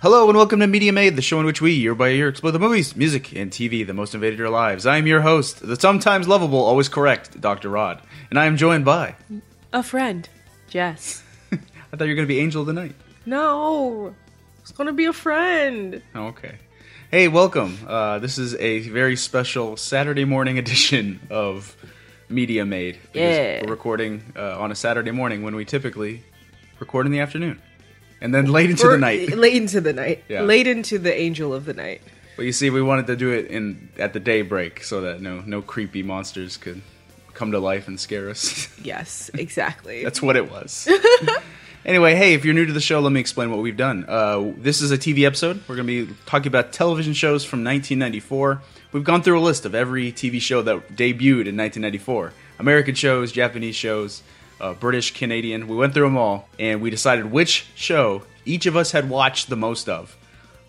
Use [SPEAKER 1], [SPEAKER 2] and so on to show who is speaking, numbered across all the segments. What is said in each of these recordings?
[SPEAKER 1] Hello and welcome to Media Made, the show in which we, year by year, explore the movies, music, and TV that most invaded our lives. I am your host, the sometimes lovable, always correct Dr. Rod, and I am joined by.
[SPEAKER 2] A friend. Jess.
[SPEAKER 1] I thought you were going to be Angel tonight.
[SPEAKER 2] No. It's gonna be a friend.
[SPEAKER 1] Oh, okay. Hey, welcome. Uh, this is a very special Saturday morning edition of Media Made. because
[SPEAKER 2] Yeah.
[SPEAKER 1] We're recording uh, on a Saturday morning when we typically record in the afternoon, and then late into the
[SPEAKER 2] Or-
[SPEAKER 1] night.
[SPEAKER 2] Late into the night.
[SPEAKER 1] Yeah.
[SPEAKER 2] Late into the angel of the night.
[SPEAKER 1] But you see, we wanted to do it in at the daybreak so that no no creepy monsters could come to life and scare us.
[SPEAKER 2] Yes, exactly.
[SPEAKER 1] That's what it was. anyway, hey, if you're new to the show, let me explain what we've done. Uh, this is a TV episode. We're going to be talking about television shows from 1994. We've gone through a list of every TV show that debuted in 1994 American shows, Japanese shows, uh, British, Canadian. We went through them all, and we decided which show each of us had watched the most of.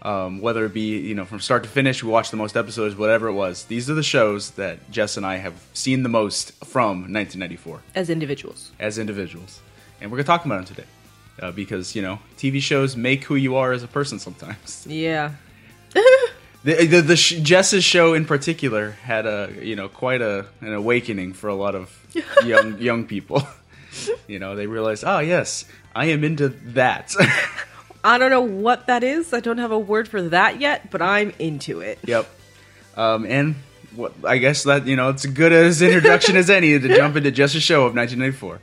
[SPEAKER 1] Um, whether it be you know from start to finish, we watched the most episodes, whatever it was. These are the shows that Jess and I have seen the most from 1994
[SPEAKER 2] As individuals.
[SPEAKER 1] as individuals. And we're going to talk about them today. Uh, because, you know, TV shows make who you are as a person sometimes.
[SPEAKER 2] Yeah.
[SPEAKER 1] The, the, the sh- Jess's show in particular had a, you know, quite a, an awakening for a lot of young, young people. you know, they realized, oh, yes, I am into that.
[SPEAKER 2] I don't know what that is. I don't have a word for that yet, but I'm into it.
[SPEAKER 1] yep. Um, and what, I guess that, you know, it's as good as introduction as any to jump into Jess's show of 1994.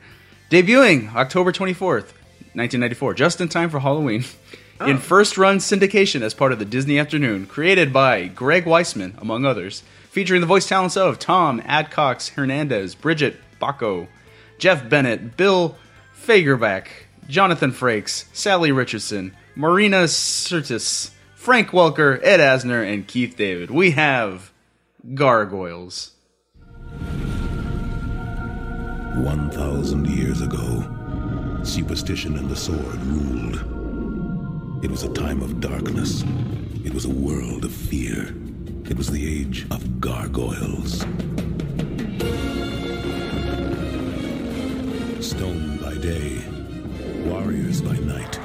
[SPEAKER 1] Debuting October 24th, 1994, just in time for Halloween, in first run syndication as part of the Disney Afternoon, created by Greg Weisman, among others, featuring the voice talents of Tom Adcox Hernandez, Bridget Bacco, Jeff Bennett, Bill Fagerback, Jonathan Frakes, Sally Richardson, Marina Sirtis, Frank Welker, Ed Asner, and Keith David. We have Gargoyles.
[SPEAKER 3] 1,000 years ago, superstition and the sword ruled. It was a time of darkness. It was a world of fear. It was the age of gargoyles. Stone by day, warriors by night.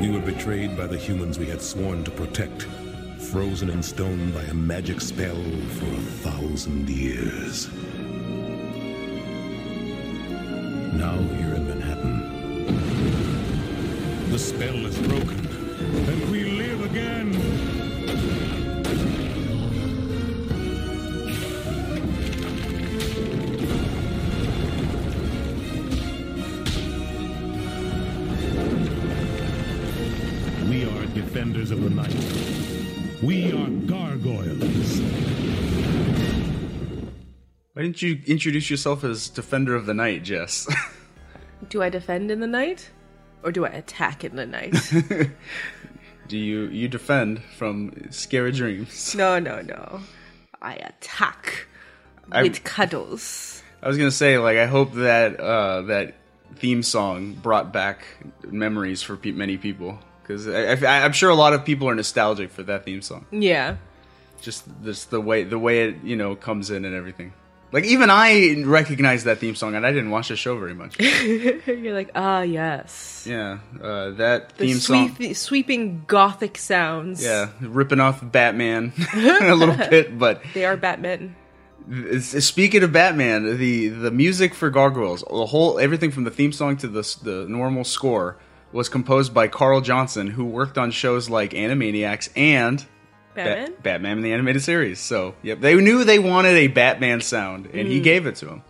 [SPEAKER 3] We were betrayed by the humans we had sworn to protect, frozen in stone by a magic spell for a thousand years. Now here in Manhattan. The spell is broken, and we live again. We are defenders of the night. We are gargoyles.
[SPEAKER 1] Why didn't you introduce yourself as Defender of the Night, Jess?
[SPEAKER 2] Do I defend in the night? Or do I attack in the night?
[SPEAKER 1] Do you you defend from scary dreams?
[SPEAKER 2] no, no, no. I attack
[SPEAKER 1] I'm-
[SPEAKER 2] with cuddles.
[SPEAKER 1] I was gonna say like I hope that uh, that theme song brought back memories for pe- many people because I, I, I'm sure a lot of people are nostalgic for that theme song.
[SPEAKER 2] Yeah.
[SPEAKER 1] Just this the way the way it you know comes in and everything. Like even I recognize that theme song and I didn't watch the show very much.
[SPEAKER 2] You're like, ah, yes.
[SPEAKER 1] yeah, uh, that
[SPEAKER 2] The
[SPEAKER 1] theme song.
[SPEAKER 2] sweep- sweeping gothic sounds.
[SPEAKER 1] Yeah, ripping off Batman a little bit, but
[SPEAKER 2] They are Batman.
[SPEAKER 1] S- Speaking of Batman, the the music for Gargoyles, the whole everything from the theme song to the s- the normal score was composed by Carl Johnson, who worked on shows like Animaniacs and Ba-
[SPEAKER 2] Batman?
[SPEAKER 1] Batman in the animated series. So, yep, they knew they wanted a Batman sound, and
[SPEAKER 2] Hmm.
[SPEAKER 1] he gave it to him.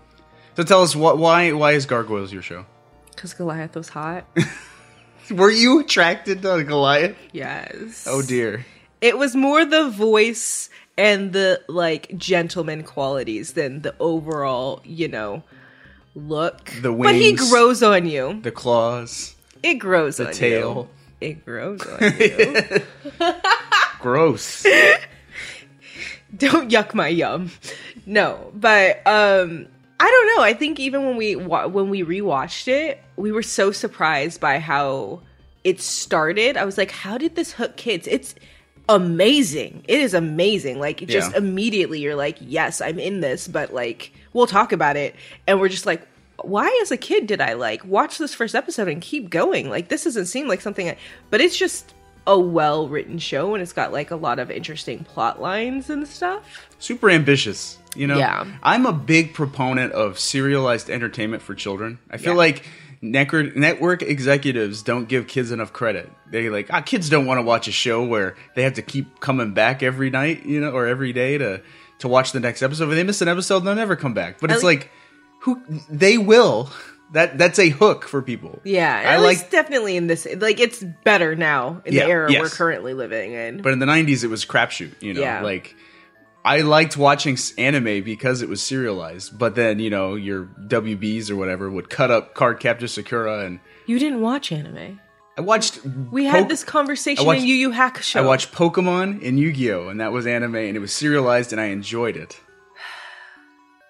[SPEAKER 1] So, tell us what why why is Gargoyles your show?
[SPEAKER 2] Because Goliath was hot.
[SPEAKER 1] Were you attracted to Goliath?
[SPEAKER 2] yes.
[SPEAKER 1] Oh dear.
[SPEAKER 2] It was more the voice and the like gentleman qualities than the overall, you know, look.
[SPEAKER 1] The
[SPEAKER 2] But he
[SPEAKER 1] wings.
[SPEAKER 2] grows on you.
[SPEAKER 1] The claws.
[SPEAKER 2] It grows on
[SPEAKER 1] tail.
[SPEAKER 2] you. It grows on you.
[SPEAKER 1] Gross.
[SPEAKER 2] don't yuck my yum. No, but um I don't know. I think even when we wa- when we rewatched it, we were so surprised by how it started. I was like, how did this hook kids? It's amazing. It is amazing. Like it just
[SPEAKER 1] Yeah.
[SPEAKER 2] immediately you're like, yes, I'm in this, but like we'll talk about it. And we're just like why as a kid did I like watch this first episode and keep going? Like this doesn't seem like something I, but it's just a well written show and it's got like a lot of interesting plot lines and stuff.
[SPEAKER 1] super ambitious. You know,
[SPEAKER 2] Yeah.
[SPEAKER 1] I'm a big proponent of serialized entertainment for children. I feel
[SPEAKER 2] Yeah.
[SPEAKER 1] like network network executives don't give kids enough credit. They like ah, kids don't want to watch a show where they have to keep coming back every night, you know, or every day to to watch the next episode. If they miss an episode, they'll never come back. But it's
[SPEAKER 2] like-
[SPEAKER 1] like who they will. That that's a hook for people.
[SPEAKER 2] Yeah,
[SPEAKER 1] I
[SPEAKER 2] at
[SPEAKER 1] like.
[SPEAKER 2] least definitely in this like it's better now in
[SPEAKER 1] Yeah,
[SPEAKER 2] the era we're
[SPEAKER 1] yes.
[SPEAKER 2] currently living in.
[SPEAKER 1] But in the '90s, it was crapshoot. You know,
[SPEAKER 2] Yeah.
[SPEAKER 1] like I liked watching s- anime because it was serialized. But then you know your WBs or whatever would cut up Card Captor Sakura, and
[SPEAKER 2] you didn't watch anime.
[SPEAKER 1] I watched.
[SPEAKER 2] We
[SPEAKER 1] Poke-
[SPEAKER 2] had this conversation
[SPEAKER 1] I watched-
[SPEAKER 2] in Yu Yu Hakusho.
[SPEAKER 1] I watched Pokemon and Yu-Gi-Oh, and that was anime, and it was serialized, and I enjoyed it.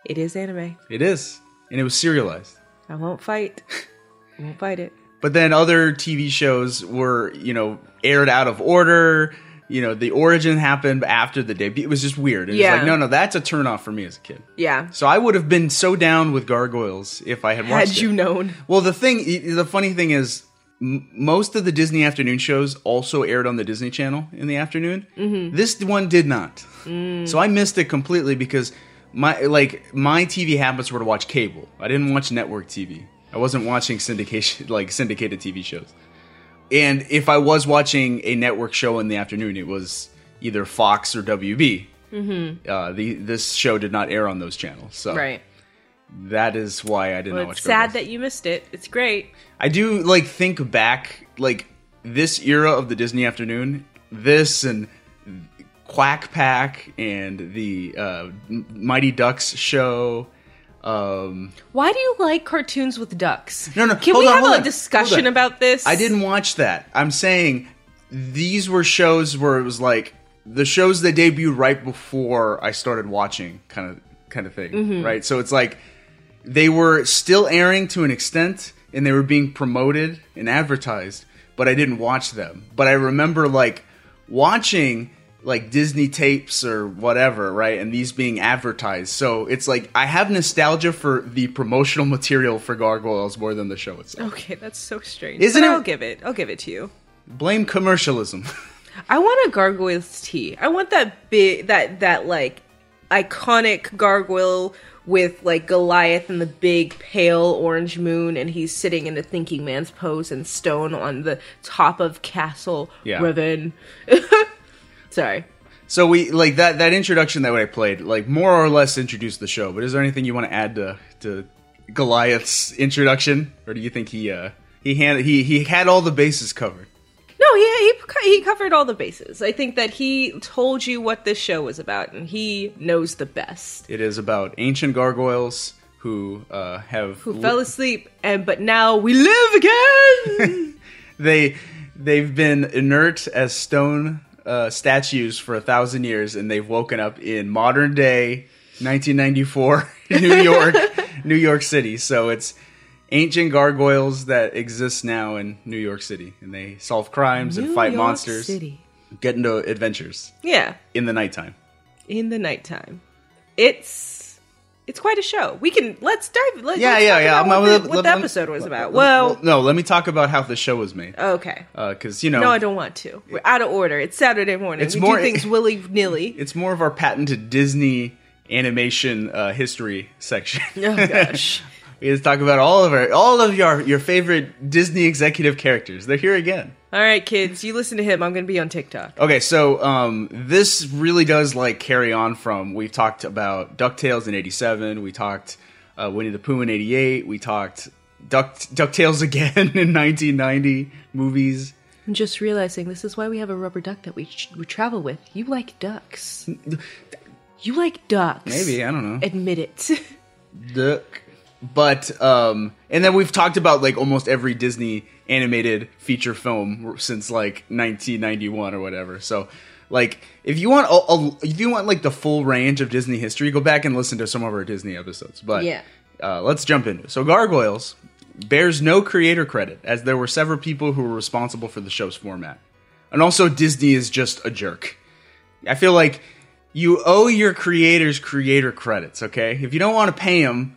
[SPEAKER 2] it is anime.
[SPEAKER 1] It is, and it was serialized.
[SPEAKER 2] I won't fight. I won't fight it.
[SPEAKER 1] But then other TV shows were, you know, aired out of order. You know, the origin happened after the debut. It was just weird. It was
[SPEAKER 2] Yeah.
[SPEAKER 1] like, no, no, that's a turnoff for me as a kid.
[SPEAKER 2] Yeah.
[SPEAKER 1] So I would have been so down with gargoyles if I had watched
[SPEAKER 2] Had you
[SPEAKER 1] it.
[SPEAKER 2] known.
[SPEAKER 1] Well, the thing, the funny thing is, m- most of the Disney afternoon shows also aired on the Disney Channel in the afternoon. Mm-hmm. This one did not, so I missed it completely because my like my TV habits were to watch cable. I didn't watch network TV. I wasn't watching syndication like syndicated TV shows. And if I was watching a network show in the afternoon, it was either Fox or WB. Mm-hmm. Uh, the this show did not air on those channels, so
[SPEAKER 2] Right.
[SPEAKER 1] that is why I didn't
[SPEAKER 2] Well,
[SPEAKER 1] watch.
[SPEAKER 2] it's sad
[SPEAKER 1] Gargoyles.
[SPEAKER 2] that you missed it. It's great.
[SPEAKER 1] I do like think back like this era of the Disney afternoon, this and Quack Pack and the uh, M- Mighty Ducks show. Um,
[SPEAKER 2] Why do you like cartoons with ducks?
[SPEAKER 1] No, no,
[SPEAKER 2] Can
[SPEAKER 1] hold
[SPEAKER 2] we
[SPEAKER 1] on,
[SPEAKER 2] have
[SPEAKER 1] hold
[SPEAKER 2] a
[SPEAKER 1] on, hold
[SPEAKER 2] discussion
[SPEAKER 1] on.
[SPEAKER 2] about this?
[SPEAKER 1] I didn't watch that. I'm saying these were shows where it was like the shows that debuted right before I started watching, kind of kind of thing,
[SPEAKER 2] Mm-hmm.
[SPEAKER 1] right? So it's like they were still airing to an extent, and they were being promoted and advertised, but I didn't watch them. But I remember like watching like Disney tapes or whatever, right? And these being advertised. So it's like I have nostalgia for the promotional material for Gargoyles more than the show itself.
[SPEAKER 2] Okay, that's so strange.
[SPEAKER 1] Isn't
[SPEAKER 2] But
[SPEAKER 1] it-
[SPEAKER 2] I'll give it. I'll give it to you.
[SPEAKER 1] Blame commercialism.
[SPEAKER 2] I want a gargoyle's tea. I want that big that that like iconic gargoyle with like Goliath and the big pale orange moon and he's sitting in the thinking man's pose and stone on the top of Castle
[SPEAKER 1] Yeah.
[SPEAKER 2] Riven. Sorry.
[SPEAKER 1] So we like that that introduction that I played, like more or less introduced the show. But is there anything you want to add to to Goliath's introduction, or do you think he uh he had he he had all the bases covered?
[SPEAKER 2] No, he, he he covered all the bases. I think that he told you what this show was about and he knows the best.
[SPEAKER 1] It is about ancient gargoyles who uh have
[SPEAKER 2] Who fell asleep and but now we live again.
[SPEAKER 1] they they've been inert as stone uh, statues for a thousand years, and they've woken up in modern day 1994 New York, New York City. So it's ancient gargoyles that exist now in New York City, and they solve crimes and
[SPEAKER 2] New
[SPEAKER 1] fight
[SPEAKER 2] York
[SPEAKER 1] monsters,
[SPEAKER 2] City.
[SPEAKER 1] get into adventures
[SPEAKER 2] Yeah.
[SPEAKER 1] in the nighttime.
[SPEAKER 2] in the nighttime. It's it's quite a show. We can let's dive. Let,
[SPEAKER 1] Yeah,
[SPEAKER 2] let's
[SPEAKER 1] yeah,
[SPEAKER 2] talk
[SPEAKER 1] yeah.
[SPEAKER 2] about
[SPEAKER 1] I'm-
[SPEAKER 2] what
[SPEAKER 1] I'm-
[SPEAKER 2] the,
[SPEAKER 1] let-
[SPEAKER 2] what the
[SPEAKER 1] let-
[SPEAKER 2] episode was
[SPEAKER 1] let-
[SPEAKER 2] about.
[SPEAKER 1] let-
[SPEAKER 2] Uh, well,
[SPEAKER 1] no, let me talk about how the show was made
[SPEAKER 2] okay.
[SPEAKER 1] because you know
[SPEAKER 2] No, I don't want to. We're out of order. It's Saturday morning.
[SPEAKER 1] It's
[SPEAKER 2] we
[SPEAKER 1] more-
[SPEAKER 2] do things willy nilly.
[SPEAKER 1] it's more of our patented Disney animation uh, history section.
[SPEAKER 2] Oh gosh.
[SPEAKER 1] We just talk about all of our all of your your favorite Disney executive characters. They're here again.
[SPEAKER 2] All right, kids, you listen to him. I'm going to be on TikTok.
[SPEAKER 1] Okay, so um, this really does like carry on from we've talked about Ducktales in '87. We talked uh, Winnie the Pooh in '88. We talked Duck Ducktales again in 1990 movies.
[SPEAKER 2] I'm just realizing this is why we have a rubber duck that we we travel with. You like ducks. You like ducks.
[SPEAKER 1] Maybe I don't know.
[SPEAKER 2] Admit it.
[SPEAKER 1] Duck. But um, and then we've talked about like almost every Disney animated feature film since like 1991 or whatever. So like if you want a, a- if you want like the full range of Disney history, go back and listen to some of our Disney episodes. But
[SPEAKER 2] Yeah.
[SPEAKER 1] uh, let's jump into it. So Gargoyles bears no creator credit as there were several people who were responsible for the show's format, and also Disney is just a jerk. I feel like you owe your creators creator credits, okay? If you don't want to pay them,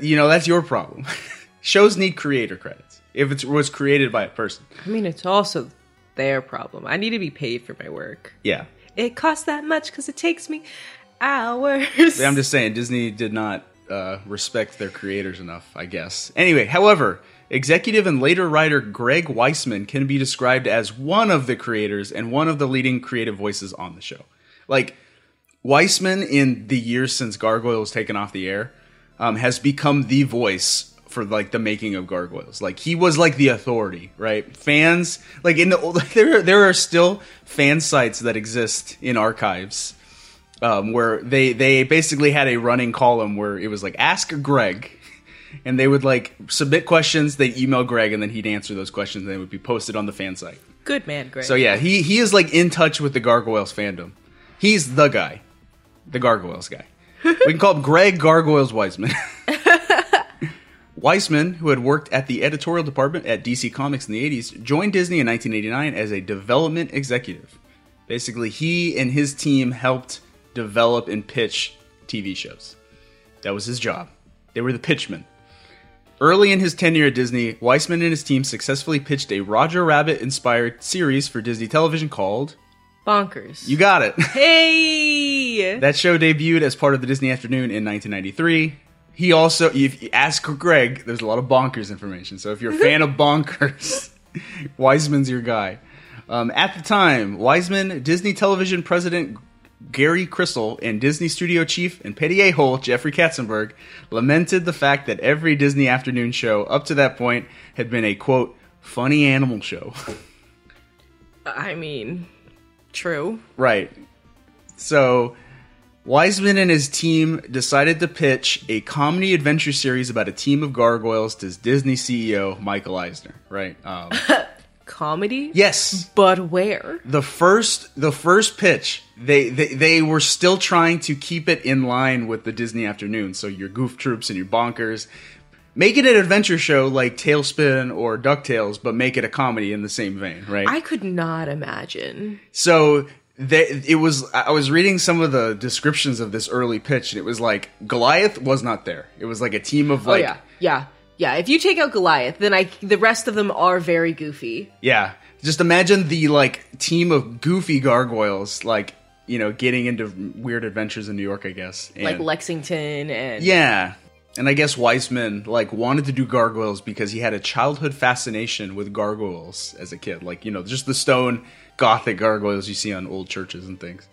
[SPEAKER 1] you know, that's your problem. Shows need creator credits if it was created by a person.
[SPEAKER 2] I mean, it's also their problem. I need to be paid for my work.
[SPEAKER 1] Yeah.
[SPEAKER 2] It costs that much because it takes me hours.
[SPEAKER 1] I'm just saying, Disney did not uh, respect their creators enough, I guess. Anyway, however, executive and later writer Greg Weisman can be described as one of the creators and one of the leading creative voices on the show. Like, Weisman, in the years since Gargoyle was taken off the air, um, has become the voice for like the making of gargoyles like he was like the authority right fans like in the old there there are still fan sites that exist in archives um, where they they basically had a running column where it was like ask Greg, and they would like submit questions. They'd email Greg, and then he'd answer those questions. And they would be posted on the fan site.
[SPEAKER 2] Good man, Greg.
[SPEAKER 1] So yeah, he he is like in touch with the Gargoyles fandom. He's the guy, the Gargoyles guy. we can call him Greg Gargoyles Weisman. Weisman, who had worked at the editorial department at DC Comics in the 80s, joined Disney in 1989 as a development executive. Basically, he and his team helped develop and pitch TV shows. That was his job. They were the pitchmen. Early in his tenure at Disney, Weisman and his team successfully pitched a Roger Rabbit inspired series for Disney television called
[SPEAKER 2] Bonkers.
[SPEAKER 1] You Got It.
[SPEAKER 2] hey!
[SPEAKER 1] That show debuted as part of the Disney Afternoon in 1993. He also, if you ask Greg, there's a lot of bonkers information. So if you're a fan of bonkers, Wiseman's your guy. Um, at the time, Wiseman, Disney Television president Gary Crystal, and Disney studio chief and petty a hole Jeffrey Katzenberg lamented the fact that every Disney afternoon show up to that point had been a quote, funny animal show.
[SPEAKER 2] I mean, true.
[SPEAKER 1] Right. So Wiseman and his team decided to pitch a comedy adventure series about a team of gargoyles to Disney CEO Michael Eisner. Right. Um,
[SPEAKER 2] Comedy?
[SPEAKER 1] yes.
[SPEAKER 2] But where?
[SPEAKER 1] The first, the first pitch, they, they they were still trying to keep it in line with the Disney afternoon. So your Goof Troops and your Bonkers, make it an adventure show like Tailspin or Ducktales, but make it a comedy in the same vein, right?
[SPEAKER 2] I could not imagine.
[SPEAKER 1] So they, it was. I was reading some of the descriptions of this early pitch, and it was like Goliath was not there. It was like a team of like,
[SPEAKER 2] oh, yeah. Yeah. Yeah. If you take out Goliath, then I the rest of them are very goofy.
[SPEAKER 1] yeah. Just imagine the like team of goofy gargoyles, like you know, getting into weird adventures in New York, I guess. And,
[SPEAKER 2] Like Lexington and.
[SPEAKER 1] yeah. And I guess Weisman like wanted to do gargoyles because he had a childhood fascination with gargoyles as a kid, like you know, just the stone gothic gargoyles you see on old churches and things.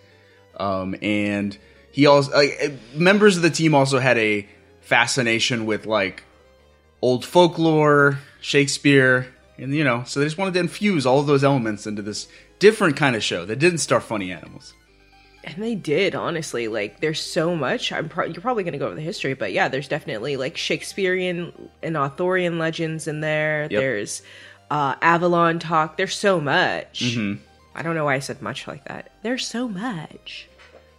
[SPEAKER 1] um, and he also like, eh, members of the team also had a fascination with like old folklore, Shakespeare, and you know, so they just wanted to infuse all of those elements into this different kind of show that didn't star funny animals.
[SPEAKER 2] And they did, honestly. Like, there's so much. I'm pro- you're probably going to go over the history, but yeah, there's definitely like Shakespearean and Arthurian legends in there. There's uh, Avalon talk. There's so much.
[SPEAKER 1] Mm-hmm.
[SPEAKER 2] I don't know why I said much like that. There's so much.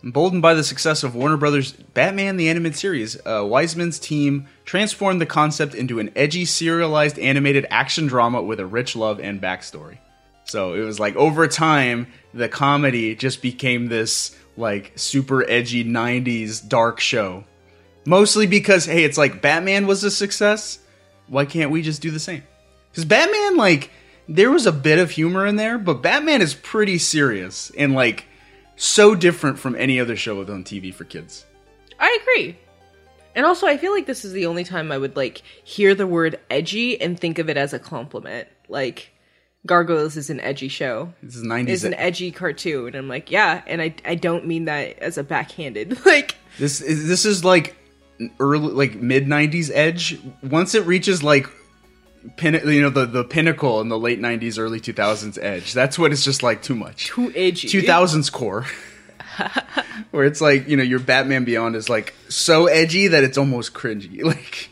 [SPEAKER 1] Emboldened by the success of Warner Brothers' Batman the Animated Series, uh, Wiseman's team transformed the concept into an edgy, serialized animated action drama with a rich love and backstory. So it was like over time, the comedy just became this like super edgy 90s dark show. Mostly because, hey, it's like Batman was a success. Why can't we just do the same? Because Batman, like, there was a bit of humor in there, but Batman is pretty serious and like so different from any other show on TV for kids.
[SPEAKER 2] I agree. And also, I feel like this is the only time I would like hear the word edgy and think of it as a compliment. Like, Gargoyles is an edgy show.
[SPEAKER 1] This is 90s.
[SPEAKER 2] is an edgy cartoon. And I'm like, yeah, and I I don't mean that as a backhanded like
[SPEAKER 1] This is this is like early like mid 90s edge. Once it reaches like pin, you know the the pinnacle in the late 90s early 2000s edge. That's when it's just like too much.
[SPEAKER 2] too edgy.
[SPEAKER 1] 2000s core. Where it's like, you know, your Batman Beyond is like so edgy that it's almost cringy. Like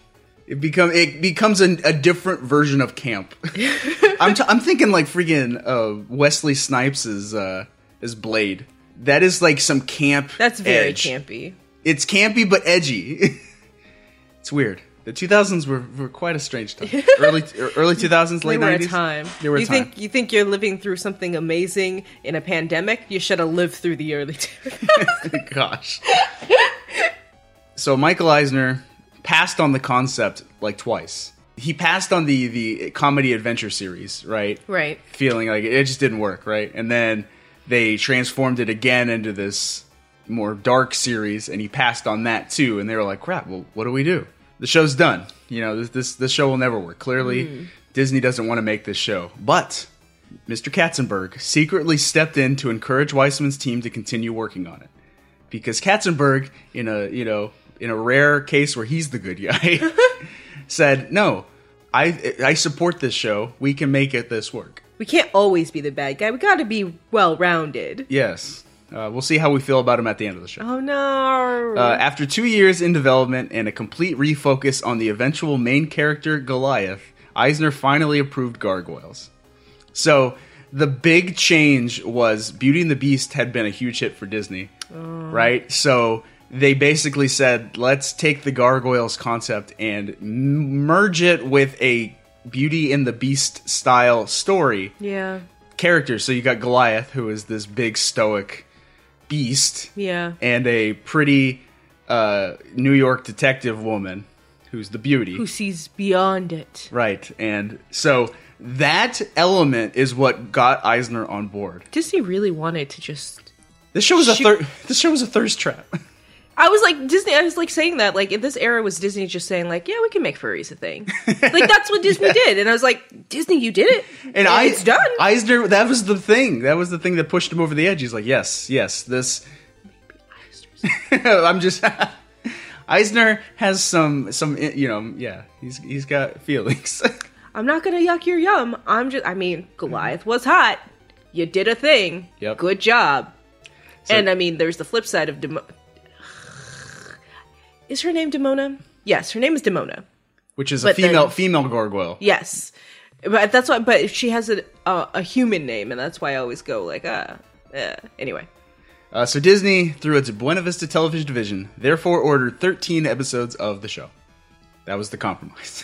[SPEAKER 1] it become it becomes a, a different version of camp. I'm t- I'm thinking like freaking uh, Wesley Snipes is uh, is Blade. That is like some camp.
[SPEAKER 2] That's very
[SPEAKER 1] edge.
[SPEAKER 2] campy.
[SPEAKER 1] It's campy but edgy. it's weird. The 2000s were, were quite a strange time. Early early 2000s,
[SPEAKER 2] They
[SPEAKER 1] late
[SPEAKER 2] were a
[SPEAKER 1] 90s.
[SPEAKER 2] time.
[SPEAKER 1] They were a
[SPEAKER 2] you
[SPEAKER 1] time.
[SPEAKER 2] think you think you're living through something amazing in a pandemic? You should have lived through the early.
[SPEAKER 1] Gosh. so Michael Eisner passed on the concept like twice. he passed on the the comedy adventure series, right?
[SPEAKER 2] Right.
[SPEAKER 1] Feeling like it just didn't work, right? And then they transformed it again into this more dark series, and he passed on that too. And they were like, "Crap, well, what do we do? The show's done. You know, this this, this show will never work. Clearly, Disney doesn't want to make this show." But Mr. Katzenberg secretly stepped in to encourage Weissman's team to continue working on it because Katzenberg, in a you know in a rare case where he's the good guy, said, "No, I I support this show. We can make it this work."
[SPEAKER 2] We can't always be the bad guy. We got to be well rounded.
[SPEAKER 1] Yes, uh, we'll see how we feel about him at the end of the show.
[SPEAKER 2] Oh no.
[SPEAKER 1] Uh, after two years in development and a complete refocus on the eventual main character Goliath, Eisner finally approved Gargoyles. So the big change was Beauty and the Beast had been a huge hit for Disney,
[SPEAKER 4] Oh.
[SPEAKER 1] right? So they basically said, let's take the Gargoyles concept and m- merge it with a Beauty and the Beast style story
[SPEAKER 2] yeah.
[SPEAKER 1] characters. So you got Goliath, who is this big stoic beast,
[SPEAKER 2] Yeah.
[SPEAKER 1] and a pretty uh, New York detective woman who's the beauty.
[SPEAKER 2] Who sees beyond it?
[SPEAKER 1] right. And so that element is what got Eisner on board.
[SPEAKER 2] Disney really wanted to just.
[SPEAKER 1] This show was a
[SPEAKER 2] She-
[SPEAKER 1] thir- this show was a thirst trap.
[SPEAKER 2] I was like Disney. I was like saying that like if this era was Disney just saying like yeah we can make furries a thing, like that's what Disney did, and I was like Disney you did it,
[SPEAKER 1] And I,
[SPEAKER 2] it's done.
[SPEAKER 1] Eisner, that was the thing. That was the thing that pushed him over the edge. He's like, yes, yes, this. I'm just. Eisner has some, some, you know, yeah, he's he's got feelings.
[SPEAKER 2] I'm not gonna yuck your yum. I'm just. I mean Goliath was hot. You did a thing.
[SPEAKER 1] Yep.
[SPEAKER 2] Good job. and I mean there's the flip side of Demo- Is her name Demona? Yes, her name is Demona.
[SPEAKER 1] which is a
[SPEAKER 2] But then-
[SPEAKER 1] female female gargoyle.
[SPEAKER 2] Yes, but that's why. But she has a a, a human name, and that's why I always go like uh, uh anyway.
[SPEAKER 1] Uh, so Disney, through its Buena Vista Television division, therefore ordered 13 episodes of the show. That was the compromise.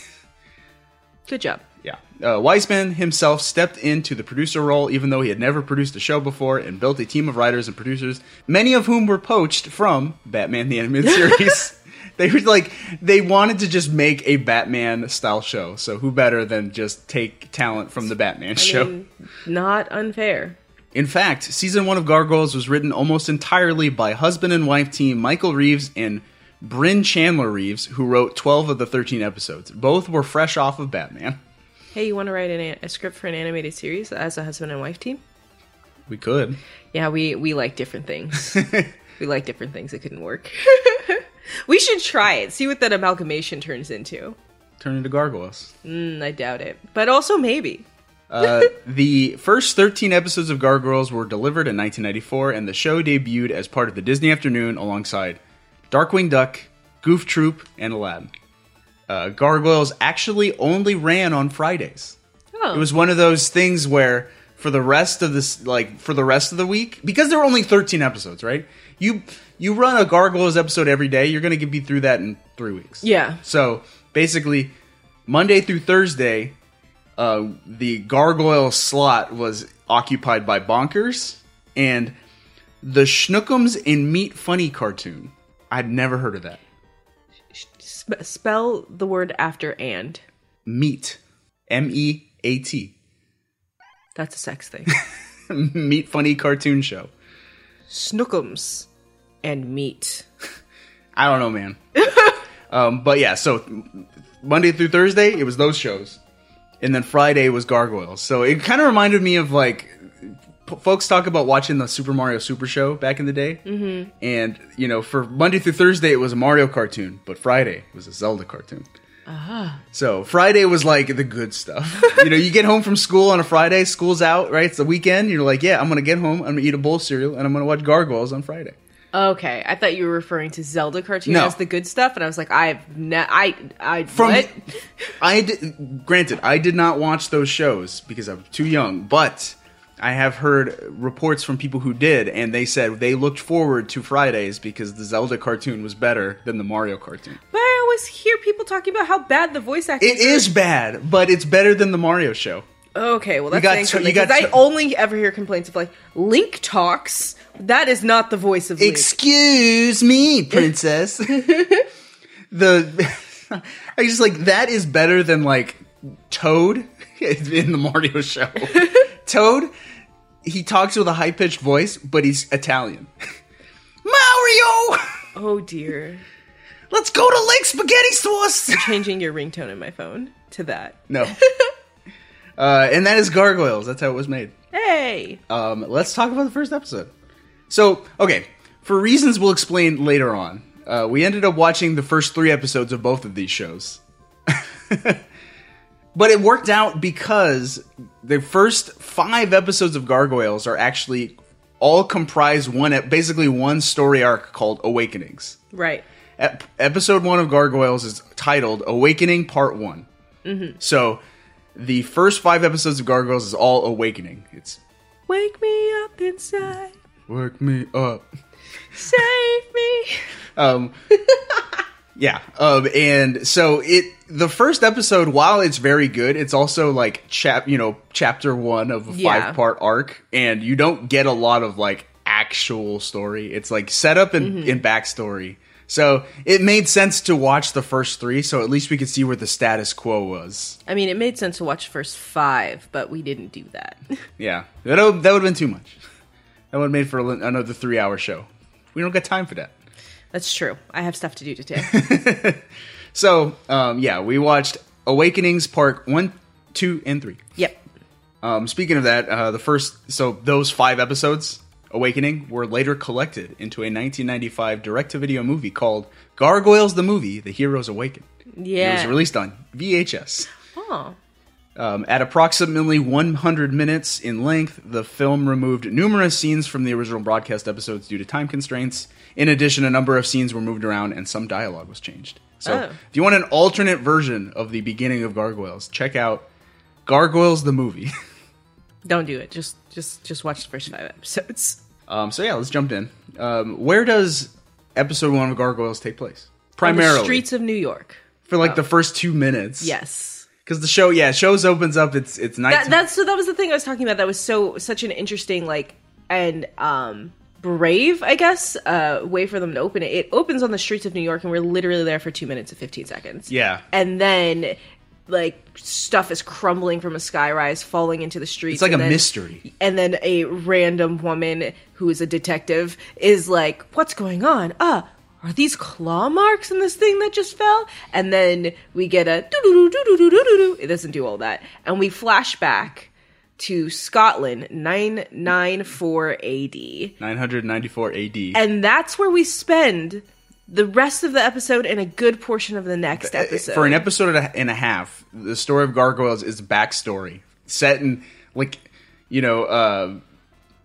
[SPEAKER 2] Good job.
[SPEAKER 1] yeah. Uh, Weisman himself stepped into the producer role, even though he had never produced a show before, and built a team of writers and producers, many of whom were poached from Batman the Animated Series. They were like they wanted to just make a Batman style show. So who better than just take talent from the Batman show?
[SPEAKER 2] Mm, Not unfair.
[SPEAKER 1] In fact, season one of Gargoyles was written almost entirely by husband and wife team Michael Reeves and Bryn Chandler Reeves, who wrote 12 of the 13 episodes. Both were fresh off of Batman.
[SPEAKER 2] Hey, you want to write an, an- a script for an animated series as a husband and wife team?
[SPEAKER 1] We could.
[SPEAKER 2] Yeah, we we like different things. we like different things. It couldn't work. we should try it. See what that amalgamation turns into.
[SPEAKER 1] Turn into Gargoyles.
[SPEAKER 2] Mm, I doubt it, but also maybe.
[SPEAKER 1] Uh, the first 13 episodes of Gargoyles were delivered in 1994, and the show debuted as part of the Disney Afternoon alongside Darkwing Duck, Goof Troop, and Aladdin. Uh, Gargoyles actually only ran on Fridays.
[SPEAKER 2] Oh,
[SPEAKER 1] It was one of those things where for the rest of this like for the rest of the week because there were only 13 episodes, right? You you run a Gargoyles episode every day, you're going to be through that in 3 weeks.
[SPEAKER 2] Yeah.
[SPEAKER 1] So, basically Monday through Thursday, uh the Gargoyle slot was occupied by Bonkers and the Schnookums in Meat Funny cartoon. I'd never heard of that.
[SPEAKER 2] Sp- spell the word after and.
[SPEAKER 1] Meat. M E A T.
[SPEAKER 2] That's a sex thing.
[SPEAKER 1] Meat Funny cartoon show.
[SPEAKER 2] Snookums and meat.
[SPEAKER 1] I don't know, man. um, but yeah, so Monday through Thursday, it was those shows, and then Friday was Gargoyles. So it kind of reminded me of like p- folks talk about watching the Super Mario Super Show back in the day, mm-hmm. and you know, for Monday through Thursday, it was a Mario cartoon, but Friday was a Zelda cartoon. So Friday was like the good stuff. you know, you get home from school on a Friday, school's out, right? It's the weekend. You're like, yeah, I'm gonna get home, I'm gonna eat a bowl of cereal, and I'm gonna watch Gargoyles on Friday.
[SPEAKER 2] Okay, I thought you were referring to Zelda cartoon
[SPEAKER 1] No.
[SPEAKER 2] as the good stuff, and I was like, I've ne- I I
[SPEAKER 1] from
[SPEAKER 2] what?
[SPEAKER 1] I did, granted I did not watch those shows because I'm too young, but I have heard reports from people who did, and they said they looked forward to Fridays because the Zelda cartoon was better than the Mario cartoon.
[SPEAKER 2] But I always hear people talking about how bad the voice acting.
[SPEAKER 1] It is bad, but it's better than the Mario show.
[SPEAKER 2] okay. Well, that's
[SPEAKER 1] got
[SPEAKER 2] saying
[SPEAKER 1] to-
[SPEAKER 2] something
[SPEAKER 1] you got
[SPEAKER 2] because I
[SPEAKER 1] to-
[SPEAKER 2] only ever hear complaints of like Link talks. That is not the voice of Link.
[SPEAKER 1] Excuse me, princess. the I just like that is better than like Toad in the Mario show. Toad, he talks with a high pitched voice, but he's Italian. Mario,
[SPEAKER 2] Oh dear.
[SPEAKER 1] let's go to Lake Spaghetti Sauce.
[SPEAKER 2] Changing your ringtone in my phone to that.
[SPEAKER 1] no. Uh, and that is Gargoyles. That's how it was made.
[SPEAKER 2] Hey.
[SPEAKER 1] Um, let's talk about the first episode. So, okay, for reasons we'll explain later on, uh, we ended up watching the first three episodes of both of these shows. but it worked out because the first five episodes of Gargoyles are actually all comprise one, ep- basically one story arc called Awakenings.
[SPEAKER 2] Right.
[SPEAKER 1] Ep- episode one of Gargoyles is titled Awakening Part One.
[SPEAKER 2] Mm-hmm.
[SPEAKER 1] So, the first five episodes of Gargoyles is all Awakening. It's
[SPEAKER 2] Wake me up inside.
[SPEAKER 1] Work me up.
[SPEAKER 2] Save me.
[SPEAKER 1] Um, yeah. Um, and so it the first episode, while it's very good, it's also like chap you know chapter one of a
[SPEAKER 2] Yeah.
[SPEAKER 1] five part arc, and you don't get a lot of like actual story. It's like setup and, and backstory. So it made sense to watch the first three, so at least we could see where the status quo was.
[SPEAKER 2] I mean, it made sense to watch the first five, but we didn't do that.
[SPEAKER 1] Yeah, that would that would have been too much. That would have made for a li- another three hour show. We don't got time for that.
[SPEAKER 2] That's true. I have stuff to do today.
[SPEAKER 1] So, um, yeah, we watched Awakenings Part 1, 2, and 3.
[SPEAKER 2] yep.
[SPEAKER 1] Um, speaking of that, uh, the first, so those five episodes, Awakening, were later collected into a 1995 direct to video movie called Gargoyles the Movie The Heroes Awaken.
[SPEAKER 2] Yeah.
[SPEAKER 1] It was released on VHS.
[SPEAKER 2] Oh.
[SPEAKER 1] Um, at approximately 100 minutes in length, the film removed numerous scenes from the original broadcast episodes due to time constraints. In addition, a number of scenes were moved around and some dialogue was changed. So,
[SPEAKER 2] Oh.
[SPEAKER 1] if you want an alternate version of the beginning of Gargoyles, check out Gargoyles the movie.
[SPEAKER 2] Don't do it. Just just just watch the first five episodes.
[SPEAKER 1] um, so, yeah, let's jump in. Um, where does episode one of Gargoyles take place?
[SPEAKER 2] On the
[SPEAKER 1] Primarily
[SPEAKER 2] streets of New York.
[SPEAKER 1] for like the first two minutes.
[SPEAKER 2] Yes.
[SPEAKER 1] because the show, yeah, shows opens up. It's it's night.
[SPEAKER 2] That, that's so that was the thing I was talking about that was so such an interesting like and um brave, I guess, uh way for them to open it. It opens on the streets of New York and we're literally there for 2 minutes and 15 seconds.
[SPEAKER 1] yeah,
[SPEAKER 2] And then like stuff is crumbling from a sky rise falling into the streets.
[SPEAKER 1] it's like a
[SPEAKER 2] and then-
[SPEAKER 1] mystery.
[SPEAKER 2] and then a random woman who is a detective is like, "What's going on? Ah, are these claw marks in this thing that just fell?" And then we get a doo doo doo doo doo doo doo. It doesn't do all that, and we flash back to Scotland, nine nine four A.D.
[SPEAKER 1] 994 AD.
[SPEAKER 2] And that's where we spend the rest of the episode and a good portion of the next episode.
[SPEAKER 1] For an episode and a- and a half, the story of Gargoyles is backstory set in like you know uh,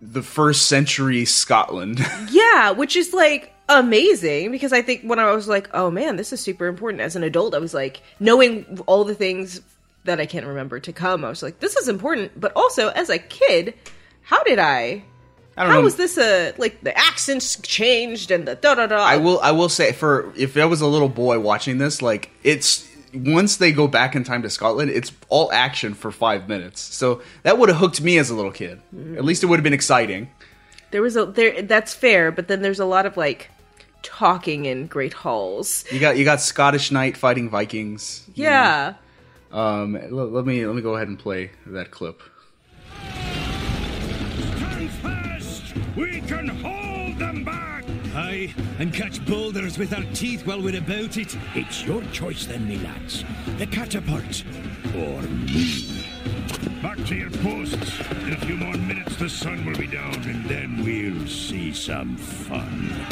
[SPEAKER 1] the first century Scotland.
[SPEAKER 2] Yeah, which is like amazing because I think when I was like, oh man, this is super important as an adult, I was like, knowing all the things that I can't remember to come, I was like, this is important. But also, as a kid, how did I?
[SPEAKER 1] I don't
[SPEAKER 2] How
[SPEAKER 1] know.
[SPEAKER 2] was this a like the accents changed and the da da da?
[SPEAKER 1] I will I will say for if I was a little boy watching this, like it's once they go back in time to Scotland, it's all action for five minutes. So that would have hooked me as a little kid.
[SPEAKER 2] Mm-hmm.
[SPEAKER 1] At least it would have been exciting.
[SPEAKER 2] There was a there. That's fair, but then there's a lot of like talking in great halls.
[SPEAKER 1] You got you got Scottish knight fighting Vikings.
[SPEAKER 2] Yeah.
[SPEAKER 1] Um, l- let me let me go ahead and play that clip.
[SPEAKER 5] Stand fast! We can hold them back!
[SPEAKER 6] Aye, and catch boulders with our teeth while we're about it.
[SPEAKER 5] It's your choice then, me lads.
[SPEAKER 6] The catapult.
[SPEAKER 5] Or me. Back to your posts. In a few more minutes, the sun will be down, and then we'll see some fun.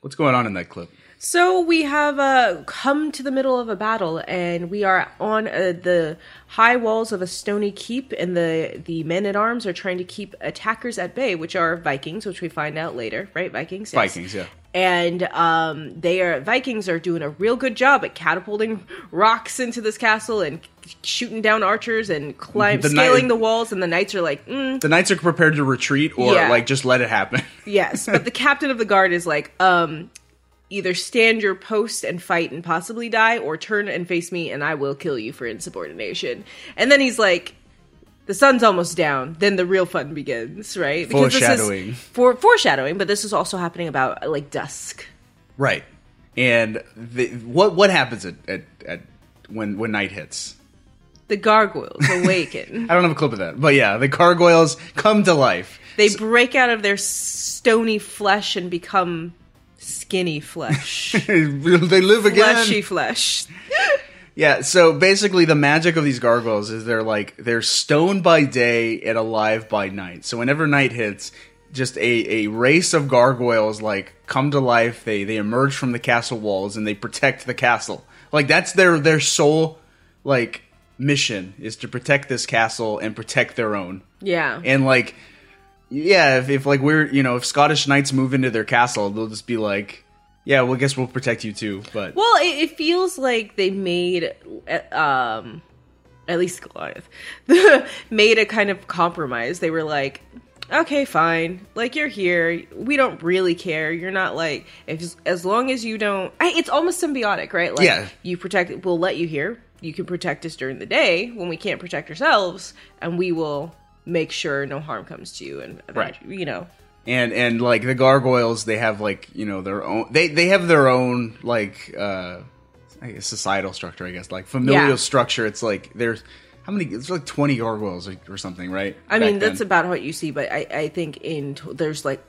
[SPEAKER 1] What's going on in that clip?
[SPEAKER 2] So we have uh, come to the middle of a battle, and we are on uh, the high walls of a stony keep, and the the men at arms are trying to keep attackers at bay, which are Vikings, which we find out later, right? Vikings. Yes.
[SPEAKER 1] Vikings, yeah.
[SPEAKER 2] And um, they are Vikings are doing a real good job at catapulting rocks into this castle and shooting down archers and climb,
[SPEAKER 1] The knight-
[SPEAKER 2] scaling the walls, and the knights are like, mm,
[SPEAKER 1] the knights are prepared to retreat or
[SPEAKER 2] Yeah.
[SPEAKER 1] like just let it happen.
[SPEAKER 2] Yes, but the captain of the guard is like, um, either stand your post and fight and possibly die, or turn and face me and I will kill you for insubordination. And then he's like, the sun's almost down. Then the real fun begins, right?
[SPEAKER 1] Foreshadowing.
[SPEAKER 2] This is for foreshadowing, but this is also happening about like dusk.
[SPEAKER 1] right. And the, what what happens at, at, at when when night hits?
[SPEAKER 2] The gargoyles awaken.
[SPEAKER 1] I don't have a clip of that, but yeah, the gargoyles come to life.
[SPEAKER 2] they break out of their stony flesh and become skinny flesh.
[SPEAKER 1] they live again.
[SPEAKER 2] Fleshy flesh.
[SPEAKER 1] Yeah, so basically the magic of these gargoyles is they're like they're stone by day and alive by night. So whenever night hits, just a, a race of gargoyles like come to life, they they emerge from the castle walls and they protect the castle. Like that's their their sole like mission is to protect this castle and protect their own.
[SPEAKER 2] Yeah.
[SPEAKER 1] And like, yeah, if, if like we're you know if Scottish knights move into their castle, they'll just be like, yeah, well, I guess we'll protect you too. But
[SPEAKER 2] Well, it, it feels like they made, uh, um, at least Goliath, made a kind of compromise. They were like, okay, fine. Like, you're here. We don't really care. You're not like, if, as long as you don't. I, it's almost symbiotic, right? Like,
[SPEAKER 1] Yeah.
[SPEAKER 2] you protect, we'll let you here. You can protect us during the day when we can't protect ourselves, and we will make sure no harm comes to you. And,
[SPEAKER 1] Right.
[SPEAKER 2] you know,
[SPEAKER 1] and and like the gargoyles, they have like you know their own they they have their own like uh I guess societal structure, I guess like familial
[SPEAKER 2] Yeah.
[SPEAKER 1] structure. It's like there's how many? It's like twenty gargoyles or, or something, right?
[SPEAKER 2] I mean,
[SPEAKER 1] Back then.
[SPEAKER 2] that's about what you see, but I, I think in t- there's like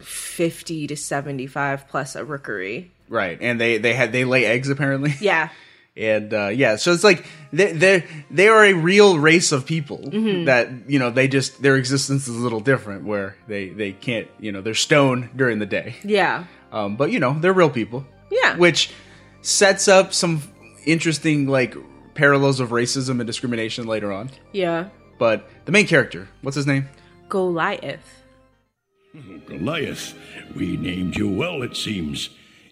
[SPEAKER 2] 50 to 75 plus a rookery.
[SPEAKER 1] right. And they they had they lay eggs apparently.
[SPEAKER 2] Yeah.
[SPEAKER 1] and uh, yeah, so it's like they they they are a real race of people
[SPEAKER 2] Mm-hmm.
[SPEAKER 1] that you know they just their existence is a little different where they they can't you know they're stone during the day,
[SPEAKER 2] Yeah.
[SPEAKER 1] um, but you know they're real people,
[SPEAKER 2] Yeah.
[SPEAKER 1] which sets up some interesting like parallels of racism and discrimination later on.
[SPEAKER 2] Yeah.
[SPEAKER 1] But the main character, what's his name?
[SPEAKER 2] Goliath.
[SPEAKER 5] Goliath, we named you well, it seems.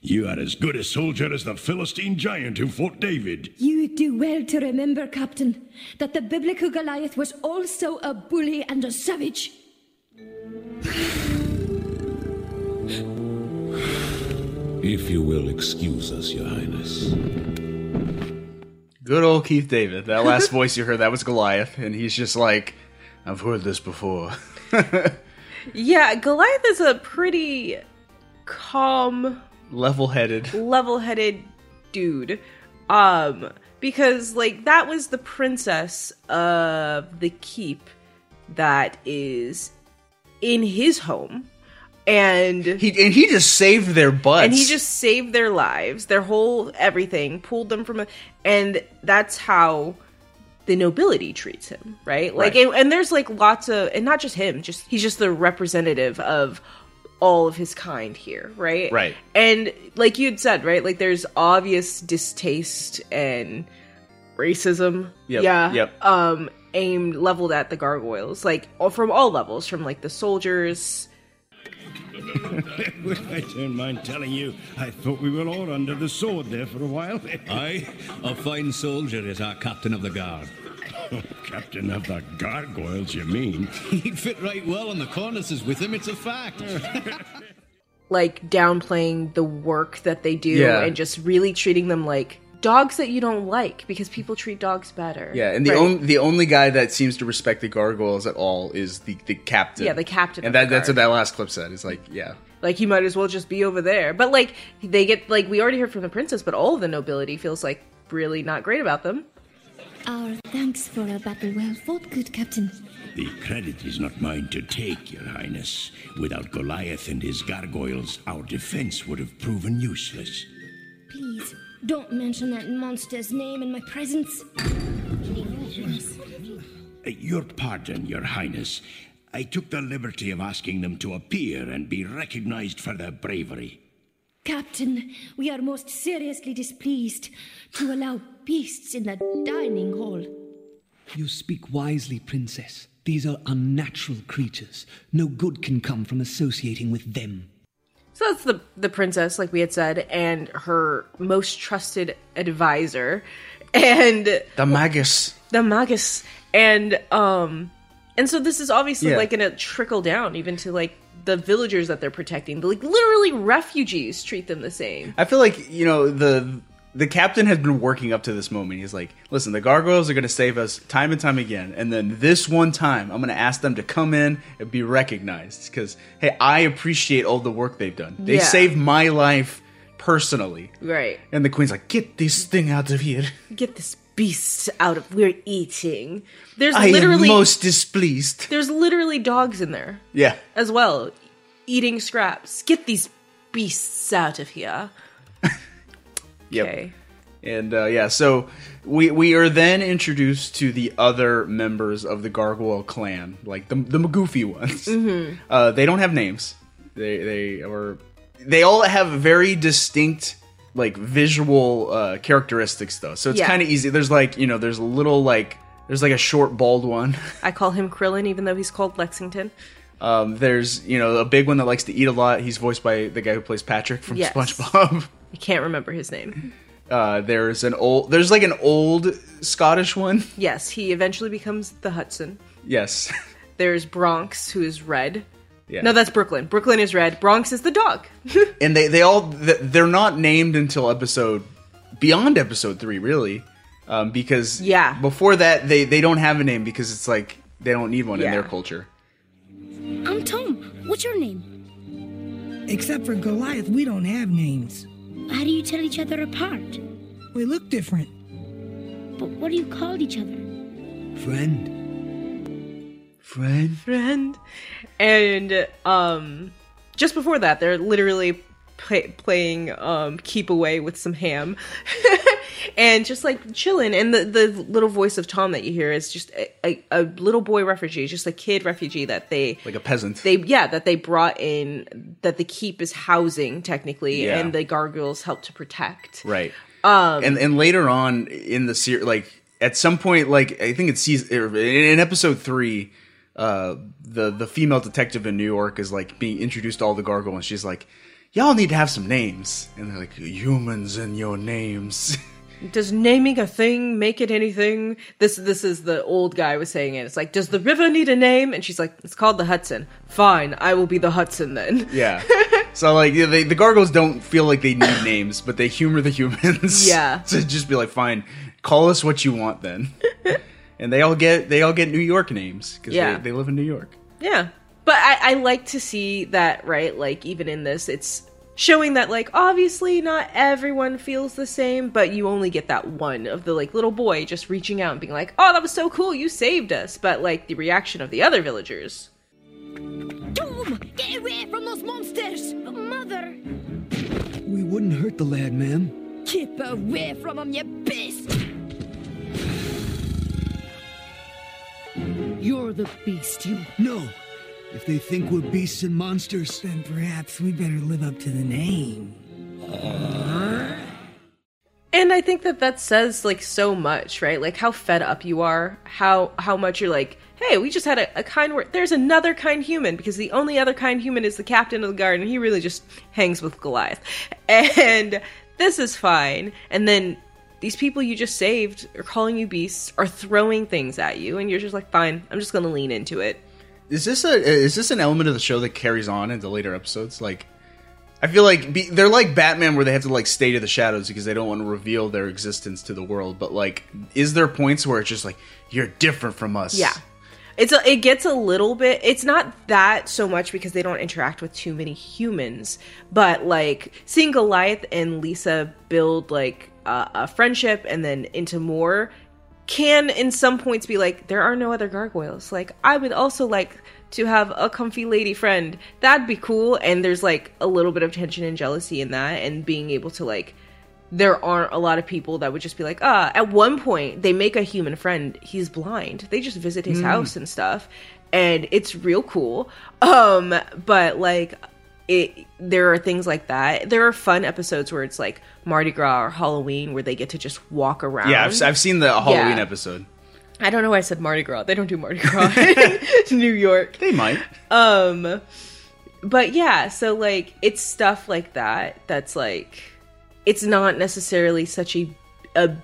[SPEAKER 5] You are as good a soldier as the Philistine giant who fought David.
[SPEAKER 7] You do well to remember, Captain, that the biblical Goliath was also a bully and a savage.
[SPEAKER 3] If you will excuse us, Your Highness.
[SPEAKER 1] Good old Keith David. That last voice you heard that was Goliath, and he's just like, I've heard this before.
[SPEAKER 2] Yeah. Goliath is a pretty calm,
[SPEAKER 1] Level headed.
[SPEAKER 2] level headed dude. Um, because like that was the princess of the keep that is in his home. And
[SPEAKER 1] He and he just saved their butts.
[SPEAKER 2] and he just saved their lives, their whole everything, pulled them from a, and that's how the nobility treats him, right? Like,
[SPEAKER 1] Right.
[SPEAKER 2] And, and there's like lots of, and not just him, just he's just the representative of all of his kind here, right?
[SPEAKER 1] Right.
[SPEAKER 2] And like you had said, right? Like, there's obvious distaste and racism.
[SPEAKER 1] Yep,
[SPEAKER 2] Yeah.
[SPEAKER 1] yep.
[SPEAKER 2] Um, aimed leveled at the gargoyles, like all- from all levels, from like the soldiers.
[SPEAKER 5] I don't mind telling you, I thought we were all under the sword there for a while.
[SPEAKER 6] I, a fine soldier, is our captain of the guard. Oh,
[SPEAKER 5] Captain of the Gargoyles, you mean?
[SPEAKER 6] He'd fit right well on the cornices with him, it's a fact.
[SPEAKER 2] like downplaying the work that they do
[SPEAKER 1] Yeah.
[SPEAKER 2] and just really treating them like dogs that you don't like because people treat dogs better.
[SPEAKER 1] yeah, and the
[SPEAKER 2] Right.
[SPEAKER 1] only the only guy that seems to respect the gargoyles at all is the, the captain.
[SPEAKER 2] Yeah, the captain
[SPEAKER 1] And
[SPEAKER 2] of
[SPEAKER 1] that,
[SPEAKER 2] the
[SPEAKER 1] that's what
[SPEAKER 2] guard.
[SPEAKER 1] that last clip said. It's like, yeah,
[SPEAKER 2] like he might as well just be over there. But like they get like we already heard from the princess, but all of the nobility feels like really not great about them.
[SPEAKER 7] Our thanks for a battle well fought, good Captain.
[SPEAKER 5] The credit is not mine to take, Your Highness. Without Goliath and his gargoyles, our defense would have proven useless.
[SPEAKER 7] Please, don't mention that monster's name in my presence.
[SPEAKER 5] Uh, Your pardon, Your Highness. I took the liberty of asking them to appear and be recognized for their bravery.
[SPEAKER 7] Captain, we are most seriously displeased to allow beasts in the dining hall.
[SPEAKER 8] You speak wisely, Princess. These are unnatural creatures. No good can come from associating with them.
[SPEAKER 2] So that's the the princess, like we had said, and her most trusted advisor. And
[SPEAKER 1] the magus.
[SPEAKER 2] the magus and um and so this is obviously
[SPEAKER 1] Yeah.
[SPEAKER 2] like gonna trickle down even to like the villagers that they're protecting like literally refugees treat them the same
[SPEAKER 1] I feel like you know the the captain has been working up to this moment. He's like, listen, the gargoyles are going to save us time and time again, and then this one time, I'm going to ask them to come in and be recognized because hey, I appreciate all the work they've done. They
[SPEAKER 2] Yeah.
[SPEAKER 1] saved my life personally.
[SPEAKER 2] Right.
[SPEAKER 1] And the queen's like, get this thing out of here.
[SPEAKER 2] Get this beast out of we're eating. There's
[SPEAKER 1] I
[SPEAKER 2] literally
[SPEAKER 1] am most displeased.
[SPEAKER 2] there's literally dogs in there
[SPEAKER 1] Yeah.
[SPEAKER 2] as well eating scraps. Get these beasts out of here.
[SPEAKER 1] Yep.
[SPEAKER 2] Okay.
[SPEAKER 1] And uh, yeah, so we we are then introduced to the other members of the Gargoyle clan, like the the goofy ones. Uh, they don't have names. They they are they all have very distinct like visual uh, characteristics though. So it's
[SPEAKER 2] Yeah.
[SPEAKER 1] kind of easy. There's like you know there's a little like there's like a short bald one.
[SPEAKER 2] I call him Krillin even though he's called Lexington.
[SPEAKER 1] Um, there's you know a big one that likes to eat a lot. He's voiced by the guy who plays Patrick from
[SPEAKER 2] Yes.
[SPEAKER 1] SpongeBob.
[SPEAKER 2] I can't remember his name.
[SPEAKER 1] Uh, there's an old there's like an old Scottish one.
[SPEAKER 2] Yes, he eventually becomes the Hudson.
[SPEAKER 1] Yes.
[SPEAKER 2] There's Bronx who is red.
[SPEAKER 1] Yeah.
[SPEAKER 2] No, that's Brooklyn. Brooklyn is red. Bronx is the dog.
[SPEAKER 1] and they they all th- they're not named until episode beyond episode three really um, because
[SPEAKER 2] Yeah.
[SPEAKER 1] before that they they don't have a name because it's like they don't need one in their
[SPEAKER 2] Yeah.
[SPEAKER 1] culture
[SPEAKER 7] I'm Tom. What's your name?
[SPEAKER 9] Except for Goliath, we don't have names.
[SPEAKER 7] How do you tell each other apart?
[SPEAKER 9] We look different.
[SPEAKER 7] But what do you call each other?
[SPEAKER 8] Friend.
[SPEAKER 1] friend
[SPEAKER 2] friend. And um, just before that, they're literally play- playing um, keep away with some ham, and just like chilling. And the the little voice of Tom that you hear is just a, a, a little boy refugee, just a kid refugee that they
[SPEAKER 1] like a peasant
[SPEAKER 2] they yeah that they brought in that the keep is housing technically,
[SPEAKER 1] Yeah.
[SPEAKER 2] and the gargoyles help to protect.
[SPEAKER 1] right um and and later on in the series like at some point like i think it's season er, in episode three uh the the female detective in new york is like being introduced to all the gargoyle and she's like y'all need to have some names and they're like humans and your names
[SPEAKER 2] Does naming a thing make it anything? This this is the old guy was saying it. It's like, does the river need a name? And she's like, it's called the Hudson. Fine, I will be the Hudson then.
[SPEAKER 1] Yeah. so like yeah, they, the gargoyles don't feel like they need names, but they humor the humans.
[SPEAKER 2] Yeah.
[SPEAKER 1] to just be like, fine, call us what you want then. and they all get they all get New York names because
[SPEAKER 2] Yeah.
[SPEAKER 1] they, they live in New York.
[SPEAKER 2] Yeah. But I, I like to see that, right? Like, even in this, it's showing that, like, obviously not everyone feels the same, but you only get that one of the, like, little boy just reaching out and being like, oh, that was so cool, you saved us. But, like, the reaction of the other villagers.
[SPEAKER 7] Tom! Get away from those monsters! Mother!
[SPEAKER 8] We wouldn't hurt the lad, ma'am.
[SPEAKER 7] Keep away from them, you beast! You're the beast, you.
[SPEAKER 8] No. If they think we're beasts and monsters,
[SPEAKER 9] Then perhaps we better live up to the name.
[SPEAKER 2] and i think that that says like so much right like how fed up you are how how much you're like hey we just had a, a kind word there's another kind human because the only other kind human is the captain of the guard and he really just hangs with goliath and this is fine and then these people you just saved are calling you beasts are throwing things at you and you're just like fine i'm just gonna lean into it
[SPEAKER 1] Is this a is this an element of the show that carries on into later episodes? Like, I feel like be, they're like Batman, where they have to like stay to the shadows because they don't want to reveal their existence to the world. But like, is there points where it's just like you're different from us?
[SPEAKER 2] Yeah. It's a, it gets a little bit it's not that so much because they don't interact with too many humans, but like seeing Goliath and Lisa build like a, a friendship and then into more can in some points be like there are no other gargoyles. Like I would also like to have a comfy lady friend. That'd be cool and there's like a little bit of tension and jealousy in that and being able to like there aren't a lot of people that would just be like, ah, at one point they make a human friend. He's blind. They just visit his house and stuff. And it's real cool. Um, but like it there are things like that. There are fun episodes where it's like Mardi Gras or Halloween where they get to just walk around.
[SPEAKER 1] yeah. I've, I've seen the Halloween
[SPEAKER 2] Yeah.
[SPEAKER 1] episode.
[SPEAKER 2] I don't know why I said Mardi Gras. They don't do Mardi Gras in New York.
[SPEAKER 1] They might.
[SPEAKER 2] Um but yeah, so like it's stuff like that that's like it's not necessarily such a a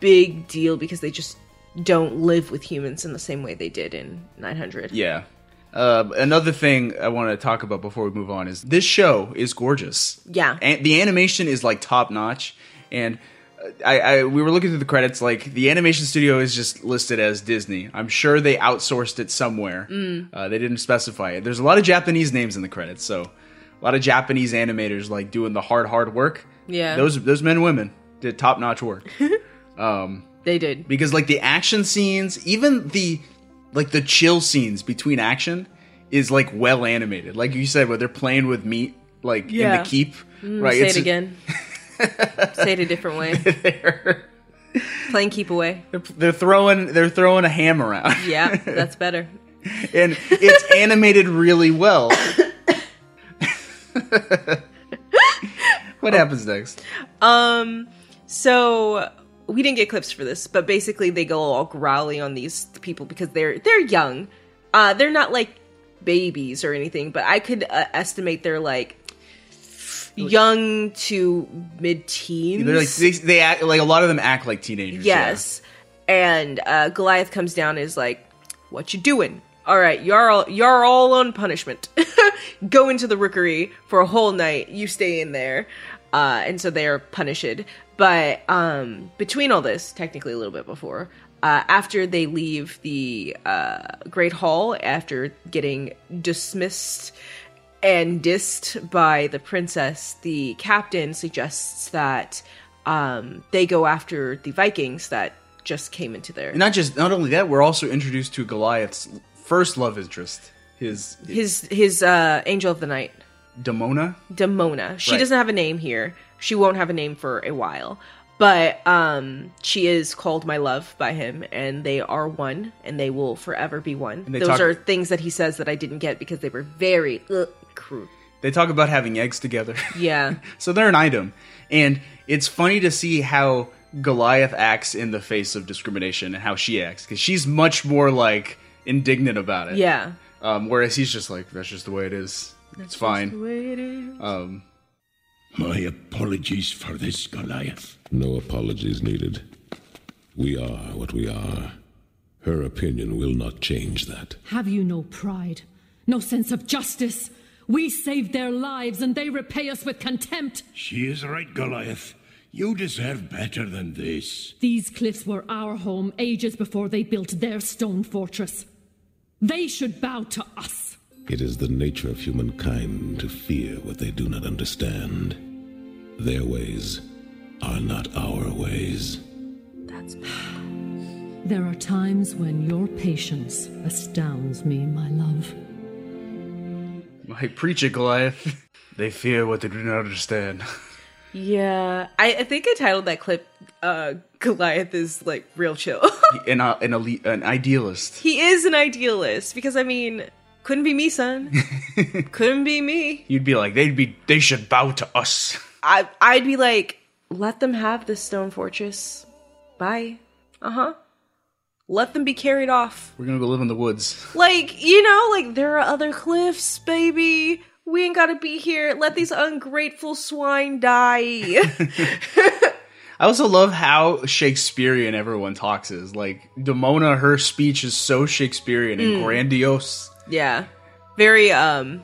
[SPEAKER 2] big deal because they just don't live with humans in the same way they did in 900.
[SPEAKER 1] Yeah. Uh, another thing I want to talk about before we move on is this show is gorgeous.
[SPEAKER 2] Yeah.
[SPEAKER 1] and the animation is like top notch, and uh, I, I we were looking through the credits. Like the animation studio is just listed as Disney. I'm sure they outsourced it somewhere.
[SPEAKER 6] Mm.
[SPEAKER 1] Uh, they didn't specify it. There's a lot of Japanese names in the credits, so a lot of Japanese animators like doing the hard hard work.
[SPEAKER 2] Yeah.
[SPEAKER 1] Those those men and women did top notch work. Um,
[SPEAKER 2] They did.
[SPEAKER 1] because like the action scenes even the like the chill scenes between action is like well animated like you said where they're playing with meat like in
[SPEAKER 2] Yeah. Mm,
[SPEAKER 1] the keep right
[SPEAKER 2] Say
[SPEAKER 1] It's-
[SPEAKER 2] it again. Say it a different way.
[SPEAKER 1] they're,
[SPEAKER 2] Playing keep away.
[SPEAKER 1] they're throwing they're throwing a ham around
[SPEAKER 2] Yeah, that's better.
[SPEAKER 1] and it's animated really well what happens next
[SPEAKER 2] Um, So we didn't get clips for this, but basically they go all growly on these people because they're they're young. Uh, they're not like babies or anything, but I could uh, estimate they're like young to mid teens.
[SPEAKER 1] they're like they, they act like a lot of them act like teenagers yeah.
[SPEAKER 2] Yes. And uh, Goliath comes down and is like, "What you doing? All right, you're all you're all on punishment. Go into the rookery for a whole night. You stay in there." Uh, and so they are punished. But um, between all this, technically a little bit before, uh, after they leave the uh, Great Hall, after getting dismissed and dissed by the princess, the captain suggests that um, they go after the Vikings that just came into their
[SPEAKER 1] And not just not only that we're also introduced to goliath's first love interest his
[SPEAKER 2] his his uh, angel of the night,
[SPEAKER 1] Demona.
[SPEAKER 2] Demona. She
[SPEAKER 1] Right.
[SPEAKER 2] doesn't have a name here. She won't have a name for a while, but um, she is called my love by him, and they are one, and they will forever be one.
[SPEAKER 1] they
[SPEAKER 2] Those
[SPEAKER 1] talk-
[SPEAKER 2] are things that he says that I didn't get because they were very uh, crude.
[SPEAKER 1] They talk about having eggs together.
[SPEAKER 2] Yeah.
[SPEAKER 1] so they're an item. And it's funny to see how Goliath acts in the face of discrimination and how she acts because she's much more like indignant about it.
[SPEAKER 2] Yeah.
[SPEAKER 1] Um, whereas he's just like, that's just the way it is. it's fine. Um,
[SPEAKER 5] My apologies for this, Goliath.
[SPEAKER 3] No apologies needed. We are what we are. Her opinion will not change that.
[SPEAKER 10] Have you no pride? No sense of justice? We saved their lives and they repay us with contempt.
[SPEAKER 5] She is right, Goliath. You deserve better than this.
[SPEAKER 10] These cliffs were our home ages before they built their stone fortress. They should bow to us.
[SPEAKER 3] It is the nature of humankind to fear what they do not understand. Their ways are not our ways.
[SPEAKER 10] There are times when your patience astounds me, my love.
[SPEAKER 1] I preach it, Goliath. they fear what they do not understand.
[SPEAKER 2] Yeah, I, I think I titled that clip uh, "Goliath is like real chill."
[SPEAKER 1] and uh, an, elite, an idealist.
[SPEAKER 2] he is an idealist because I mean, couldn't be me, son. couldn't be me.
[SPEAKER 1] You'd be like, they'd be, they should bow to us.
[SPEAKER 2] I I'd be like, let them have the stone fortress. Bye. Uh huh. Let them be carried off.
[SPEAKER 1] We're gonna go live in the woods.
[SPEAKER 2] Like you know, like there are other cliffs, baby. We ain't gotta be here. Let these ungrateful swine die.
[SPEAKER 1] I also love how Shakespearean everyone talks is. Like Demona, her speech is so Shakespearean and grandiose.
[SPEAKER 2] yeah, very um,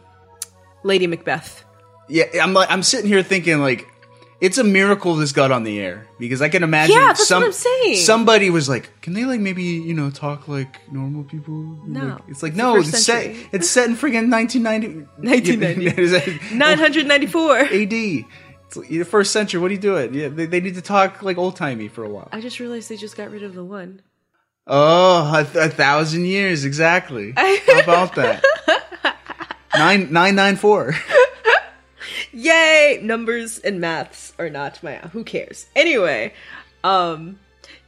[SPEAKER 2] Lady Macbeth.
[SPEAKER 1] Yeah, I'm like I'm sitting here thinking like it's a miracle this got on the air because I can imagine
[SPEAKER 2] Yeah, that's what
[SPEAKER 1] some
[SPEAKER 2] I'm saying.
[SPEAKER 1] somebody was like, can they like maybe you know talk like normal people?
[SPEAKER 2] No.
[SPEAKER 1] Like- it's like
[SPEAKER 2] It's the
[SPEAKER 1] no,
[SPEAKER 2] first
[SPEAKER 1] it's set
[SPEAKER 2] century.
[SPEAKER 1] it's set in friggin' 1990
[SPEAKER 2] 1990.
[SPEAKER 1] Is that-
[SPEAKER 2] 994.
[SPEAKER 1] AD. It's like, the first century. What are you doing? Yeah, they, they need to talk like old timey for a while.
[SPEAKER 2] I just realized they just got rid of the one.
[SPEAKER 1] Oh, a, th- a thousand years exactly. How about that? Nine nine nine four.
[SPEAKER 2] Yay! Numbers and maths are not my who cares. Anyway, um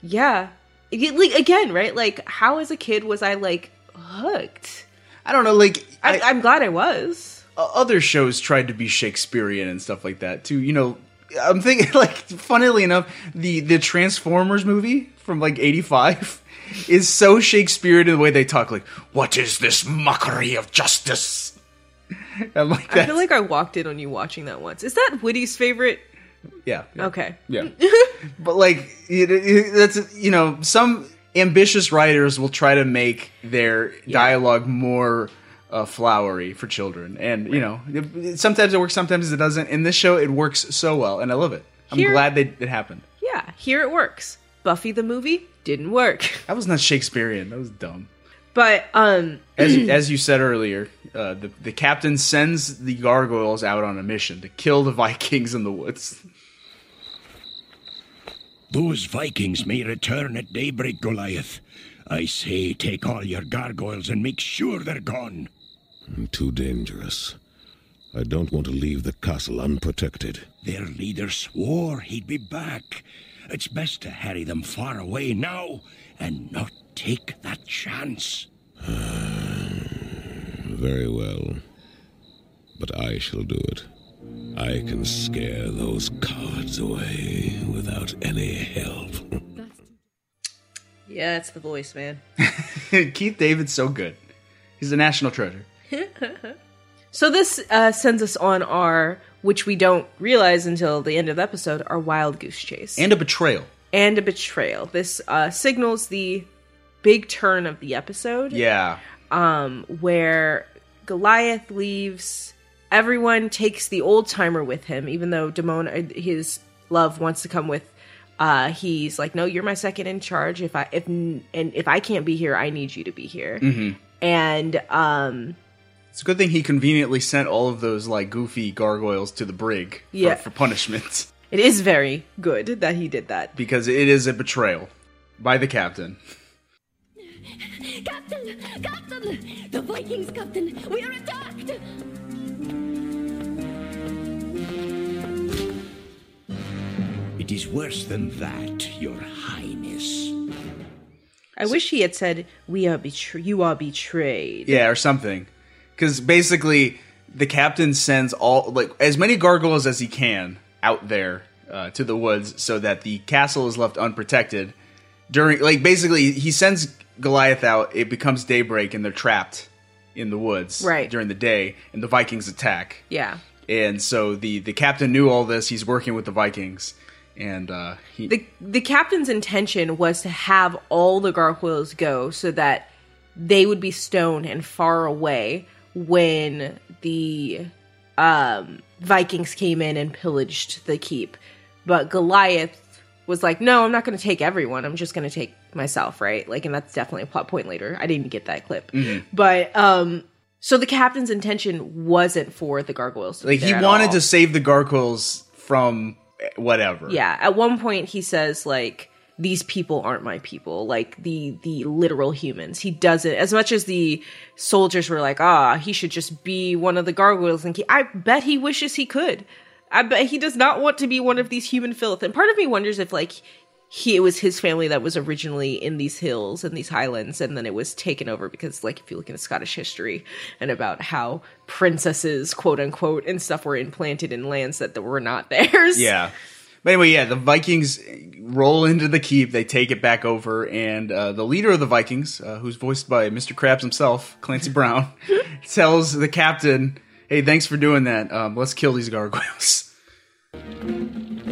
[SPEAKER 2] yeah. Y- Like again, right? Like how as a kid was I like hooked?
[SPEAKER 1] I don't know. Like
[SPEAKER 2] I,
[SPEAKER 1] I,
[SPEAKER 2] I, am glad I was.
[SPEAKER 1] o- other shows tried to be Shakespearean and stuff like that too. You know, I'm thinking like funnily enough, the the Transformers movie from like '85 is so Shakespearean in the way they talk. Like, what is this mockery of justice? I'm like
[SPEAKER 2] I
[SPEAKER 1] that.
[SPEAKER 2] feel like I walked in on you watching that once. Is that Woody's favorite?
[SPEAKER 1] yeah. yeah.
[SPEAKER 2] Okay.
[SPEAKER 1] Yeah. but like it, it, that's you know some ambitious writers will try to make their dialogue more uh, flowery for children and you know it- it- sometimes it works sometimes it doesn't in this show it works so well and i love it i'm
[SPEAKER 2] Here-
[SPEAKER 1] glad they, it happened
[SPEAKER 2] Yeah, here it works. Buffy the movie didn't work.
[SPEAKER 1] that was not shakespearean that was dumb
[SPEAKER 2] But um
[SPEAKER 1] as, as you said earlier uh, the, the captain sends the gargoyles out on a mission to kill the vikings in the woods
[SPEAKER 5] Those Vikings may return at daybreak, Goliath. I say take all your gargoyles and make sure they're gone.
[SPEAKER 3] I'm too dangerous. I don't want to leave the castle unprotected.
[SPEAKER 5] Their leader swore he'd be back. It's best to harry them far away now and not take that chance.
[SPEAKER 3] Very well. But I shall do it. I can scare those cowards away without any help.
[SPEAKER 10] That's
[SPEAKER 2] Yeah, it's the voice, man.
[SPEAKER 1] Keith David's so good. He's a national treasure.
[SPEAKER 2] So this uh, sends us on our, which we don't realize until the end of the episode, our wild goose chase
[SPEAKER 1] And a betrayal.
[SPEAKER 2] and a betrayal. This uh, signals the big turn of the episode,
[SPEAKER 1] Yeah.
[SPEAKER 2] um, where Goliath leaves. Everyone takes the old timer with him, even though Demona, his love, wants to come with. Uh, he's like, "No, you're my second in charge. If I if and if I can't be here, I need you to be here."
[SPEAKER 1] Mm-hmm.
[SPEAKER 2] And um,
[SPEAKER 1] It's a good thing he conveniently sent all of those like goofy gargoyles to the brig for,
[SPEAKER 2] Yeah.
[SPEAKER 1] for punishment
[SPEAKER 2] It is very good that he did that.
[SPEAKER 1] because it is a betrayal by the captain.
[SPEAKER 7] Captain! Captain! The Vikings, Captain! We are attacked!
[SPEAKER 5] It is worse than that, Your Highness.
[SPEAKER 2] I wish he had said, "We are betray- you are betrayed."
[SPEAKER 1] Yeah, or something. Because basically, the captain sends all like as many gargoyles as he can out there uh, to the woods, so that the castle is left unprotected. During like basically, he sends Goliath out. It becomes daybreak, and they're trapped in the woods
[SPEAKER 2] Right.
[SPEAKER 1] during the day, and the Vikings attack.
[SPEAKER 2] Yeah.
[SPEAKER 1] And so the the captain knew all this. He's working with the Vikings, and uh, he
[SPEAKER 2] The the captain's intention was to have all the gargoyles go so that they would be stoned and far away when the um, Vikings came in and pillaged the keep. But Goliath was like, "No, I'm not going to take everyone. I'm just going to take myself, right?" Like, and that's definitely a plot point later. I didn't get that clip,
[SPEAKER 1] mm-hmm.
[SPEAKER 2] but um, so the captain's intention wasn't for the gargoyles. To be
[SPEAKER 1] like he
[SPEAKER 2] there at
[SPEAKER 1] wanted
[SPEAKER 2] all.
[SPEAKER 1] to save the gargoyles from eh, whatever.
[SPEAKER 2] Yeah, at one point he says like these people aren't my people, like the the literal humans. He doesn't as much as the soldiers were like, "Ah, he should just be one of the gargoyles." And he, I bet he wishes he could. I bet he does not want to be one of these human filth. And part of me wonders if like he it was his family that was originally in these hills and these highlands and then it was taken over because like if you look into scottish history and about how princesses quote unquote and stuff were implanted in lands that were not theirs
[SPEAKER 1] Yeah. But anyway, yeah, the Vikings roll into the keep. They take it back over, and uh, the leader of the Vikings, uh, who's voiced by Mr. Krabs himself, Clancy Brown, tells the captain, "Hey, thanks for doing that. Um, let's kill these gargoyles."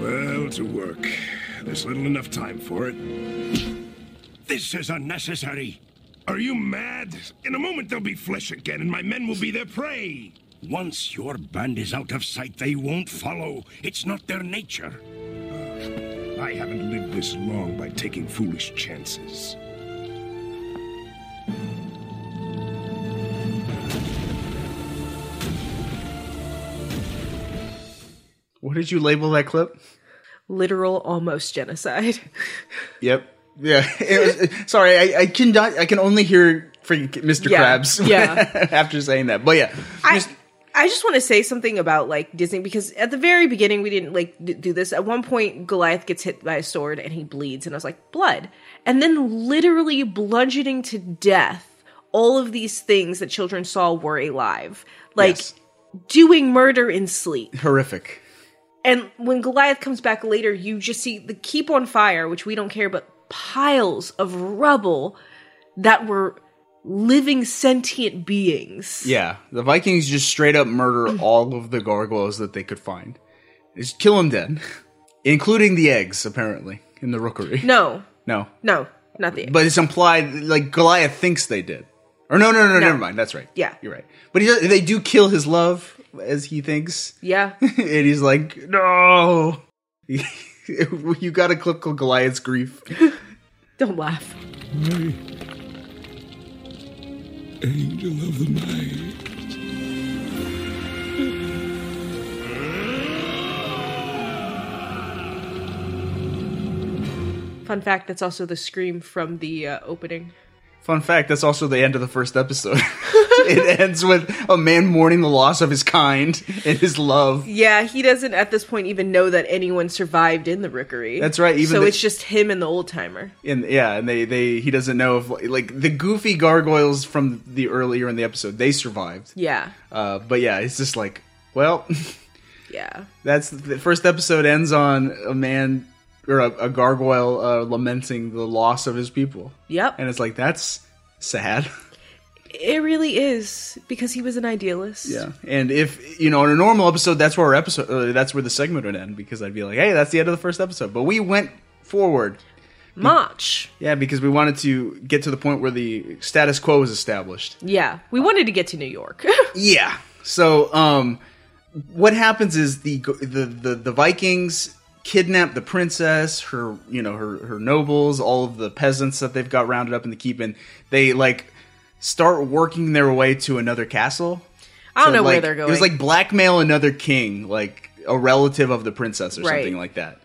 [SPEAKER 5] Well, to work. There's little enough time for it. This is unnecessary. Are you mad? In a moment, there'll be flesh again, and my men will be their prey. Once your band is out of sight, they won't follow. It's not their nature. I haven't lived this long by taking foolish chances.
[SPEAKER 1] What did you label that clip?
[SPEAKER 2] literal almost genocide.
[SPEAKER 1] Yep. Yeah. It was, uh, sorry, I, I can not, I can only hear freaking Mr.
[SPEAKER 2] Yeah.
[SPEAKER 1] Krabs.
[SPEAKER 2] Yeah.
[SPEAKER 1] after saying that, but yeah,
[SPEAKER 2] I I just want to say something about like Disney because at the very beginning we didn't like d- do this. At one point Goliath gets hit by a sword and he bleeds and I was like blood. And then literally bludgeoning to death all of these things that children saw were alive. Like
[SPEAKER 1] Yes.
[SPEAKER 2] doing murder in sleep.
[SPEAKER 1] horrific.
[SPEAKER 2] And when Goliath comes back later, you just see the keep on fire, which we don't care, but piles of rubble that were living sentient beings.
[SPEAKER 1] Yeah, the Vikings just straight up murder all of the gargoyles that they could find. Just kill them dead, including the eggs, apparently, in the rookery.
[SPEAKER 2] No,
[SPEAKER 1] No.
[SPEAKER 2] no, not the
[SPEAKER 1] But it's implied, like, Goliath thinks they did. Or no, no, no, no, never mind. That's right.
[SPEAKER 2] Yeah.
[SPEAKER 1] You're right. But he, does- they do kill his love, as he thinks.
[SPEAKER 2] yeah.
[SPEAKER 1] and he's like, no. you gotta clip Goliath's grief.
[SPEAKER 2] Don't laugh.
[SPEAKER 3] My angel of the night.
[SPEAKER 2] Fun fact: that's also the scream from the uh, opening.
[SPEAKER 1] Fun fact, that's also the end of the first episode. it ends with a man mourning the loss of his kind and his love.
[SPEAKER 2] Yeah, he doesn't at this point even know that anyone survived in the rickery.
[SPEAKER 1] That's right, even
[SPEAKER 2] so
[SPEAKER 1] the-
[SPEAKER 2] it's just him and the old timer.
[SPEAKER 1] And yeah, and they, they he doesn't know if like the goofy gargoyles from the earlier in the episode, they survived.
[SPEAKER 2] Yeah,
[SPEAKER 1] Uh, but yeah, it's just like, well,
[SPEAKER 2] yeah,
[SPEAKER 1] that's the first episode ends on a man or a, a gargoyle uh, lamenting the loss of his people.
[SPEAKER 2] yep.
[SPEAKER 1] And it's like that's sad.
[SPEAKER 2] it really is because he was an idealist.
[SPEAKER 1] Yeah, and if you know, in a normal episode, that's where our episode, uh, that's where the segment would end because I'd be like, "Hey, that's the end of the first episode." But we went forward,
[SPEAKER 2] March.
[SPEAKER 1] yeah, because we wanted to get to the point where the status quo was established.
[SPEAKER 2] Yeah, we wanted to get to New York.
[SPEAKER 1] Yeah. So, um, what happens is the the the, the Vikings kidnap the princess, her you know her her nobles, all of the peasants that they've got rounded up in the keep, and they like start working their way to another castle.
[SPEAKER 2] I don't
[SPEAKER 1] to,
[SPEAKER 2] know where
[SPEAKER 1] like-
[SPEAKER 2] they're going.
[SPEAKER 1] It was like blackmail another king, like a relative of the princess or
[SPEAKER 2] Right.
[SPEAKER 1] something like that,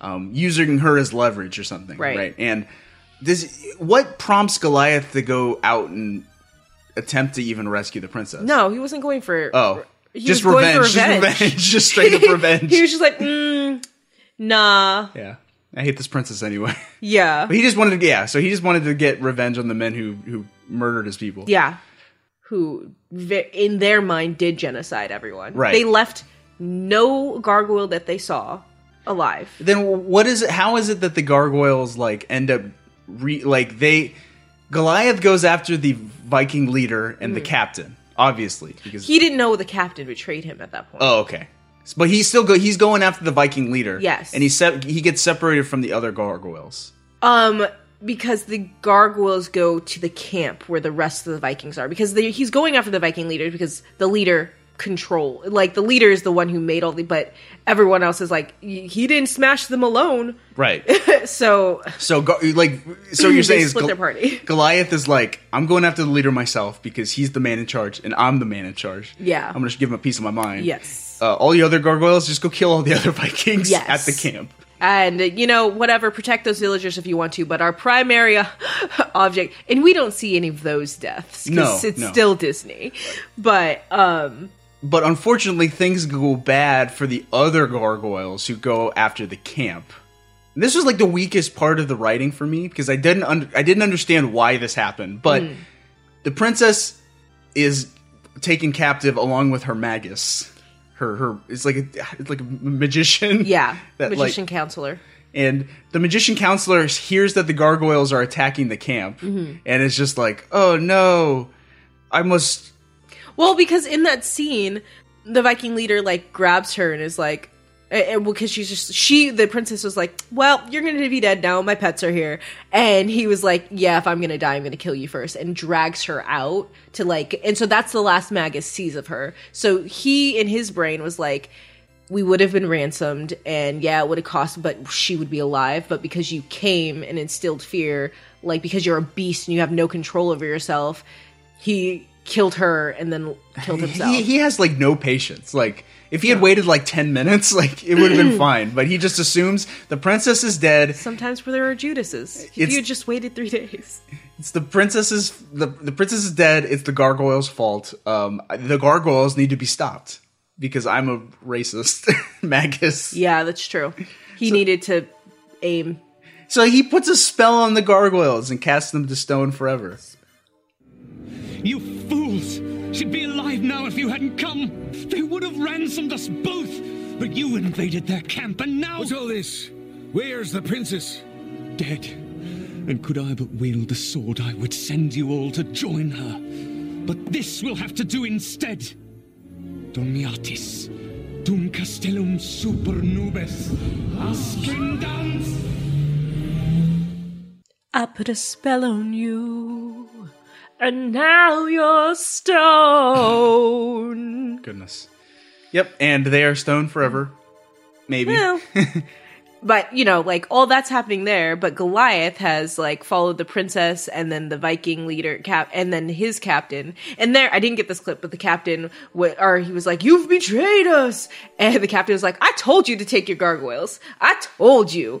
[SPEAKER 1] um, using her as leverage or something.
[SPEAKER 2] Right.
[SPEAKER 1] Right. And this, what prompts Goliath to go out and attempt to even rescue the princess?
[SPEAKER 2] no, he wasn't going for.
[SPEAKER 1] Oh.
[SPEAKER 2] he
[SPEAKER 1] just
[SPEAKER 2] was going
[SPEAKER 1] revenge,
[SPEAKER 2] for
[SPEAKER 1] Just revenge. Just straight up revenge.
[SPEAKER 2] he was just like, mm, nah,
[SPEAKER 1] yeah. I hate this princess anyway.
[SPEAKER 2] yeah,
[SPEAKER 1] But he just wanted to, yeah, so he just wanted to get revenge on the men who who murdered his people.
[SPEAKER 2] yeah. Who, ve- in their mind, did genocide everyone?
[SPEAKER 1] Right.
[SPEAKER 2] They left no gargoyle that they saw alive.
[SPEAKER 1] then what is it how is it that the gargoyles like end up re like they goliath goes after the viking leader and the captain obviously because
[SPEAKER 2] Hmm. He didn't know the captain betrayed him at that point.
[SPEAKER 1] oh okay but he's still go he's going after the viking leader
[SPEAKER 2] Yes.
[SPEAKER 1] and he se- he gets separated from the other gargoyles
[SPEAKER 2] Um, because the gargoyles go to the camp where the rest of the Vikings are. Because they, he's going after the Viking leaders because the leader control, like the leader is the one who made all the. But everyone else is like "Y- he didn't smash them alone.
[SPEAKER 1] right
[SPEAKER 2] So
[SPEAKER 1] so Gar- like so you're saying
[SPEAKER 2] they
[SPEAKER 1] is
[SPEAKER 2] split
[SPEAKER 1] Gol-
[SPEAKER 2] their party.
[SPEAKER 1] Goliath is like, I'm going after the leader myself because he's the man in charge and I'm the man in charge.
[SPEAKER 2] Yeah.
[SPEAKER 1] I'm going to give him a piece of my mind.
[SPEAKER 2] Yes.
[SPEAKER 1] Uh, all the other gargoyles, just go kill all the other Vikings
[SPEAKER 2] Yes.
[SPEAKER 1] at the camp.
[SPEAKER 2] And uh, you know whatever, protect those villagers if you want to. But our primary uh, object, and we don't see any of those deaths because
[SPEAKER 1] No,
[SPEAKER 2] it's
[SPEAKER 1] no.
[SPEAKER 2] still Disney. But um,
[SPEAKER 1] But unfortunately, things go bad for the other gargoyles who go after the camp. And This was like the weakest part of the writing for me because I didn't un- I didn't understand why this happened. But
[SPEAKER 2] Hmm.
[SPEAKER 1] the princess is taken captive along with her magus. Her her it's like a it's like a magician.
[SPEAKER 2] yeah,
[SPEAKER 1] that, like-
[SPEAKER 2] magician counselor.
[SPEAKER 1] and the magician counselor hears that the gargoyles are attacking the camp
[SPEAKER 2] Mm-hmm.
[SPEAKER 1] and is just like, "Oh no. I must
[SPEAKER 2] Well, because in that scene, the Viking leader like grabs her and is like, because well 'cause she's just she the princess was like, well, you're gonna be dead now. My pets are here, and he was like, yeah, if I'm gonna die, I'm gonna kill you first, and drags her out to like, and so that's the last Magus sees of her. So he in his brain was like. We would have been ransomed, and yeah, it would have cost, but she would be alive. But because you came and instilled fear, like because you're a beast and you have no control over yourself, he killed her and then killed himself.
[SPEAKER 1] He, he has like no patience. Like if he had waited like ten minutes, like it would have been fine. But he just assumes the princess is dead.
[SPEAKER 2] Sometimes where there are Judases. If
[SPEAKER 1] It's-
[SPEAKER 2] you had just waited three days.
[SPEAKER 1] It's the princess's the the princess is dead. It's the gargoyle's fault. Um, the gargoyles need to be stopped because I'm a racist magus.
[SPEAKER 2] Yeah, that's true. He needed to aim.
[SPEAKER 1] So he puts a spell on the gargoyles and casts them to stone forever.
[SPEAKER 6] You fools! She'd be alive now if you hadn't come! They would have ransomed us both! But you invaded their camp and now.
[SPEAKER 5] What's all this? Where's the princess?
[SPEAKER 6] dead. And could I but wield the sword, I would send you all to join her. But this will have to do instead. Domiatis, dum castellum super nubes, aspendans.
[SPEAKER 2] I put a spell on you. And now you're stone.
[SPEAKER 1] Goodness. Yep, and they are stone forever. Maybe.
[SPEAKER 2] Well, but you know, like all that's happening there, but Goliath has like followed the princess and then the Viking leader cap and then his captain. And there I didn't get this clip, but the captain wa- or he was like, "You've betrayed us." And the captain was like, "I told you to take your gargoyles. I told you."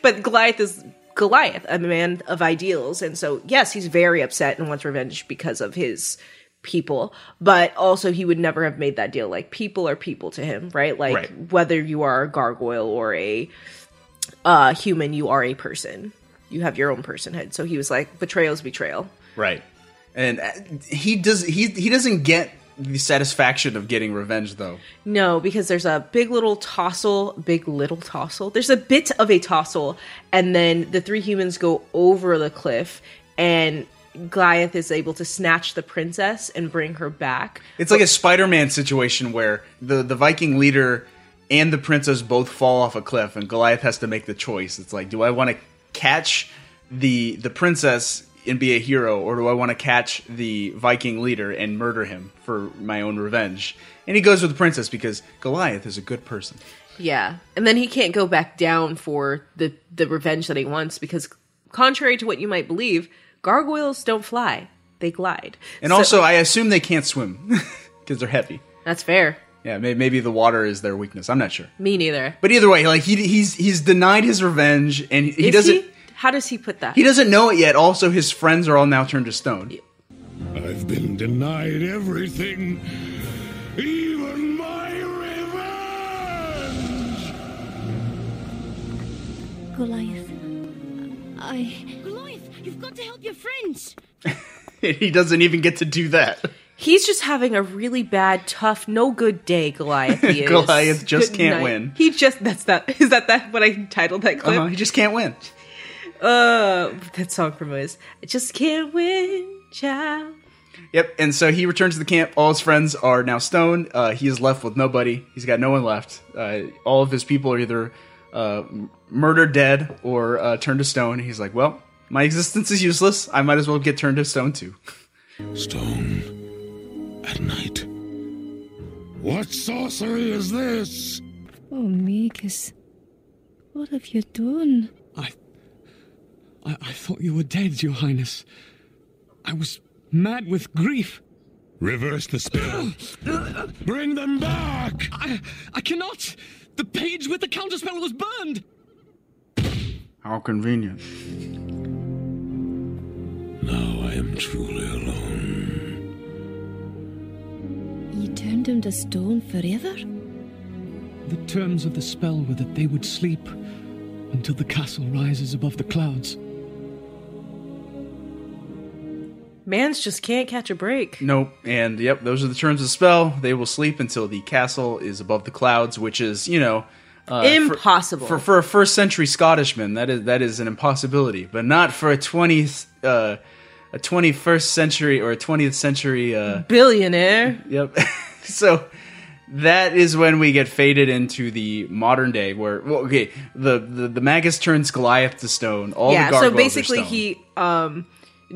[SPEAKER 2] but Goliath is Goliath, a man of ideals, and so yes, he's very upset and wants revenge because of his people. But also, he would never have made that deal. Like people are people to him, right? Like
[SPEAKER 1] Right.
[SPEAKER 2] whether you are a gargoyle or a uh, human, you are a person. You have your own personhood. So he was like, betrayal is betrayal.
[SPEAKER 1] Right. And uh, he does he he doesn't get the satisfaction of getting revenge though.
[SPEAKER 2] No, because there's a big little tossle, big little tossle. There's a bit of a tossle, and then the three humans go over the cliff, and Goliath is able to snatch the princess and bring her back.
[SPEAKER 1] It's like a Spider-Man situation where the the Viking leader and the princess both fall off a cliff and Goliath has to make the choice. It's like, do I want to catch the the princess and be a hero or do I want to catch the Viking leader and murder him for my own revenge? And he goes with the princess because Goliath is a good person.
[SPEAKER 2] Yeah, and then he can't go back down for the the revenge that he wants because, contrary to what you might believe, gargoyles don't fly; they glide.
[SPEAKER 1] And
[SPEAKER 2] So- uh,
[SPEAKER 1] also, I assume they can't swim because they're heavy.
[SPEAKER 2] that's fair.
[SPEAKER 1] Yeah, may- maybe the water is their weakness. I'm not sure.
[SPEAKER 2] Me neither.
[SPEAKER 1] But either way, like he he's he's denied his revenge, and he
[SPEAKER 2] Is
[SPEAKER 1] doesn't
[SPEAKER 2] he? How does he put that?
[SPEAKER 1] he doesn't know it yet. Also, his friends are all now turned to stone.
[SPEAKER 3] I've been denied everything, even my revenge!
[SPEAKER 7] Goliath, I.
[SPEAKER 11] Goliath, you've got to help your friends.
[SPEAKER 1] he doesn't even get to do that.
[SPEAKER 2] He's just having a really bad, tough, no good day, Goliath. He is.
[SPEAKER 1] Goliath just can't
[SPEAKER 2] night.
[SPEAKER 1] win.
[SPEAKER 2] He just that's that is that that what I titled that clip?
[SPEAKER 1] Uh-huh, he just can't win.
[SPEAKER 2] Uh, that song from Wiz. I just can't win, child.
[SPEAKER 1] Yep. And so he returns to the camp. All his friends are now stoned. Uh, he is left with nobody. He's got no one left. Uh, all of his people are either uh, m- murdered, dead, or uh, turned to stone. And he's like, well, my existence is useless. I might as well get turned to stone too.
[SPEAKER 3] Stone at night. What sorcery is this?
[SPEAKER 11] Oh, Mikus, what have you done?
[SPEAKER 6] I, I. I thought you were dead, Your Highness. I was mad with grief.
[SPEAKER 3] Reverse the spell. Bring them back!
[SPEAKER 6] I. I cannot! The page with the counterspell was burned!
[SPEAKER 1] How convenient.
[SPEAKER 3] Now I am truly alone.
[SPEAKER 11] You turned him to stone forever?
[SPEAKER 6] The terms of the spell were that they would sleep until the castle rises above the clouds.
[SPEAKER 2] Man's just can't catch a break.
[SPEAKER 1] Nope. And yep, those are the terms of the spell. They will sleep until the castle is above the clouds, which is, you know, uh,
[SPEAKER 2] Impossible.
[SPEAKER 1] For, for for a first century Scottishman, that is that is an impossibility, but not for a 20th uh, a 21st century or a 20th century uh,
[SPEAKER 2] Billionaire.
[SPEAKER 1] yep. so that is when we get faded into the modern day where well, okay, the, the the magus turns Goliath to stone. All
[SPEAKER 2] yeah.
[SPEAKER 1] the
[SPEAKER 2] So
[SPEAKER 1] gargoyles are
[SPEAKER 2] basically,
[SPEAKER 1] stone.
[SPEAKER 2] he um,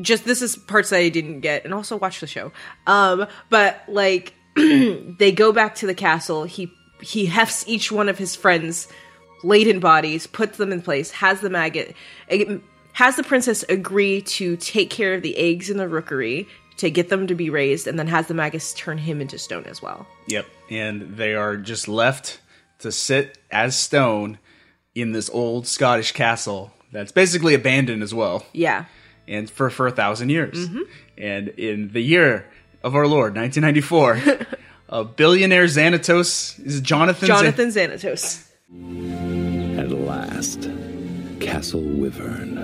[SPEAKER 2] just this is parts that I didn't get, and also watch the show. Um, but like they go back to the castle. He he hefts each one of his friends laden bodies, puts them in place, has the maggot, has the princess agree to take care of the eggs in the rookery to get them to be raised, and then has the magus turn him into stone as well.
[SPEAKER 1] Yep. And they are just left to sit as stone in this old Scottish castle that's basically abandoned as well.
[SPEAKER 2] Yeah.
[SPEAKER 1] And for, for a thousand
[SPEAKER 2] Mm-hmm.
[SPEAKER 1] years. And in the year of our Lord, 1994, a billionaire Xanatos is Jonathan. Xan-
[SPEAKER 2] Jonathan Xanatos.
[SPEAKER 12] At last, Castle Wyvern.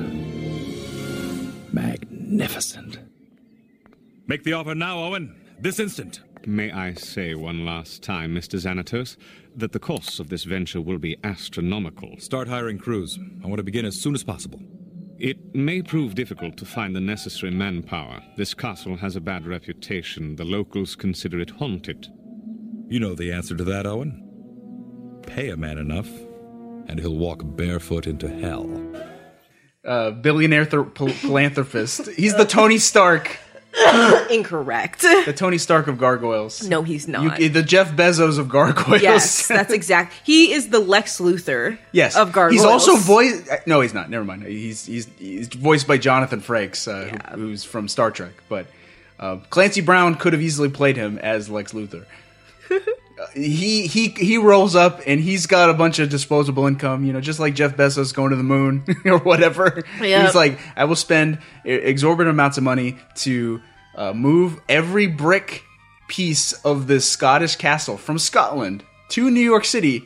[SPEAKER 12] Magnificent.
[SPEAKER 5] Make the offer now, Owen. This instant.
[SPEAKER 6] May I say one last time, Mr. Xanatos, that the costs of this venture will be astronomical.
[SPEAKER 5] Start hiring crews. I want to begin as soon as possible.
[SPEAKER 6] It may prove difficult to find the necessary manpower. This castle has a bad reputation. The locals consider it haunted.
[SPEAKER 5] You know the answer to that, Owen. Pay a man enough, and he'll walk barefoot into hell.
[SPEAKER 1] uh, billionaire th- philanthropist. He's the Tony Stark,
[SPEAKER 2] Incorrect.
[SPEAKER 1] the Tony Stark of gargoyles.
[SPEAKER 2] No, he's
[SPEAKER 1] You-
[SPEAKER 2] not.
[SPEAKER 1] the Jeff Bezos of gargoyles.
[SPEAKER 2] Yes, that's exact. He is the Lex Luthor.
[SPEAKER 1] Yes,
[SPEAKER 2] of gargoyles.
[SPEAKER 1] He's also voiced. No, he's not. Never mind. He's he's, he's voiced by Jonathan Frakes, uh, who-
[SPEAKER 2] Yeah.
[SPEAKER 1] who's from Star Trek. But uh, Clancy Brown could have easily played him as Lex Luthor. he he he rolls up and he's got a bunch of disposable income, you know, just like Jeff Bezos going to the moon or whatever.
[SPEAKER 2] Yep.
[SPEAKER 1] He's like, I will spend e-, exorbitant amounts of money to uh, move every brick piece of this Scottish castle from Scotland to New York City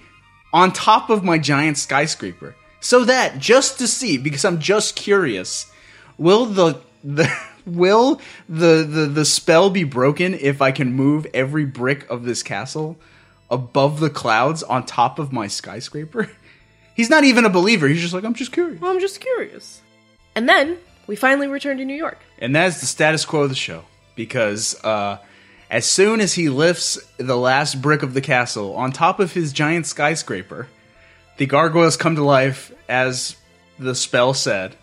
[SPEAKER 1] on top of my giant skyscraper, so that just to see, because I'm just curious, will the the will the, the the spell be broken if I can move every brick of this castle above the clouds on top of my skyscraper? He's not even a believer. He's just like, I'm just curious.
[SPEAKER 2] Well, I'm just curious. And then we finally return to New York.
[SPEAKER 1] And that's the status quo of the show because uh, as soon as he lifts the last brick of the castle on top of his giant skyscraper, the gargoyles come to life as the spell said,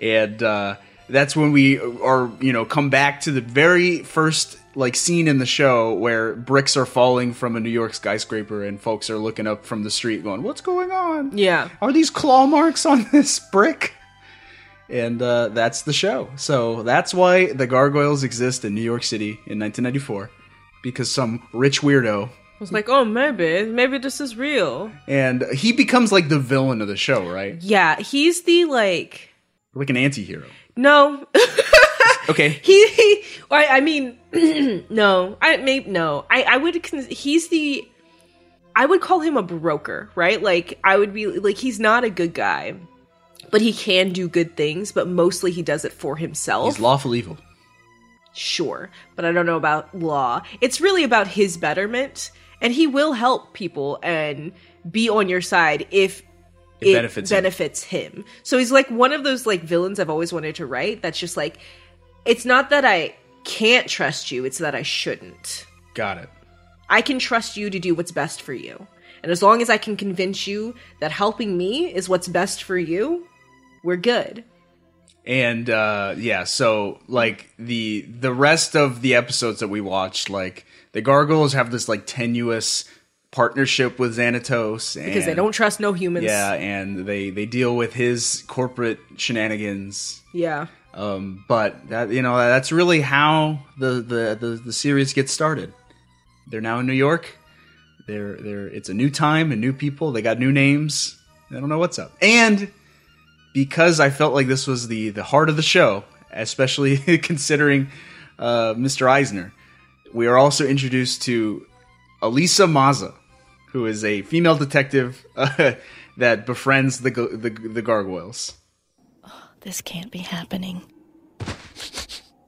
[SPEAKER 1] and uh, that's when we are you know come back to the very first like scene in the show where bricks are falling from a New York skyscraper and folks are looking up from the street going, "What's going on?
[SPEAKER 2] Yeah,
[SPEAKER 1] are these claw marks on this brick?" and uh, that's the show. So that's why the gargoyles exist in New York City in 1994 because some rich weirdo
[SPEAKER 2] I was like, oh, maybe, maybe this is real.
[SPEAKER 1] and he becomes like the villain of the show, right?
[SPEAKER 2] Yeah, he's the like,
[SPEAKER 1] Like an anti-hero.
[SPEAKER 2] no,
[SPEAKER 1] Okay.
[SPEAKER 2] he. he I, I mean, no, I maybe no. I I would. Con- he's the. I would call him a broker, right? Like I would be like he's not a good guy, but he can do good things. But mostly he does it for himself.
[SPEAKER 1] He's lawful evil.
[SPEAKER 2] sure, but I don't know about law. It's really about his betterment, and he will help people and be on your side if
[SPEAKER 1] It benefits him.
[SPEAKER 2] benefits him. So he's like one of those like villains I've always wanted to write. That's just like, it's not that I can't trust you; it's that I shouldn't.
[SPEAKER 1] Got it.
[SPEAKER 2] I can trust you to do what's best for you. And as long as I can convince you that helping me is what's best for you, we're good.
[SPEAKER 1] And uh, yeah, so like the the rest of the episodes that we watched, like the gargoyles have this like tenuous partnership with Xanatos and
[SPEAKER 2] Because they don't trust no humans.
[SPEAKER 1] Yeah, and they they deal with his corporate shenanigans
[SPEAKER 2] Yeah.
[SPEAKER 1] Um, but that you know that's really how the, the the the series gets started. They're now in New York. They're they're it's a new time and new people. They got new names. I don't know what's up. And because I felt like this was the the heart of the show, especially considering uh, Mr. Eisner, we are also introduced to Elisa Maza, who is a female detective uh, that befriends the, go- the the gargoyles.
[SPEAKER 11] This can't be happening.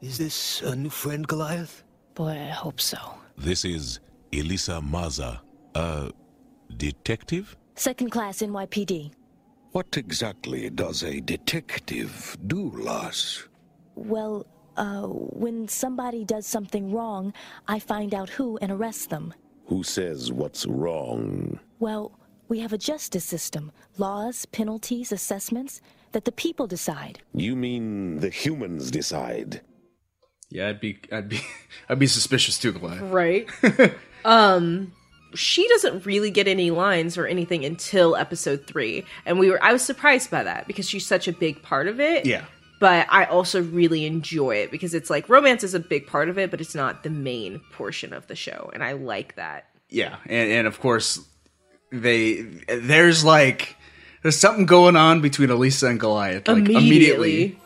[SPEAKER 13] Is this a new friend, Goliath?
[SPEAKER 11] Boy, I hope so.
[SPEAKER 3] This is Elisa Maza, a detective?
[SPEAKER 11] Second class NYPD.
[SPEAKER 13] What exactly does a detective do, Lars?
[SPEAKER 11] Well, uh, when somebody does something wrong, I find out who and arrest them.
[SPEAKER 12] Who says what's wrong?
[SPEAKER 11] Well, we have a justice system laws, penalties, assessments that the people decide.
[SPEAKER 12] You mean the humans decide?
[SPEAKER 1] Yeah, I'd be, I'd be, I'd be suspicious too, Goliath.
[SPEAKER 2] Right? um she doesn't really get any lines or anything until episode 3 and we were I was surprised by that because she's such a big part of it.
[SPEAKER 1] Yeah,
[SPEAKER 2] But I also really enjoy it because it's like romance is a big part of it but it's not the main portion of the show and I like that.
[SPEAKER 1] yeah, and and of course, they there's like there's something going on between Elisa and Goliath. Like immediately,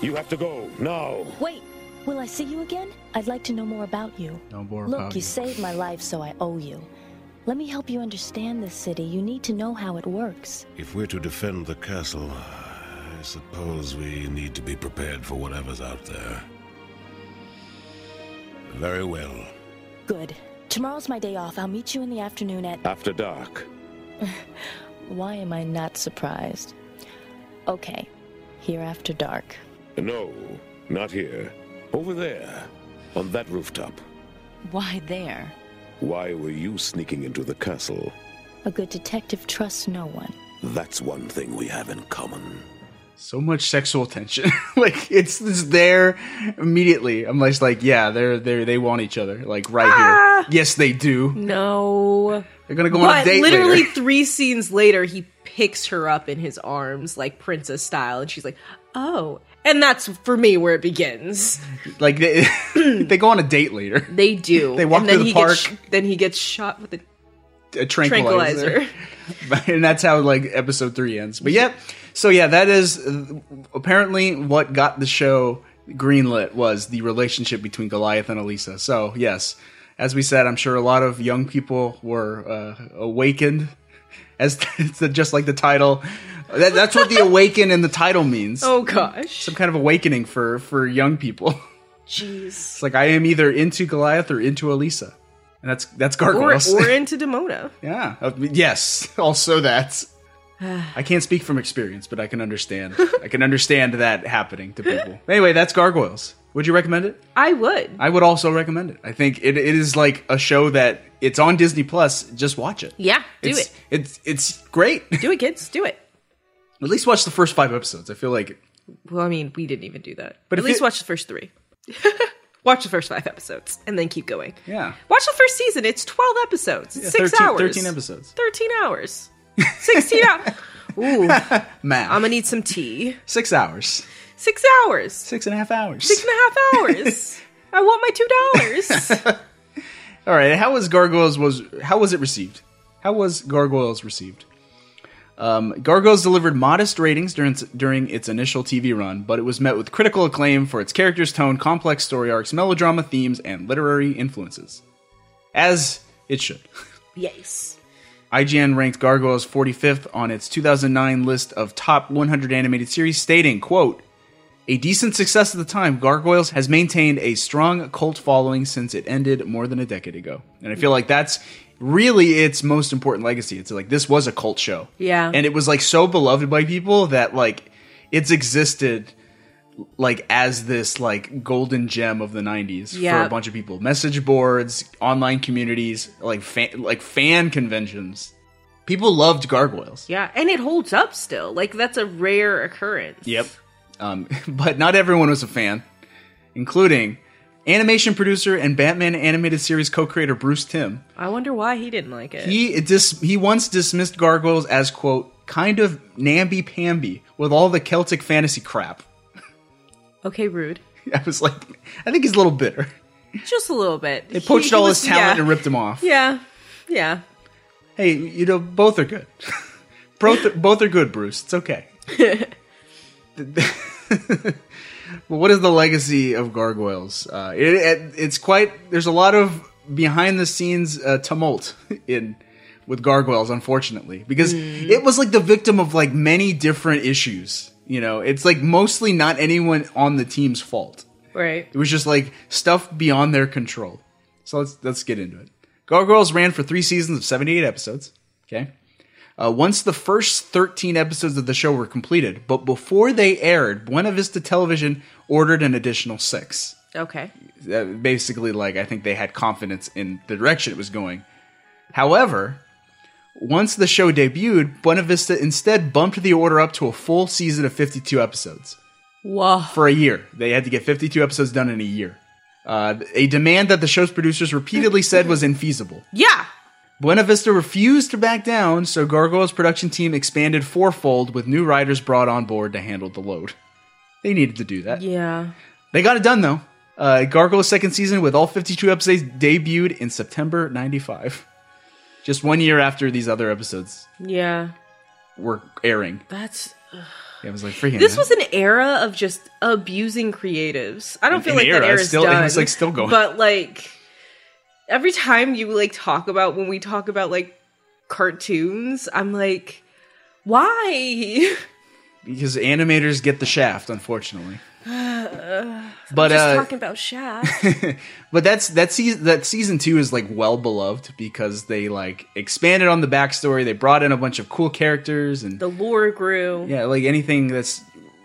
[SPEAKER 12] You have to go now.
[SPEAKER 11] Wait, will I see you again? I'd like to know more about you.
[SPEAKER 1] No more
[SPEAKER 11] Look,
[SPEAKER 1] about
[SPEAKER 11] you
[SPEAKER 1] you.
[SPEAKER 11] saved my life, so I owe you. Let me help you understand this city. You need to know how it works.
[SPEAKER 3] If we're to defend the castle, I suppose we need to be prepared for whatever's out there. Very well.
[SPEAKER 11] Good. Tomorrow's my day off. I'll meet you in the afternoon at.
[SPEAKER 12] After dark.
[SPEAKER 11] Why am I not surprised? Okay, here after dark.
[SPEAKER 12] No, not here. Over there, on that rooftop.
[SPEAKER 11] Why there?
[SPEAKER 12] Why were you sneaking into the castle?
[SPEAKER 11] A good detective trusts no one.
[SPEAKER 12] That's one thing we have in common.
[SPEAKER 1] so much sexual tension. like it's it's there immediately. I'm just like, yeah, they're they they want each other. Like right here. Yes, they do.
[SPEAKER 2] Ah! No.
[SPEAKER 1] They're gonna go on a
[SPEAKER 2] but
[SPEAKER 1] date
[SPEAKER 2] literally
[SPEAKER 1] later.
[SPEAKER 2] 3 scenes later he picks her up in his arms like princess style and she's like, "Oh, And that's for me where it begins.
[SPEAKER 1] Like they, they go on a date later.
[SPEAKER 2] They do.
[SPEAKER 1] They walk
[SPEAKER 2] and then
[SPEAKER 1] through the
[SPEAKER 2] he
[SPEAKER 1] park.
[SPEAKER 2] Gets, sh- then he gets shot with a
[SPEAKER 1] a tranquilizer.
[SPEAKER 2] tranquilizer.
[SPEAKER 1] and that's how like episode three ends. But yeah, so yeah, that is uh, apparently what got the show greenlit was the relationship between Goliath and Elisa. So yes, as we said, I'm sure a lot of young people were uh, awakened, as just like the title. That, that's what the awaken in the title means.
[SPEAKER 2] Oh, gosh.
[SPEAKER 1] some kind of awakening for for young people.
[SPEAKER 2] Jeez.
[SPEAKER 1] It's like I am either into Goliath or into Elisa, and that's that's
[SPEAKER 2] Or,
[SPEAKER 1] gargoyles.
[SPEAKER 2] or into Demona.
[SPEAKER 1] Yeah. Uh, yes. Also that. I can't speak from experience, but I can understand. I can understand that happening to people. Anyway, that's Gargoyles. Would you recommend it?
[SPEAKER 2] I would.
[SPEAKER 1] I would also recommend it. I think it, it is like a show that it's on Disney Plus. Just watch it.
[SPEAKER 2] Yeah, do
[SPEAKER 1] it's,
[SPEAKER 2] it.
[SPEAKER 1] It's it's great.
[SPEAKER 2] Do it, kids. Do it.
[SPEAKER 1] At least watch the first five episodes. I feel like
[SPEAKER 2] Well, I mean, we didn't even do that.
[SPEAKER 1] But
[SPEAKER 2] But
[SPEAKER 1] if
[SPEAKER 2] at least
[SPEAKER 1] it-
[SPEAKER 2] watch the first three. watch the first five episodes and then keep going.
[SPEAKER 1] yeah,
[SPEAKER 2] Watch the first season. It's 12 episodes. It's
[SPEAKER 1] Yeah,
[SPEAKER 2] six
[SPEAKER 1] 13
[SPEAKER 2] hours.
[SPEAKER 1] Thirteen episodes.
[SPEAKER 2] 13 hours. 16 hours. Ooh. I'm
[SPEAKER 1] Math.
[SPEAKER 2] going to need some tea.
[SPEAKER 1] Six hours.
[SPEAKER 2] Six hours. Six
[SPEAKER 1] and a half hours.
[SPEAKER 2] Six and a half hours. I want my $2.
[SPEAKER 1] All right. How was Gargoyles was how was it received? How was Gargoyles received? Um, Gargoyles delivered modest ratings during its, during its initial TV run, but it was met with critical acclaim for its characters' tone, complex story arcs, melodrama themes, and literary influences. As it should.
[SPEAKER 2] yes.
[SPEAKER 1] IGN ranked Gargoyles 45th on its 2009 list of top 100 animated series, stating, quote, a decent success at the time, Gargoyles has maintained a strong cult following since it ended more than a decade ago. And I feel like that's really its most important legacy. It's like this was a cult show.
[SPEAKER 2] Yeah.
[SPEAKER 1] And it was like so beloved by people that like it's existed like as this like golden gem of the 90s for
[SPEAKER 2] Yeah.
[SPEAKER 1] a bunch of people. Message boards, online communities, like fan, like fan conventions. People loved Gargoyles.
[SPEAKER 2] Yeah. And it holds up still. Like, that's a rare occurrence.
[SPEAKER 1] Yep. Um, but not everyone was a fan, including animation producer and Batman animated series co-creator Bruce Timm.
[SPEAKER 2] I wonder why he didn't like it.
[SPEAKER 1] He dis- he once dismissed Gargoyles as quote kind of namby-pamby with all the Celtic fantasy crap.
[SPEAKER 2] okay, rude.
[SPEAKER 1] I was like, I think he's a little bitter.
[SPEAKER 2] Just a little bit.
[SPEAKER 1] They poached all his talent and ripped him off.
[SPEAKER 2] Yeah. Yeah.
[SPEAKER 1] Hey, you know both are good. both are, both are good, Bruce. It's okay. Well, what is the legacy of Gargoyles? Uh, it, it, it's quite. There's a lot of behind the scenes uh, tumult in with Gargoyles, unfortunately, because it was like the victim of like many different issues. You know, it's like mostly not anyone on the team's fault.
[SPEAKER 2] Right.
[SPEAKER 1] It was just like stuff beyond their control. So let's let's get into it. Gargoyles ran for three seasons of 78 episodes. Okay. Uh, once the first 13 episodes of the show were completed, but before they aired, Buena Vista Television ordered an additional six.
[SPEAKER 2] Okay.
[SPEAKER 1] Uh, basically, like, I think they had confidence in the direction it was going. However, once the show debuted, Buena Vista instead bumped the order up to a full season of 52 episodes
[SPEAKER 2] Whoa.
[SPEAKER 1] for a year. They had to get 52 episodes done in a year. Uh, a demand that the show's producers repeatedly said was infeasible.
[SPEAKER 2] Yeah.
[SPEAKER 1] Buena Vista refused to back down, so Gargoyle's production team expanded fourfold with new writers brought on board to handle the load. They needed to do that.
[SPEAKER 2] Yeah.
[SPEAKER 1] They got it done, though. Uh, Gargoyle's second season, with all 52 episodes, debuted in September 95. Just one year after these other episodes
[SPEAKER 2] Yeah.
[SPEAKER 1] were airing.
[SPEAKER 2] That's.
[SPEAKER 1] It was like freaking.
[SPEAKER 2] This was an era of just abusing creatives. I don't
[SPEAKER 1] An-
[SPEAKER 2] feel
[SPEAKER 1] an
[SPEAKER 2] like
[SPEAKER 1] era.
[SPEAKER 2] that
[SPEAKER 1] It's
[SPEAKER 2] era is
[SPEAKER 1] still- it
[SPEAKER 2] done.
[SPEAKER 1] was, like, still going.
[SPEAKER 2] But like every time you like talk about when we talk about like cartoons, I'm like, why?
[SPEAKER 1] because animators get the shaft, unfortunately. But,
[SPEAKER 2] but just
[SPEAKER 1] uh,
[SPEAKER 2] talking about Shaft.
[SPEAKER 1] But that's that season that season two is like well beloved because they like expanded on the backstory. They brought in a bunch of cool characters and
[SPEAKER 2] the lore grew.
[SPEAKER 1] yeah, like anything that's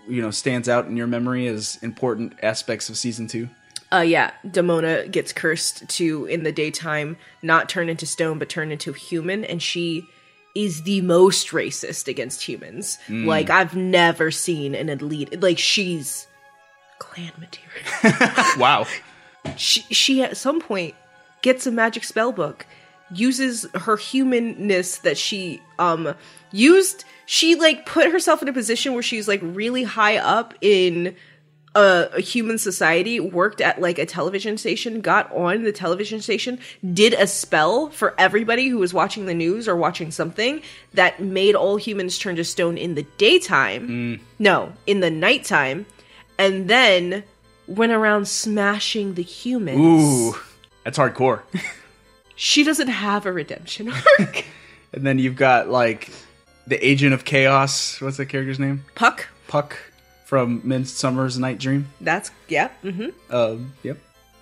[SPEAKER 1] you know stands out in your memory is important aspects of season two.
[SPEAKER 2] Uh yeah, Demona gets cursed to in the daytime not turn into stone but turn into human and she is the most racist against humans.
[SPEAKER 1] Mm.
[SPEAKER 2] Like I've never seen an elite like she's clan material.
[SPEAKER 1] wow,
[SPEAKER 2] She she at some point gets a magic spell book, uses her humanness that she um used she like put herself in a position where she's like really high up in a, a human society, worked at like a television station, got on the television station, did a spell for everybody who was watching the news or watching something that made all humans turn to stone in the daytime.
[SPEAKER 1] Mm.
[SPEAKER 2] No, in the nighttime, and then went around smashing the humans.
[SPEAKER 1] Ooh, that's hardcore.
[SPEAKER 2] She doesn't have a redemption arc.
[SPEAKER 1] and then you've got like the Agent of Chaos. What's that character's name?
[SPEAKER 2] Puck.
[SPEAKER 1] Puck from Midsummer's Night Dream.
[SPEAKER 2] That's yeah. Mm-hmm.
[SPEAKER 1] Um, yep.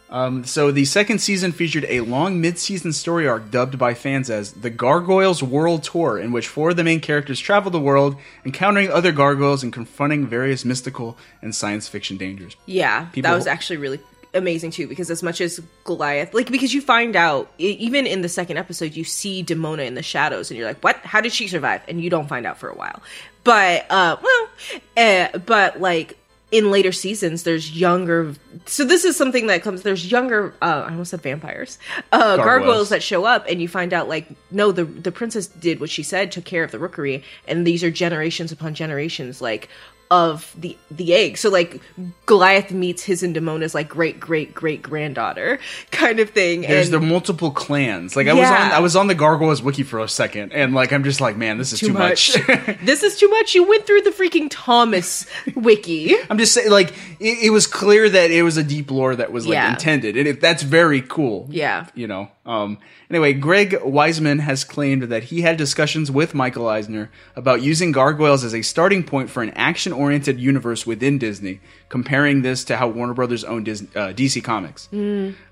[SPEAKER 1] Um, so the second season featured a long mid-season story arc dubbed by fans as the Gargoyles World Tour, in which four of the main characters travel the world, encountering other gargoyles and confronting various mystical and science fiction dangers.
[SPEAKER 2] Yeah,
[SPEAKER 1] People-
[SPEAKER 2] that was actually really amazing too. Because as much as Goliath, like because you find out e- even in the second episode, you see Demona in the shadows, and you're like, "What? How did she survive?" And you don't find out for a while. But uh, well, uh, but like in later seasons, there's younger. So this is something that comes. There's younger. Uh, I almost said vampires, uh,
[SPEAKER 14] Gargoyles.
[SPEAKER 2] gargoyles that show up, and you find out like, no, the the princess did what she said, took care of the rookery, and these are generations upon generations, like of the the egg. So like Goliath meets his and Demona's like great great great granddaughter kind of thing.
[SPEAKER 1] There's
[SPEAKER 2] and
[SPEAKER 1] the multiple clans. Like I was
[SPEAKER 2] Yeah.
[SPEAKER 1] on, I was on the Gargoyles wiki for a second, and like I'm just like, man, this is too, much.
[SPEAKER 2] this is too much. You went through the freaking Thomas wiki.
[SPEAKER 1] I'm just saying, like it, it was clear that it was a deep lore that was like
[SPEAKER 2] Yeah.
[SPEAKER 1] intended, and it, that's very cool.
[SPEAKER 2] Yeah.
[SPEAKER 1] you know. Um, anyway, Greg Wiseman has claimed that he had discussions with Michael Eisner about using gargoyles as a starting point for an action-oriented universe within Disney, comparing this to how Warner Brothers owned Disney, uh, DC Comics.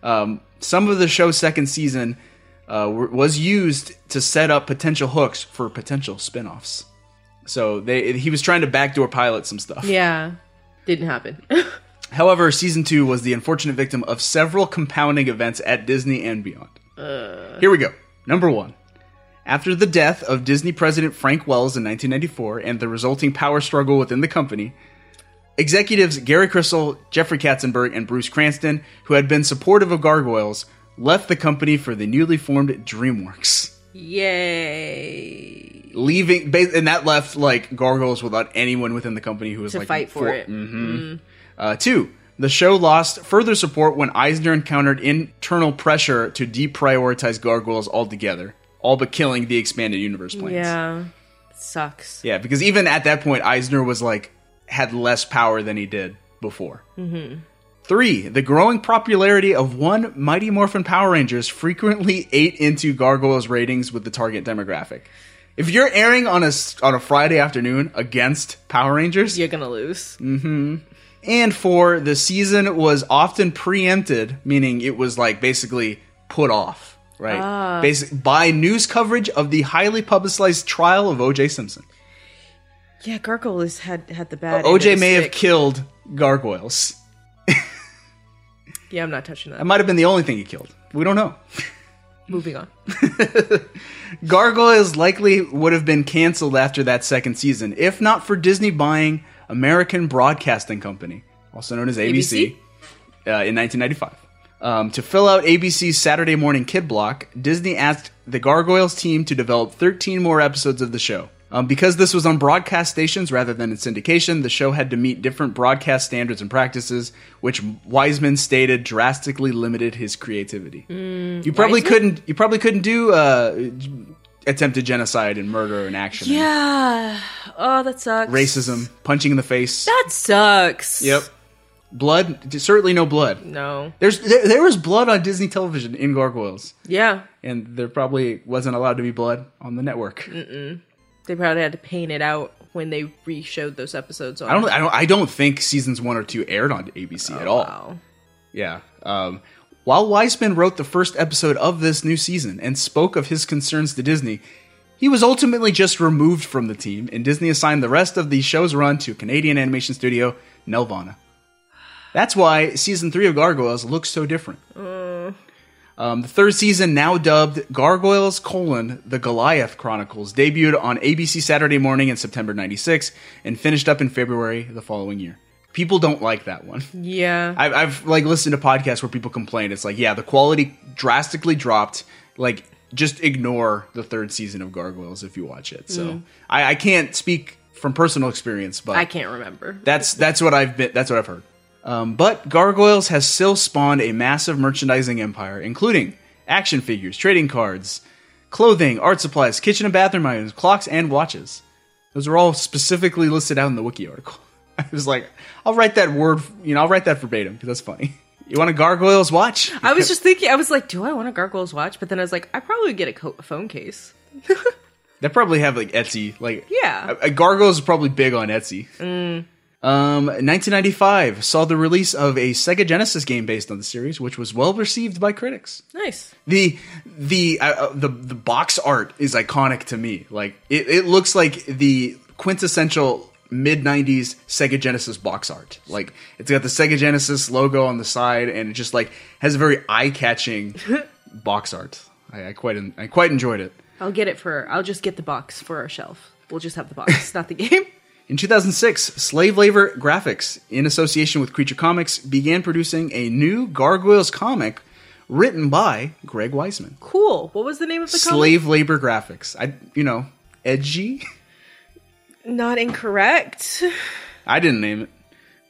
[SPEAKER 1] Um, some of the show's second season uh, were- was used to set up potential hooks for potential spin-offs. So they he was trying to backdoor pilot some stuff.
[SPEAKER 2] Yeah. Didn't happen.
[SPEAKER 1] However, season two was the unfortunate victim of several compounding events at Disney and beyond.
[SPEAKER 2] Uh,
[SPEAKER 1] Here we go. Number one. After the death of Disney president Frank Wells in 1994 and the resulting power struggle within the company, executives Gary Crystal, Jeffrey Katzenberg, and Bruce Cranston, who had been supportive of Gargoyles, left the company for the newly formed DreamWorks.
[SPEAKER 2] Yay.
[SPEAKER 1] Leaving, ba- and that left like Gargoyles without anyone within the company who was
[SPEAKER 2] To
[SPEAKER 1] like
[SPEAKER 2] fight for it.
[SPEAKER 1] Mhm.
[SPEAKER 2] Mm.
[SPEAKER 1] Uh, two, the show lost further support when Eisner encountered internal pressure to deprioritize gargoyles altogether, all but killing the expanded universe plans.
[SPEAKER 2] Yeah. Sucks.
[SPEAKER 1] Yeah, because even at that point, Eisner was like, had less power than he did before.
[SPEAKER 2] Mm-hmm.
[SPEAKER 1] Three, the growing popularity of one Mighty Morphin Power Rangers frequently ate into Gargoyles ratings with the target demographic. If you're airing on a s- on a Friday afternoon against Power Rangers,
[SPEAKER 2] you're gonna lose.
[SPEAKER 1] Mm-hmm. And four, the season was often preempted, meaning it was like basically put off, right?
[SPEAKER 2] Ah.
[SPEAKER 1] Basi- by news coverage of the highly publicized trial of O.J. Simpson.
[SPEAKER 2] Yeah, Gargoyle has had had the bad. end of
[SPEAKER 1] O.J.
[SPEAKER 2] the
[SPEAKER 1] Oh, may have
[SPEAKER 2] stick.
[SPEAKER 1] killed gargoyles.
[SPEAKER 2] Yeah, I'm not touching that.
[SPEAKER 1] That might have been the only thing he killed. We don't know.
[SPEAKER 2] Moving on.
[SPEAKER 1] Gargoyles likely would have been canceled after that second season, if not for Disney buying American Broadcasting Company, also known as ABC, Uh, in 1995. Um, to fill out ABC's Saturday morning kid block, Disney asked the Gargoyles team to develop 13 more episodes of the show. Um, because this was on broadcast stations rather than in syndication, the show had to meet different broadcast standards and practices, which Wiseman stated drastically limited his creativity. You probably couldn't. You probably couldn't do uh, attempted genocide and murder and action, and
[SPEAKER 2] Yeah. Oh, that sucks.
[SPEAKER 1] racism, punching in the face.
[SPEAKER 2] That sucks.
[SPEAKER 1] Yep. Blood. Certainly no blood.
[SPEAKER 2] No.
[SPEAKER 1] There's there, there was blood on Disney television in Gargoyles,
[SPEAKER 2] Yeah.
[SPEAKER 1] and there probably wasn't allowed to be blood on the network.
[SPEAKER 2] Mm-mm. They probably had to paint it out when they re-showed those episodes on. Oh,
[SPEAKER 1] I don't. I don't. I don't think seasons one or two aired on ABC at all. Yeah. Um, while Weisman wrote the first episode of this new season and spoke of his concerns to Disney, he was ultimately just removed from the team, and Disney assigned the rest of the show's run to Canadian animation studio Nelvana. That's why season three of Gargoyles looks so different.
[SPEAKER 2] Uh,
[SPEAKER 1] Um, the third season, now dubbed Gargoyles: colon, The Goliath Chronicles, debuted on ABC Saturday Morning in September '96 and finished up in February the following year. People don't like that one.
[SPEAKER 2] yeah.
[SPEAKER 1] I've, I've like listened to podcasts where people complain. It's like, yeah, the quality drastically dropped. Like, just ignore the third season of Gargoyles if you watch it. So
[SPEAKER 2] Mm.
[SPEAKER 1] I, I can't speak from personal experience, but
[SPEAKER 2] I can't remember.
[SPEAKER 1] That's that's what I've been. That's what I've heard. Um, but Gargoyles has still spawned a massive merchandising empire, including action figures, trading cards, clothing, art supplies, kitchen and bathroom items, clocks, and watches. Those are all specifically listed out in the wiki article. I was like, I'll write that word, you know, I'll write that verbatim because that's funny. You want a Gargoyles watch?
[SPEAKER 2] I was just thinking, I was like, do I want a Gargoyles watch? But then I was like, I probably would get a, co- a phone case.
[SPEAKER 1] They probably have like Etsy, like
[SPEAKER 2] Yeah.
[SPEAKER 1] a- a Gargoyles is probably big on Etsy.
[SPEAKER 2] Mm.
[SPEAKER 1] Um, 1995 saw the release of a Sega Genesis game based on the series, which was well received by critics.
[SPEAKER 2] Nice.
[SPEAKER 1] The the uh, uh, the the box art is iconic to me. Like it, it looks like the quintessential mid '90s Sega Genesis box art. Like it's got the Sega Genesis logo on the side, and it just like has a very eye catching box art. I, I quite en- I quite enjoyed it.
[SPEAKER 2] I'll get it for, I'll just get the box for our shelf. We'll just have the box, not the game.
[SPEAKER 1] In 2006, Slave Labor Graphics, in association with Creature Comics, began producing a new Gargoyles comic written by Greg Weisman.
[SPEAKER 2] Cool. What was the name of the comic?
[SPEAKER 1] Slave Labor Graphics. I, you know, edgy.
[SPEAKER 2] Not incorrect.
[SPEAKER 1] I didn't name it.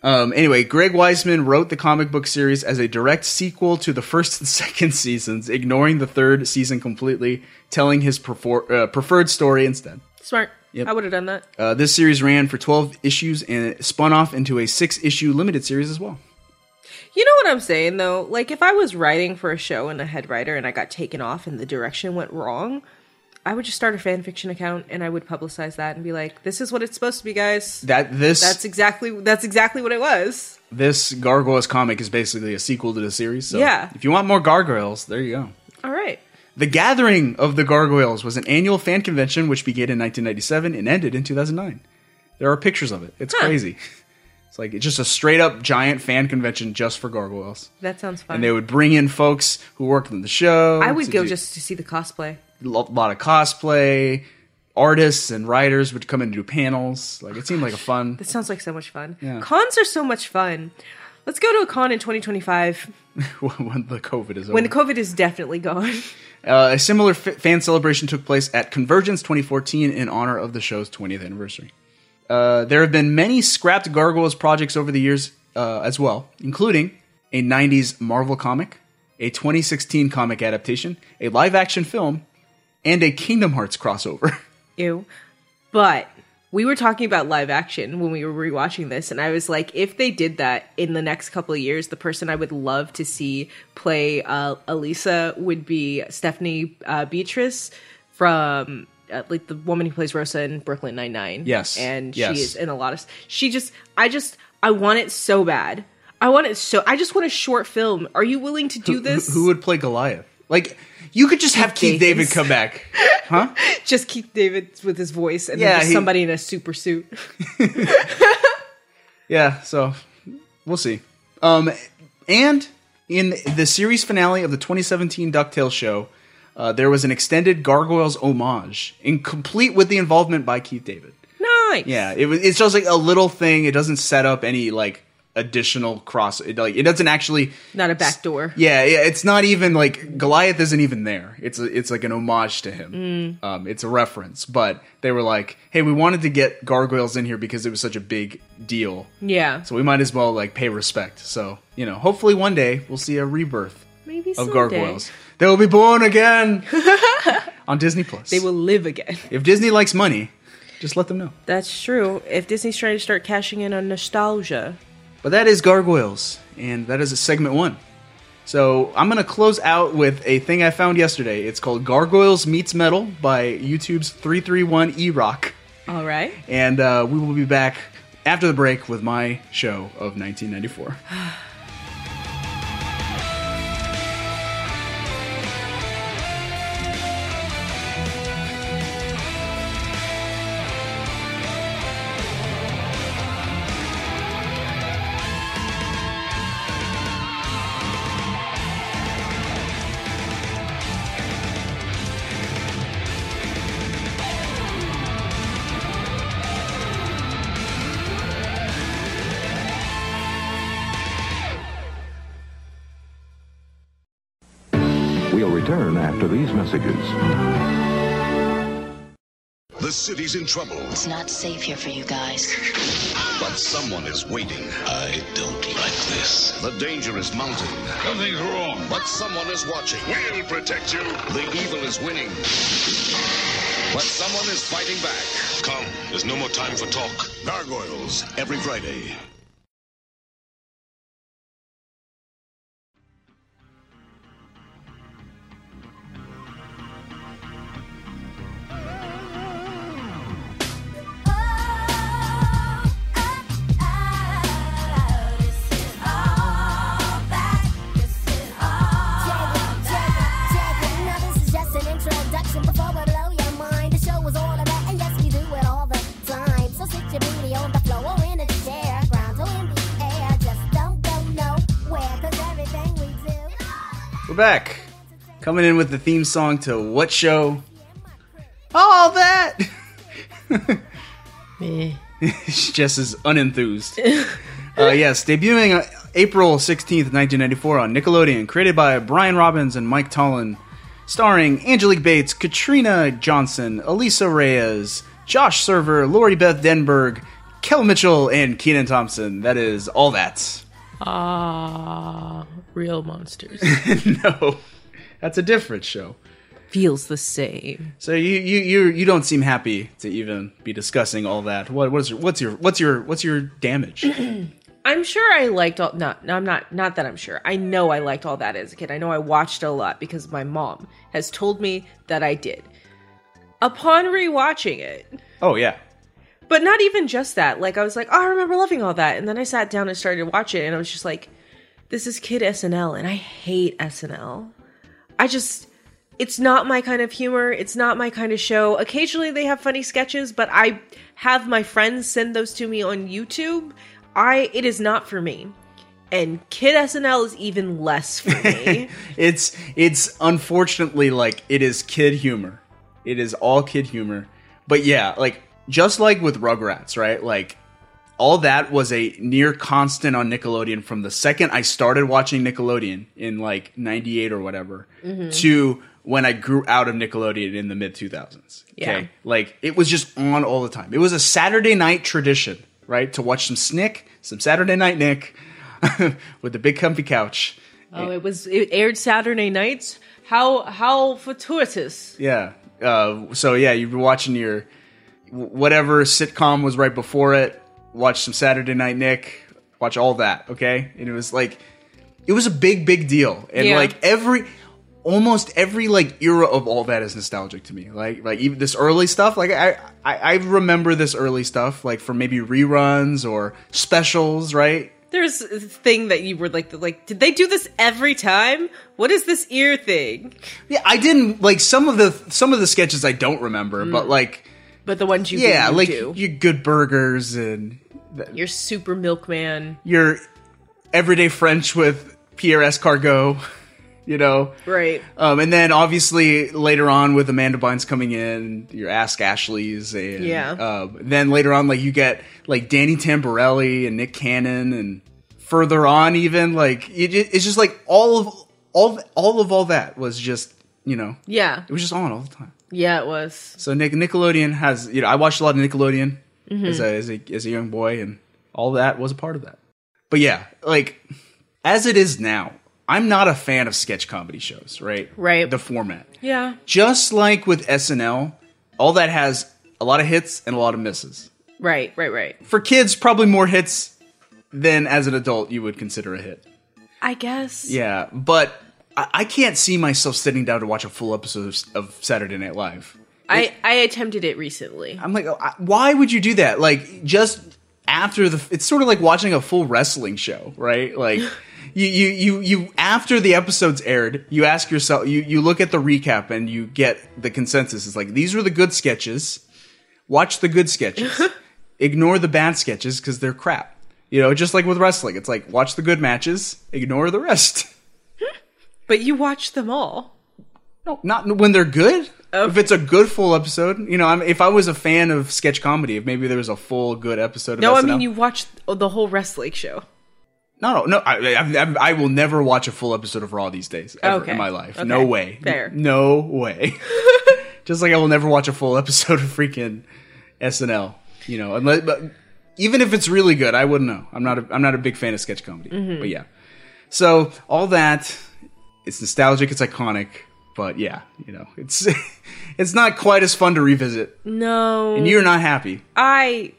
[SPEAKER 1] Um, anyway, Greg Weisman wrote the comic book series as a direct sequel to the first and second seasons, ignoring the third season completely, telling his prefer- uh, preferred story instead.
[SPEAKER 2] Smart.
[SPEAKER 1] Yep.
[SPEAKER 2] I would have done that.
[SPEAKER 1] Uh, this series ran for 12 issues and it spun off into a six issue limited series as well.
[SPEAKER 2] You know what I'm saying though? Like if I was writing for a show and a head writer and I got taken off and the direction went wrong, I would just start a fan fiction account and I would publicize that and be like, "This is what it's supposed to be, guys."
[SPEAKER 1] That this
[SPEAKER 2] That's exactly that's exactly what it was.
[SPEAKER 1] this Gargoyles comic is basically a sequel to the series. So
[SPEAKER 2] Yeah.
[SPEAKER 1] if you want more Gargoyles, there you go.
[SPEAKER 2] All right.
[SPEAKER 1] The Gathering of the Gargoyles was an annual fan convention which began in 1997 and ended in 2009. There are pictures of it. It's
[SPEAKER 2] Huh.
[SPEAKER 1] crazy. It's like it's just a straight up giant fan convention just for Gargoyles.
[SPEAKER 2] That sounds fun.
[SPEAKER 1] And they would bring in folks who worked on the show.
[SPEAKER 2] I would
[SPEAKER 1] to
[SPEAKER 2] go
[SPEAKER 1] do-
[SPEAKER 2] just to see the cosplay.
[SPEAKER 1] a lot of cosplay. Artists and writers would come in and do panels. Like it seemed like a fun.
[SPEAKER 2] That sounds like so much fun.
[SPEAKER 1] Yeah.
[SPEAKER 2] Cons are so much fun. Let's go to a con in 2025
[SPEAKER 1] when the COVID is over.
[SPEAKER 2] when the COVID is definitely gone.
[SPEAKER 1] Uh, a similar f- fan celebration took place at Convergence 2014 in honor of the show's 20th anniversary. Uh, there have been many scrapped Gargoyles projects over the years uh, as well, including a 90s Marvel comic, a 2016 comic adaptation, a live action film, and a Kingdom Hearts crossover.
[SPEAKER 2] Ew. But we were talking about live action when we were rewatching this, and I was like, if they did that in the next couple of years, the person I would love to see play uh, Elisa would be Stephanie uh, Beatrice from. Uh, like the woman who plays Rosa in Brooklyn Nine Nine,
[SPEAKER 1] Yes.
[SPEAKER 2] and
[SPEAKER 1] Yes.
[SPEAKER 2] she is in a lot of. She just, I just, I want it so bad. I want it so. I just want a short film. Are you willing to do this?
[SPEAKER 1] Who would play Goliath? Like, you could just have Keith David come back. Huh?
[SPEAKER 2] just keep David with his voice, and
[SPEAKER 1] Yeah,
[SPEAKER 2] then just
[SPEAKER 1] he-
[SPEAKER 2] somebody in a super suit.
[SPEAKER 1] Yeah, so we'll see. Um, and in the series finale of the 2017 DuckTales show, uh, there was an extended Gargoyles homage, incomplete with the involvement by Keith David.
[SPEAKER 2] Nice.
[SPEAKER 1] Yeah, it was. It's just like a little thing. It doesn't set up any like additional cross. It, like it doesn't actually.
[SPEAKER 2] Not a back door.
[SPEAKER 1] Yeah, yeah. It's not even like Goliath isn't even there. It's a, it's like an homage to him.
[SPEAKER 2] Mm.
[SPEAKER 1] Um, it's a reference, but they were like, "Hey, we wanted to get Gargoyles in here because it was such a big deal."
[SPEAKER 2] Yeah.
[SPEAKER 1] So we might as well like pay respect. So you know, hopefully one day we'll see a rebirth
[SPEAKER 2] Maybe
[SPEAKER 1] of
[SPEAKER 2] someday.
[SPEAKER 1] gargoyles. They will be born again on Disney Plus.
[SPEAKER 2] They will live again.
[SPEAKER 1] If Disney likes money, just let them know.
[SPEAKER 2] That's true. If Disney's trying to start cashing in on nostalgia,
[SPEAKER 1] But that is gargoyles, and that is segment one. So I'm gonna close out with a thing I found yesterday. It's called Gargoyles Meets Metal by YouTube's 331 E Rock,
[SPEAKER 2] all right.
[SPEAKER 1] and uh, we will be back after the break with my show of 1994.
[SPEAKER 14] We'll return after these messages. The city's in trouble.
[SPEAKER 15] It's not safe here for you guys.
[SPEAKER 14] But someone is waiting. I don't like this. The danger is mounting. Something's wrong. But someone is watching. We'll protect you. The evil is winning. But someone is fighting back. Come, there's no more time for talk. Gargoyles, every Friday.
[SPEAKER 16] Now this is just an introduction before I blow your mind. The show is all about, and yes, we do it all the time. So sit your booty on the floor or in a chair, ground or in the air. Just don't go nowhere, cause everything we do.
[SPEAKER 1] We're back. Coming in with the theme song to what show? All that! She's just as unenthused. uh, yes, debuting uh, April 16th, 1994 on Nickelodeon, created by Brian Robbins and Mike Tollin, starring Angelique Bates, Katrina Johnson, Elisa Reyes, Josh Server, Lori Beth Denberg, Kel Mitchell, and Keenan Thompson. That is all that.
[SPEAKER 17] Ah, real monsters.
[SPEAKER 1] That's a different show.
[SPEAKER 17] Feels the same.
[SPEAKER 1] So you you you you don't seem happy to even be discussing all that. What what's your what's your what's your what's your damage?
[SPEAKER 2] I'm sure I liked all. No, no, I'm not. Not that I'm sure. I know I liked all that as a kid. I know I watched a lot because my mom has told me that I did. Upon rewatching it,
[SPEAKER 1] oh yeah.
[SPEAKER 2] but not even just that. Like I was like, oh, I remember loving all that, and then I sat down and started to watch it, and I was just like, this is kid SNL, and I hate SNL. I just, it's not my kind of humor. It's not my kind of show. Occasionally they have funny sketches, but I have my friends send those to me on YouTube. I, it is not for me. And kid SNL is even less for me.
[SPEAKER 1] it's it's unfortunately like it is kid humor. It is all kid humor. But yeah, like just like with Rugrats, right? Like all that was a near constant on Nickelodeon from the second I started watching Nickelodeon in like 98 or whatever
[SPEAKER 18] Mhm.
[SPEAKER 1] to when I grew out of Nickelodeon in the mid 2000s.
[SPEAKER 18] Yeah.
[SPEAKER 1] Like it was just on all the time. It was a Saturday night tradition, right? To watch some Snick, some Saturday Night Nick with the big comfy couch.
[SPEAKER 2] oh, it was it aired Saturday nights. How how fortuitous.
[SPEAKER 1] Yeah. Uh, so yeah, you've been watching your whatever sitcom was right before it. Watch some Saturday Night Nick. Watch all that. Okay, and it was like it was a big, big deal, and
[SPEAKER 18] Yeah.
[SPEAKER 1] like every almost every like era of all that is nostalgic to me like like even this early stuff like I, I i remember this early stuff like from maybe reruns or specials right
[SPEAKER 2] There's a thing that you were like like did they do this every time? What is this ear thing?
[SPEAKER 1] yeah i didn't like some of the some of the sketches i don't remember but
[SPEAKER 2] Mm.
[SPEAKER 1] like
[SPEAKER 2] But the ones you
[SPEAKER 1] yeah,
[SPEAKER 2] didn't
[SPEAKER 1] like
[SPEAKER 2] do.
[SPEAKER 1] your good burgers and
[SPEAKER 2] Your super milkman.
[SPEAKER 1] your everyday French with Pierre Escargot, you know.
[SPEAKER 2] Right.
[SPEAKER 1] Um, and then obviously later on with Amanda Bynes coming in, your Ask Ashley's, and
[SPEAKER 2] Yeah.
[SPEAKER 1] um, then later on like you get like Danny Tamborelli and Nick Cannon, and further on even like it, ju- it's just like all of all all of all that was just you know
[SPEAKER 2] Yeah.
[SPEAKER 1] it was just on all the time.
[SPEAKER 2] Yeah, it was.
[SPEAKER 1] So Nick Nickelodeon has you know I watched a lot of Nickelodeon
[SPEAKER 2] Mhm.
[SPEAKER 1] as a, as a as a young boy and all that was a part of that. But yeah, like as it is now, I'm not a fan of sketch comedy shows, right?
[SPEAKER 2] Right.
[SPEAKER 1] The format.
[SPEAKER 2] Yeah.
[SPEAKER 1] Just like with SNL, all that has a lot of hits and a lot of misses.
[SPEAKER 2] Right, right, right.
[SPEAKER 1] For kids, probably more hits than as an adult you would consider a hit.
[SPEAKER 2] I guess.
[SPEAKER 1] Yeah, but I, I can't see myself sitting down to watch a full episode of, of Saturday Night Live.
[SPEAKER 2] I I attempted it recently.
[SPEAKER 1] I'm like, oh, I- why would you do that? Like, just after the, it's sort of like watching a full wrestling show, right? Like, you, you, you, you, after the episode's aired, you ask yourself, you, you look at the recap and you get the consensus. It's like, these were the good sketches. Watch the good sketches. ignore the bad sketches because they're crap. You know, just like with wrestling, it's like, watch the good matches, ignore the rest.
[SPEAKER 2] But you watched them all.
[SPEAKER 1] No, not when they're good. If it's a good full episode, you know, I'm, if I was a fan of sketch comedy, if maybe there was a full good episode. Of
[SPEAKER 2] No, I
[SPEAKER 1] SNL
[SPEAKER 2] mean you watched the whole wrestling show.
[SPEAKER 1] No, no, no. I, I, I- I will never watch a full episode of Raw these days ever
[SPEAKER 2] Okay.
[SPEAKER 1] in my life.
[SPEAKER 2] Okay.
[SPEAKER 1] No way.
[SPEAKER 2] Fair.
[SPEAKER 1] No way. Just like I will never watch a full episode of freaking SNL. You know, unless but even if it's really good, I wouldn't know. I'm not. A, I'm not a big fan of sketch comedy.
[SPEAKER 18] Mhm.
[SPEAKER 1] But yeah, so all that it's nostalgic. It's iconic. But yeah, you know, it's it's not quite as fun to revisit.
[SPEAKER 2] No.
[SPEAKER 1] And you're not happy.
[SPEAKER 2] I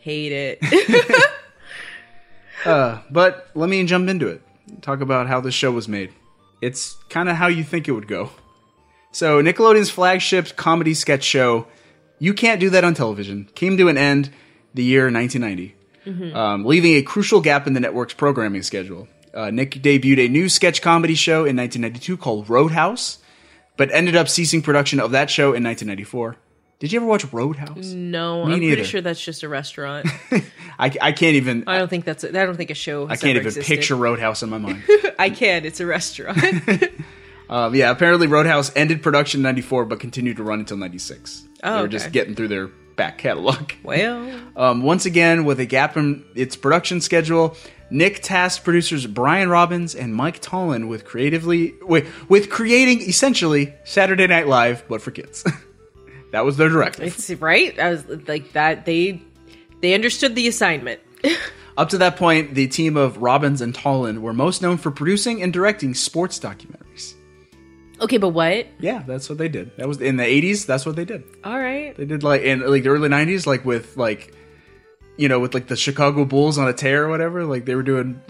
[SPEAKER 2] hate it.
[SPEAKER 1] Uh, but let me jump into it. Talk about how this show was made. It's kind of how you think it would go. So, Nickelodeon's flagship comedy sketch show, You Can't Do That on Television, came to an end the year 1990,
[SPEAKER 2] Mm-hmm.
[SPEAKER 1] um, leaving a crucial gap in the network's programming schedule. Uh, Nick debuted a new sketch comedy show in 1992 called Roadhouse, but ended up ceasing production of that show in 1994. Did you ever watch Roadhouse?
[SPEAKER 2] no,
[SPEAKER 1] Me
[SPEAKER 2] I'm
[SPEAKER 1] neither.
[SPEAKER 2] pretty sure that's just a restaurant.
[SPEAKER 1] I, I can't even.
[SPEAKER 2] Mm-hmm. I don't think that's. A, I don't think a show.
[SPEAKER 1] I
[SPEAKER 2] Has
[SPEAKER 1] can't
[SPEAKER 2] ever
[SPEAKER 1] even
[SPEAKER 2] existed.
[SPEAKER 1] picture Roadhouse in my mind.
[SPEAKER 2] I can. It's a restaurant.
[SPEAKER 1] Um, yeah, apparently Roadhouse ended production in 94 but continued to run until 96.
[SPEAKER 2] Oh,
[SPEAKER 1] they were
[SPEAKER 2] okay.
[SPEAKER 1] just getting through their back catalog.
[SPEAKER 2] Well.
[SPEAKER 1] Um, once again, with a gap in its production schedule, Nick tasked producers Brian Robbins and Mike Tollin with creatively with, with creating essentially Saturday Night Live but for kids. that was their directive.
[SPEAKER 2] It's right. I was like that. They they understood the assignment.
[SPEAKER 1] Up to that point, the team of Robbins and Tollin were most known for producing and directing sports documentaries.
[SPEAKER 2] Okay, but what?
[SPEAKER 1] Yeah, that's what they did. That was in the 80s, that's what they did.
[SPEAKER 2] All right.
[SPEAKER 1] They did like in like the early '90s, like with like you know with like the Chicago Bulls on a tear or whatever. Like they were doing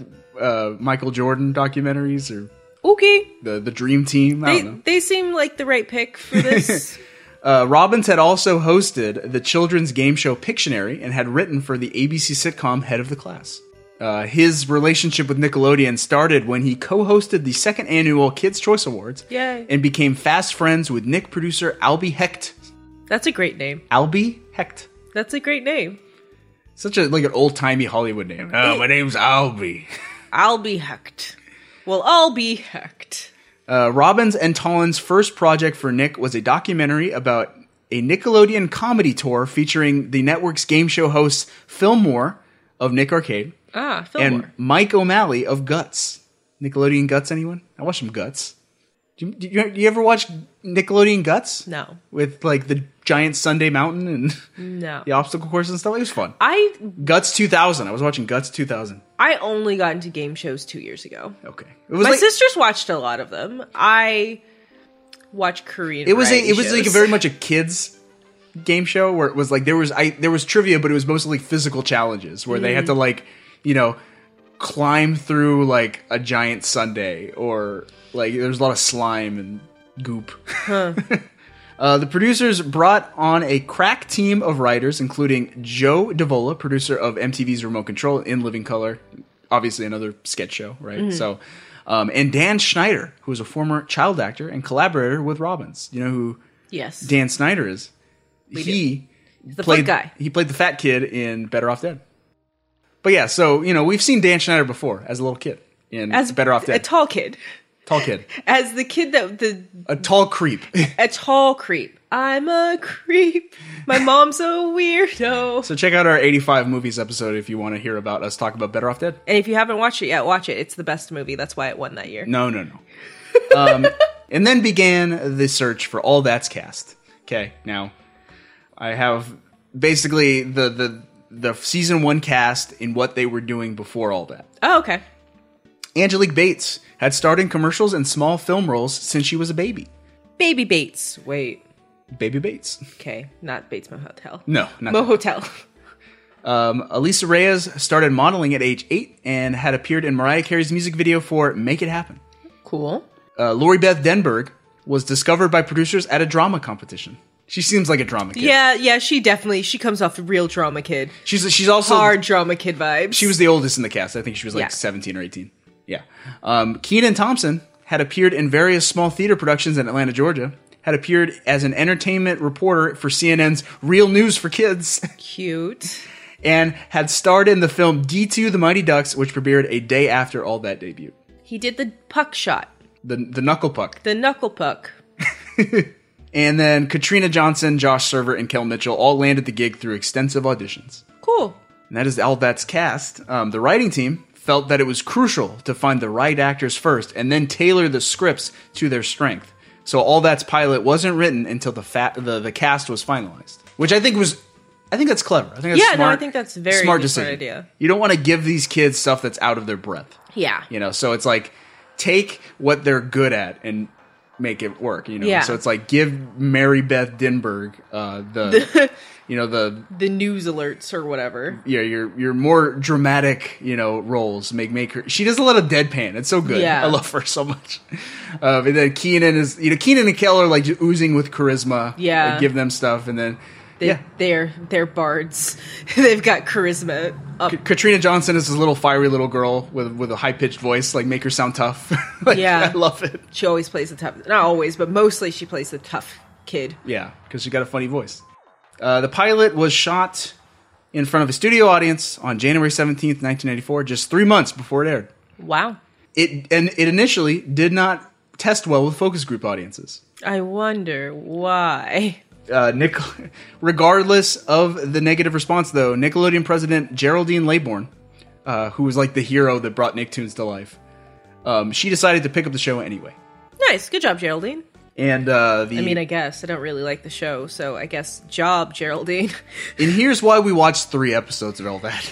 [SPEAKER 1] uh, Michael Jordan documentaries or
[SPEAKER 2] Okay.
[SPEAKER 1] the the Dream Team. I
[SPEAKER 2] They
[SPEAKER 1] don't know.
[SPEAKER 2] they seem like the right pick for this.
[SPEAKER 1] Uh, Robbins had also hosted the children's game show Pictionary and had written for the ABC sitcom Head of the Class. Uh, his relationship with Nickelodeon started when he co-hosted the second annual Kids Choice Awards
[SPEAKER 2] Yay.
[SPEAKER 1] and became fast friends with Nick producer Albie Hecht.
[SPEAKER 2] That's a great name.
[SPEAKER 1] Albie Hecht.
[SPEAKER 2] That's a great name.
[SPEAKER 1] Such a like an old timey Hollywood name. Oh, my name's Albie.
[SPEAKER 2] I'll be hecked. Well, I'll be hecked.
[SPEAKER 1] Uh, Robbins and Tollin's first project for Nick was a documentary about a Nickelodeon comedy tour featuring the network's game show hosts Fillmore of Nick Arcade
[SPEAKER 2] Ah, Fillmore.
[SPEAKER 1] and Mike O'Malley of Guts. Nickelodeon Guts, anyone? I watched some Guts. Do you, do you, do you ever watch Nickelodeon Guts?
[SPEAKER 2] No.
[SPEAKER 1] With like the giant Sunday Mountain and
[SPEAKER 2] No.
[SPEAKER 1] the obstacle course and stuff. It was fun.
[SPEAKER 2] I
[SPEAKER 1] Guts 2000. I was watching Guts 2000.
[SPEAKER 2] I only got into game shows two years ago.
[SPEAKER 1] Okay. It
[SPEAKER 2] My
[SPEAKER 1] was like-
[SPEAKER 2] sisters watched a lot of them. I watch Korean.
[SPEAKER 1] it was a,
[SPEAKER 2] variety
[SPEAKER 1] it was like a
[SPEAKER 2] shows.
[SPEAKER 1] very much a kids game show where it was like there was I there was trivia but it was mostly like physical challenges where they had
[SPEAKER 2] Mm.
[SPEAKER 1] to like you know climb through like a giant sundae or like there was a lot of slime and goop. Uh, the producers brought on a crack team of writers, including Joe Davola, producer of MTV's Remote Control in Living Color, obviously another sketch show, right?
[SPEAKER 2] Mhm.
[SPEAKER 1] So, um, and Dan Schneider, who is a former child actor and collaborator with Robbins. You know who
[SPEAKER 2] yes.
[SPEAKER 1] Dan Snyder is?
[SPEAKER 2] We
[SPEAKER 1] he
[SPEAKER 2] The
[SPEAKER 1] played
[SPEAKER 2] fun guy.
[SPEAKER 1] He played the fat kid in Better Off Dead. But yeah, so you know we've seen Dan Schneider before as a little kid in
[SPEAKER 2] As
[SPEAKER 1] Better Off
[SPEAKER 2] a
[SPEAKER 1] Dead,
[SPEAKER 2] tall kid,
[SPEAKER 1] tall kid,
[SPEAKER 2] as the kid that the
[SPEAKER 1] a tall creep.
[SPEAKER 2] a tall creep. I'm a creep. My mom's a weirdo.
[SPEAKER 1] So check out our 85 movies episode if you want to hear about us talk about Better Off Dead.
[SPEAKER 2] And if you haven't watched it yet, watch it. It's the best movie. That's why it won that year.
[SPEAKER 1] No, no, no. um, and then began the search for all that's cast. Okay, now I have basically the the the season one cast in what they were doing before all that.
[SPEAKER 2] Oh, okay.
[SPEAKER 1] Angelique Bates had starred in commercials and small film roles since she was a baby.
[SPEAKER 2] Baby Bates. Wait.
[SPEAKER 1] Baby Bates.
[SPEAKER 2] Okay, not Bates Mohotel.
[SPEAKER 1] No, not
[SPEAKER 2] Mo Hotel.
[SPEAKER 1] Um, Elisa Reyes started modeling at age eight and had appeared in Mariah Carey's music video for "Make It Happen."
[SPEAKER 2] Cool.
[SPEAKER 1] Uh, Lori Beth Denberg was discovered by producers at a drama competition. She seems like a drama kid.
[SPEAKER 2] Yeah, yeah, she definitely she comes off real drama kid.
[SPEAKER 1] She's she's also
[SPEAKER 2] hard drama kid vibes.
[SPEAKER 1] She was the oldest in the cast. I think she was like
[SPEAKER 2] Yeah.
[SPEAKER 1] 17 or 18. Yeah. Um, Keenan Thompson had appeared in various small theater productions in Atlanta, Georgia. Had appeared as an entertainment reporter for CNN's Real News for Kids.
[SPEAKER 2] Cute.
[SPEAKER 1] and had starred in the film D2 The Mighty Ducks, which premiered a day after All That debuted.
[SPEAKER 2] He did the puck shot,
[SPEAKER 1] The, the knuckle puck.
[SPEAKER 2] the knuckle puck.
[SPEAKER 1] And then Katrina Johnson, Josh Server, and Kel Mitchell all landed the gig through extensive auditions.
[SPEAKER 2] Cool.
[SPEAKER 1] And that is all that's cast. Um, the writing team felt that it was crucial to find the right actors first and then tailor the scripts to their strength. So all that's pilot wasn't written until the fat the, the cast was finalized, which I think was I think that's clever. I think that's
[SPEAKER 2] yeah, no,
[SPEAKER 1] smart,
[SPEAKER 2] I think that's a very
[SPEAKER 1] smart
[SPEAKER 2] smart
[SPEAKER 1] decision.
[SPEAKER 2] idea.
[SPEAKER 1] You don't want to give these kids stuff that's out of their breath.
[SPEAKER 2] Yeah.
[SPEAKER 1] You know, so it's like take what they're good at and make it work. You know,
[SPEAKER 2] Yeah.
[SPEAKER 1] so it's like give Mary Beth Dinberg uh, the you know the
[SPEAKER 2] The news alerts or whatever.
[SPEAKER 1] yeah your your more dramatic you know roles make make her. She does a lot of deadpan. It's so good.
[SPEAKER 2] Yeah.
[SPEAKER 1] I love her so much. Um, and then Keenan is you know Keenan and Kel are like just oozing with charisma.
[SPEAKER 2] Yeah.
[SPEAKER 1] Like, give them stuff and then.
[SPEAKER 2] They,
[SPEAKER 1] yeah,
[SPEAKER 2] They're they're bards. They've got charisma up.
[SPEAKER 1] Katrina Johnson is this little fiery little girl with with a high pitched voice, like make her sound tough. like,
[SPEAKER 2] yeah.
[SPEAKER 1] I love it.
[SPEAKER 2] She always plays the tough. Not always, but mostly she plays the tough kid.
[SPEAKER 1] Yeah, because she got a funny voice. Uh, the pilot was shot in front of a studio audience on January 17th, 1994, just three months before it aired.
[SPEAKER 2] Wow.
[SPEAKER 1] It and it initially did not test well with focus group audiences.
[SPEAKER 2] I wonder why.
[SPEAKER 1] Uh, Nick, regardless of the negative response, though, Nickelodeon president Geraldine Laybourne, uh, who was like the hero that brought Nicktoons to life, um, she decided to pick up the show anyway.
[SPEAKER 2] Nice. Good job, Geraldine.
[SPEAKER 1] And uh, the
[SPEAKER 2] I mean, I guess I don't really like the show, so I guess job, Geraldine.
[SPEAKER 1] And here's why we watched three episodes of all that.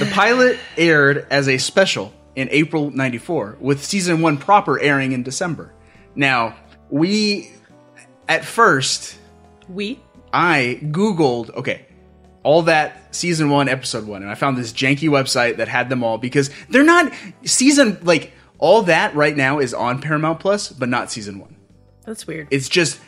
[SPEAKER 1] The pilot aired as a special in April 94, with season one proper airing in December. Now, we, at first,
[SPEAKER 2] we,
[SPEAKER 1] I Googled, okay, all that season one, episode one, and I found this janky website that had them all because they're not season, like, all that right now is on Paramount Plus, but not season one
[SPEAKER 2] That's weird.
[SPEAKER 1] it's just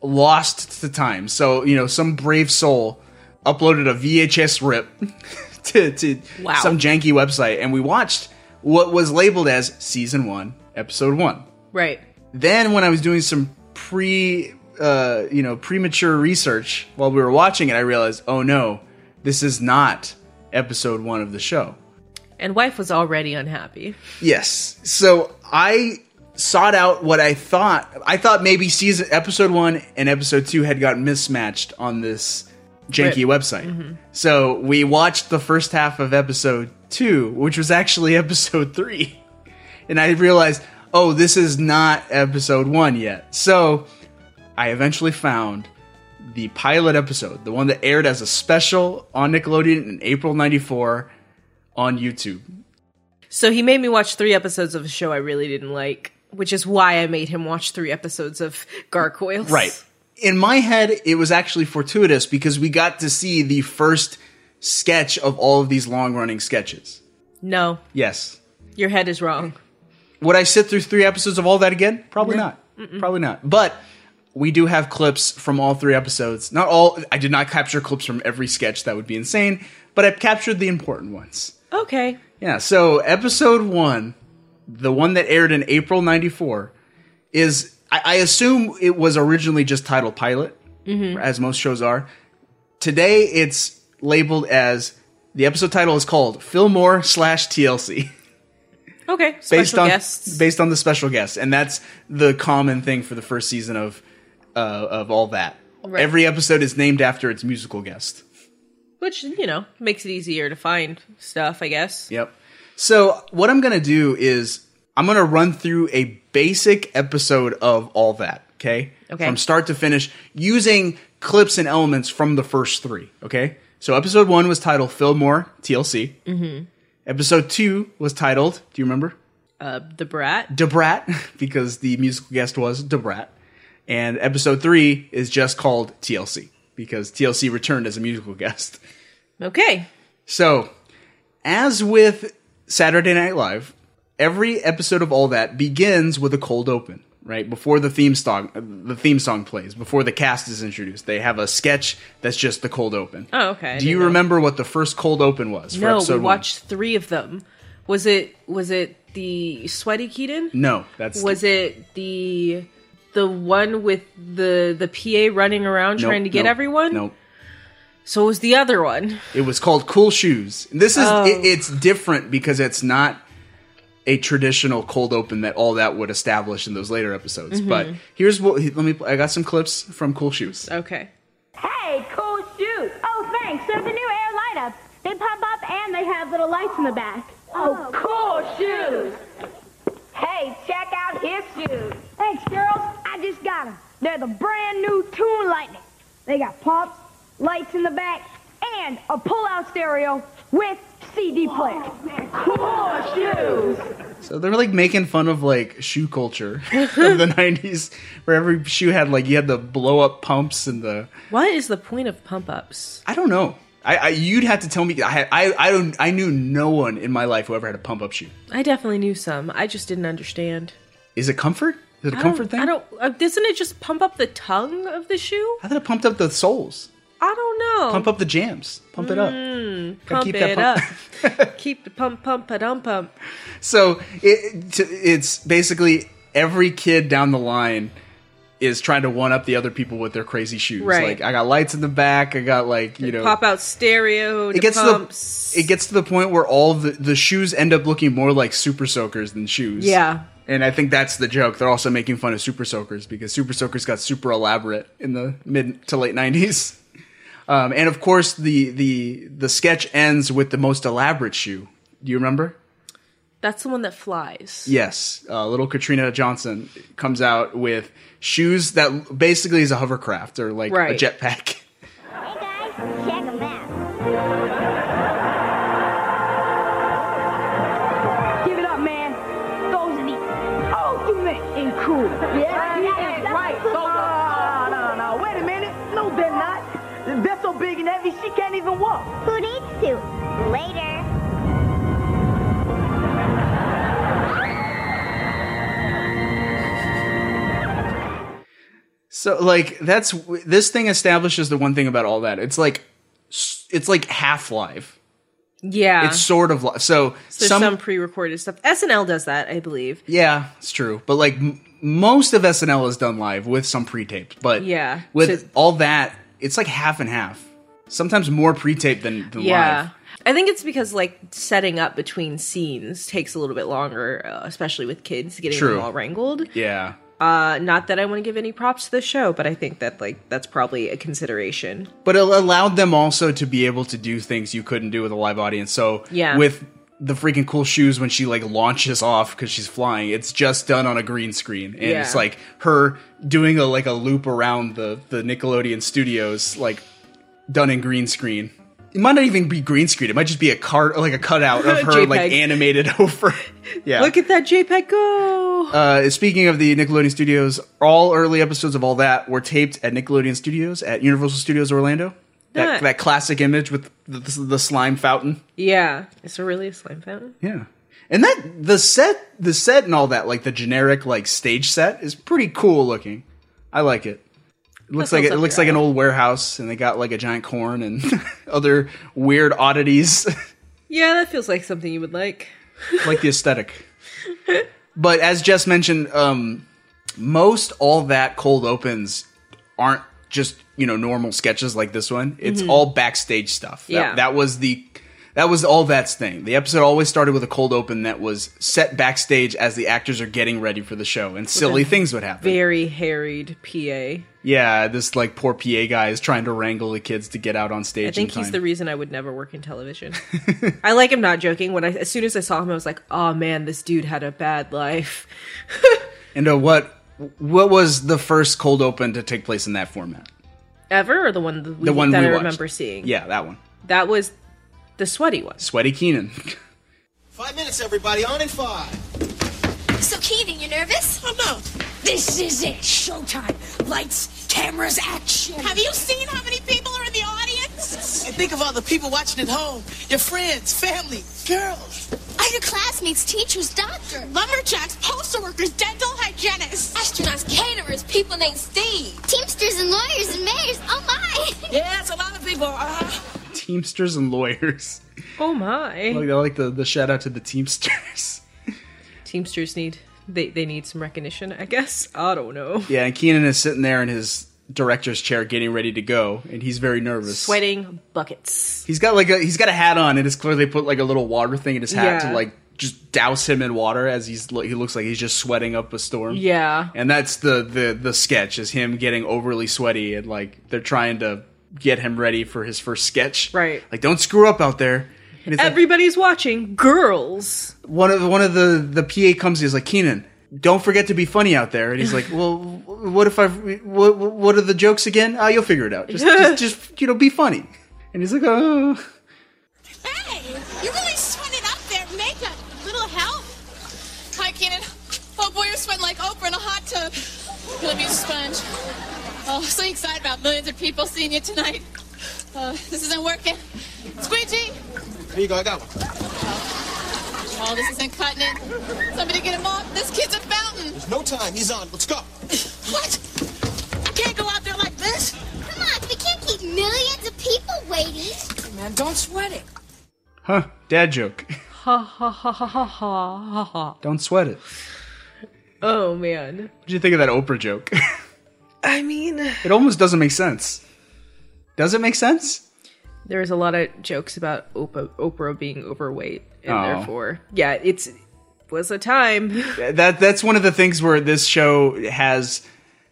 [SPEAKER 1] lost to time. So you know, some brave soul uploaded a VHS rip to, to
[SPEAKER 2] Wow.
[SPEAKER 1] some janky website, and we watched what was labeled as season one, episode one.
[SPEAKER 2] Right.
[SPEAKER 1] Then, when I was doing some pre, uh, you know, premature research while we were watching it, I realized, oh no, this is not episode one of the show.
[SPEAKER 2] And wife was already unhappy.
[SPEAKER 1] Yes. So I sought out what I thought. I thought maybe season episode one and episode two had gotten mismatched on this janky
[SPEAKER 2] Right.
[SPEAKER 1] website.
[SPEAKER 2] Mhm.
[SPEAKER 1] So we watched the first half of episode two, which was actually episode three. And I realized, oh, this is not episode one yet. So I eventually found the pilot episode, the one that aired as a special on Nickelodeon in April 94 on YouTube.
[SPEAKER 2] So he made me watch three episodes of a show I really didn't like, which is why I made him watch three episodes of Gargoyles.
[SPEAKER 1] Right. In my head, it was actually fortuitous because we got to see the first sketch of all of these long running sketches.
[SPEAKER 2] No,
[SPEAKER 1] Yes.
[SPEAKER 2] your head is wrong.
[SPEAKER 1] Would I sit through three episodes of all that again? Probably
[SPEAKER 2] No.
[SPEAKER 1] not.
[SPEAKER 2] Mm-mm.
[SPEAKER 1] Probably not. But we do have clips from all three episodes. Not all, I did not capture clips from every sketch. That would be insane. But I captured the important ones.
[SPEAKER 2] Okay.
[SPEAKER 1] Yeah, so episode one, the one that aired in April 94, is, I, I assume it was originally just titled Pilot.
[SPEAKER 2] Mm-hmm.
[SPEAKER 1] as most shows are. Today, it's labeled as the episode title is called Fillmore slash TLC,
[SPEAKER 2] Okay. Special
[SPEAKER 1] based on
[SPEAKER 2] guests.
[SPEAKER 1] based on the special guests, and that's the common thing for the first season of uh, of all that.
[SPEAKER 2] Right.
[SPEAKER 1] Every episode is named after its musical guest.
[SPEAKER 2] Which, you know, makes it easier to find stuff, I guess.
[SPEAKER 1] Yep. So what I'm gonna do is I'm gonna run through a basic episode of all that. Okay.
[SPEAKER 2] Okay.
[SPEAKER 1] From start to finish, using clips and elements from the first three. Okay. So episode one was titled Fillmore TLC.
[SPEAKER 2] Mm-hmm.
[SPEAKER 1] Episode two was titled, do you remember?
[SPEAKER 2] Uh, the brat.
[SPEAKER 1] Debrat, because the musical guest was Debrat. And episode three is just called TLC, because TLC returned as a musical guest.
[SPEAKER 2] Okay.
[SPEAKER 1] So, as with Saturday Night Live, every episode of All That begins with a cold open, right? Before the theme song, the theme song plays, before the cast is introduced, they have a sketch that's just the cold open.
[SPEAKER 2] Oh, okay. I
[SPEAKER 1] Do you
[SPEAKER 2] didn't know.
[SPEAKER 1] remember what the first cold open was for
[SPEAKER 2] No,
[SPEAKER 1] episode
[SPEAKER 2] we
[SPEAKER 1] one?
[SPEAKER 2] watched three of them. Was it was it the sweaty Keaton?
[SPEAKER 1] No, that's
[SPEAKER 2] was it the the one with the the PA running around
[SPEAKER 1] Nope,
[SPEAKER 2] trying to get
[SPEAKER 1] nope,
[SPEAKER 2] everyone?
[SPEAKER 1] Nope.
[SPEAKER 2] So it was the other one.
[SPEAKER 1] It was called Cool Shoes. This is
[SPEAKER 2] Oh.
[SPEAKER 1] it, it's different because it's not a traditional cold open that all that would establish in those later episodes.
[SPEAKER 2] Mhm.
[SPEAKER 1] But here's what let me I got some clips from Cool Shoes.
[SPEAKER 2] Okay.
[SPEAKER 18] Hey, cool shoes. Oh, thanks. They're the new air light ups. They pop up and they have little lights in the back. Oh, cool shoes. Hey, check out his shoes. Thanks, girls. I just got 'em.
[SPEAKER 4] Armada. They're the brand new Toon Lightning. They got pumps, lights in the back, and a pull-out stereo with CD player. Cool shoes.
[SPEAKER 1] So they're like making fun of like shoe culture of the '90s, where every shoe had like you had the blow up pumps and the
[SPEAKER 2] What is the point of pump ups?
[SPEAKER 1] I don't know. I, I you'd have to tell me. I, I I don't. I knew no one in my life who ever had a pump up shoe.
[SPEAKER 2] I definitely knew some. I just didn't understand.
[SPEAKER 1] Is it comfort? Is it a
[SPEAKER 2] I
[SPEAKER 1] comfort
[SPEAKER 2] don't-
[SPEAKER 1] thing?
[SPEAKER 2] I don't. Uh, doesn't it just pump up the tongue of the shoe?
[SPEAKER 1] I thought it pumped up the soles.
[SPEAKER 2] I don't know.
[SPEAKER 1] Pump up the jams. Pump it up.
[SPEAKER 2] Oh. Mm,
[SPEAKER 1] Gotta
[SPEAKER 2] pump
[SPEAKER 1] keep that
[SPEAKER 2] it up. keep the pump, pump, pa-dum, pump.
[SPEAKER 1] So it, to, it's basically every kid down the line is trying to one up the other people with their crazy shoes.
[SPEAKER 2] Right.
[SPEAKER 1] Like I got lights in the back. I got like you know
[SPEAKER 2] Pop out stereo.
[SPEAKER 1] it gets
[SPEAKER 2] pumps.
[SPEAKER 1] to the it gets to the point where all the the shoes end up looking more like super soakers than shoes.
[SPEAKER 2] Yeah.
[SPEAKER 1] And I think that's the joke. They're also making fun of super soakers because super soakers got super elaborate in the mid to late nineties. Um, and of course, the the the sketch ends with the most elaborate shoe. Do you remember?
[SPEAKER 2] That's the one that flies.
[SPEAKER 1] Yes, uh, little Katrina Johnson comes out with shoes that basically is a hovercraft or like
[SPEAKER 19] Right.
[SPEAKER 1] a jetpack.
[SPEAKER 19] Check them out.
[SPEAKER 4] Give it up, man. Those are the ultimate in cool. Yeah, yeah, that's right. Those are- No, no, no. Wait a minute. No, they're not. They're so big and heavy, she can't even walk. Who needs to? Later.
[SPEAKER 1] So like that's this thing establishes the one thing about all that. It's like it's like Half Life.
[SPEAKER 2] Yeah.
[SPEAKER 1] It's sort of like so
[SPEAKER 2] So there's
[SPEAKER 1] some,
[SPEAKER 2] some, pre-recorded stuff. SNL does that, I believe.
[SPEAKER 1] yeah, it's true. But like m- most of SNL is done live with some pre-taped, but
[SPEAKER 2] Yeah.
[SPEAKER 1] with
[SPEAKER 2] So-
[SPEAKER 1] all that, it's like half and half. Sometimes more pre-taped than, than
[SPEAKER 2] yeah.
[SPEAKER 1] live.
[SPEAKER 2] I think it's because like setting up between scenes takes a little bit longer, uh, especially with kids getting
[SPEAKER 1] True.
[SPEAKER 2] them all wrangled.
[SPEAKER 1] Yeah.
[SPEAKER 2] Uh, not that I want to give any props to the show, but I think that like that's probably a consideration.
[SPEAKER 1] But it allowed them also to be able to do things you couldn't do with a live audience. So
[SPEAKER 2] Yeah.
[SPEAKER 1] with the freaking cool shoes when she like launches off because she's flying, it's just done on a green screen, and it's
[SPEAKER 2] Yeah.
[SPEAKER 1] like her doing a like a loop around the the Nickelodeon studios, like done in green screen. It might not even be green screen. It might just be a cart, like a cutout of her, like
[SPEAKER 2] JPEG.
[SPEAKER 1] animated over. yeah.
[SPEAKER 2] Look at that JPEG go.
[SPEAKER 1] Uh, speaking of the Nickelodeon Studios, all early episodes of all that were taped at Nickelodeon Studios at Universal Studios Orlando. That,
[SPEAKER 2] Nice.
[SPEAKER 1] that classic image with the, the, the slime fountain.
[SPEAKER 2] Yeah, it's a really a slime fountain.
[SPEAKER 1] Yeah, and that the set, the set and all that, like the generic like stage set, is pretty cool looking. I like it. It looks
[SPEAKER 2] That
[SPEAKER 1] like
[SPEAKER 2] sounds
[SPEAKER 1] it
[SPEAKER 2] up
[SPEAKER 1] looks
[SPEAKER 2] your
[SPEAKER 1] like an old warehouse, and they got like a giant corn and other weird oddities,
[SPEAKER 2] Yeah, that feels like something you would like.
[SPEAKER 1] like the aesthetic. But as Jess mentioned, um, most all that cold opens aren't just you know normal sketches like this one. It's
[SPEAKER 2] Mhm.
[SPEAKER 1] all backstage stuff. That,
[SPEAKER 2] Yeah.
[SPEAKER 1] that was the that was all that's thing. The episode always started with a cold open that was set backstage as the actors are getting ready for the show, and silly
[SPEAKER 2] a
[SPEAKER 1] things would happen.
[SPEAKER 2] Very harried PA.
[SPEAKER 1] yeah, this like poor PA guy is trying to wrangle the kids to get out on stage.
[SPEAKER 2] I think
[SPEAKER 1] in
[SPEAKER 2] he's
[SPEAKER 1] time.
[SPEAKER 2] the reason I would never work in television. I like him not joking. When I as soon as I saw him, I was like, oh man, this dude had a bad life.
[SPEAKER 1] and uh, what what was the first cold open to take place in that format?
[SPEAKER 2] Ever or the one that, we,
[SPEAKER 1] the one
[SPEAKER 2] that
[SPEAKER 1] we
[SPEAKER 2] I
[SPEAKER 1] watched.
[SPEAKER 2] remember seeing.
[SPEAKER 1] Yeah, that one.
[SPEAKER 2] That was the sweaty one.
[SPEAKER 1] Sweaty Keenan.
[SPEAKER 20] Five minutes, everybody. On in five.
[SPEAKER 18] So, Keenan, you nervous? Oh, no. This is it. Showtime. Lights, cameras, action.
[SPEAKER 20] Have you seen how many people are in the audience? And think of all the people watching at home your friends, family, girls.
[SPEAKER 21] Are your classmates, teachers, doctor, lumberjacks, postal workers, dental hygienists, astronauts, caterers, people named Steve, teamsters and lawyers and mayors. Oh my!
[SPEAKER 20] Yeah, it's a lot of people. Uh-huh.
[SPEAKER 1] Teamsters and lawyers.
[SPEAKER 2] Oh my.
[SPEAKER 1] Like, I like the, the shout out to the Teamsters.
[SPEAKER 2] Teamsters need they, they need some recognition, I guess. I don't know.
[SPEAKER 1] yeah, and Keenan is sitting there in his director's chair getting ready to go, and he's very nervous.
[SPEAKER 2] Sweating buckets.
[SPEAKER 1] He's got like a he's got a hat on, and it's clear they put like a little water thing in his hat
[SPEAKER 2] Yeah.
[SPEAKER 1] to like just douse him in water as he's lo- he looks like he's just sweating up a storm.
[SPEAKER 2] Yeah.
[SPEAKER 1] and that's the the the sketch is him getting overly sweaty and like they're trying to get him ready for his first sketch. Right, like don't screw up out there. And it's like,
[SPEAKER 2] Everybody's watching. Girls.
[SPEAKER 1] one of one of the the PA comes. He's like, Keenan, don't forget to be funny out there. And he's like, well, wh- what if I, what, what are the jokes again? Ah, you'll figure it out. Just, just, just, you know, be funny. And he's like, oh.
[SPEAKER 15] You really sweated up there. Make a little help. Hi, Keenan. Oh boy, you're sweating like Oprah in a hot tub. You Love you, sponge. Oh, so excited about millions of people seeing you tonight. Uh, this isn't working. Squeegee.
[SPEAKER 22] Here you go, I got one.
[SPEAKER 15] Oh, this isn't cutting it. Somebody get him off. This kid's a fountain.
[SPEAKER 22] There's no time. He's on. Let's go.
[SPEAKER 15] What? I can't go out there like this.
[SPEAKER 7] Come on, we can't keep millions of people waiting. man, don't sweat it.
[SPEAKER 1] Huh, dad joke.
[SPEAKER 2] Ha ha ha ha ha ha ha.
[SPEAKER 1] Don't sweat it.
[SPEAKER 2] Oh man.
[SPEAKER 1] What do you think of that Oprah joke?
[SPEAKER 2] I mean,
[SPEAKER 1] it almost doesn't make sense. Does it make sense?
[SPEAKER 2] there's a lot of jokes about Oprah, Oprah being overweight, and
[SPEAKER 1] Oh.
[SPEAKER 2] therefore, yeah, it's was a time.
[SPEAKER 1] That that's one of the things where this show has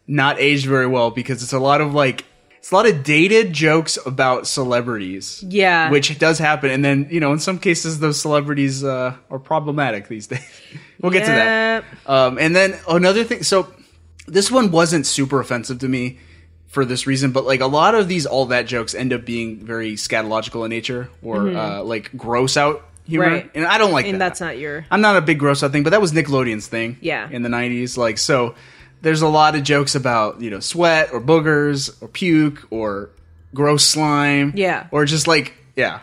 [SPEAKER 1] not aged very well because it's a lot of like it's a lot of dated jokes about celebrities.
[SPEAKER 2] Yeah.
[SPEAKER 1] Which does happen and then, you know, in some cases those celebrities uh, are problematic these days. we'll get to that. Um and then another thing so this one wasn't super offensive to me for this reason, but like a lot of these all that jokes end up being very scatological in nature or
[SPEAKER 2] Mhm.
[SPEAKER 1] uh, like gross out humor.
[SPEAKER 2] Right.
[SPEAKER 1] And I don't like
[SPEAKER 2] and
[SPEAKER 1] that.
[SPEAKER 2] that's not your.
[SPEAKER 1] I'm not a big gross out thing, but that was Nickelodeon's thing.
[SPEAKER 2] Yeah.
[SPEAKER 1] In the 90s. Like, so there's a lot of jokes about, you know, sweat or boogers or puke or gross slime.
[SPEAKER 2] Yeah.
[SPEAKER 1] Or just like, yeah.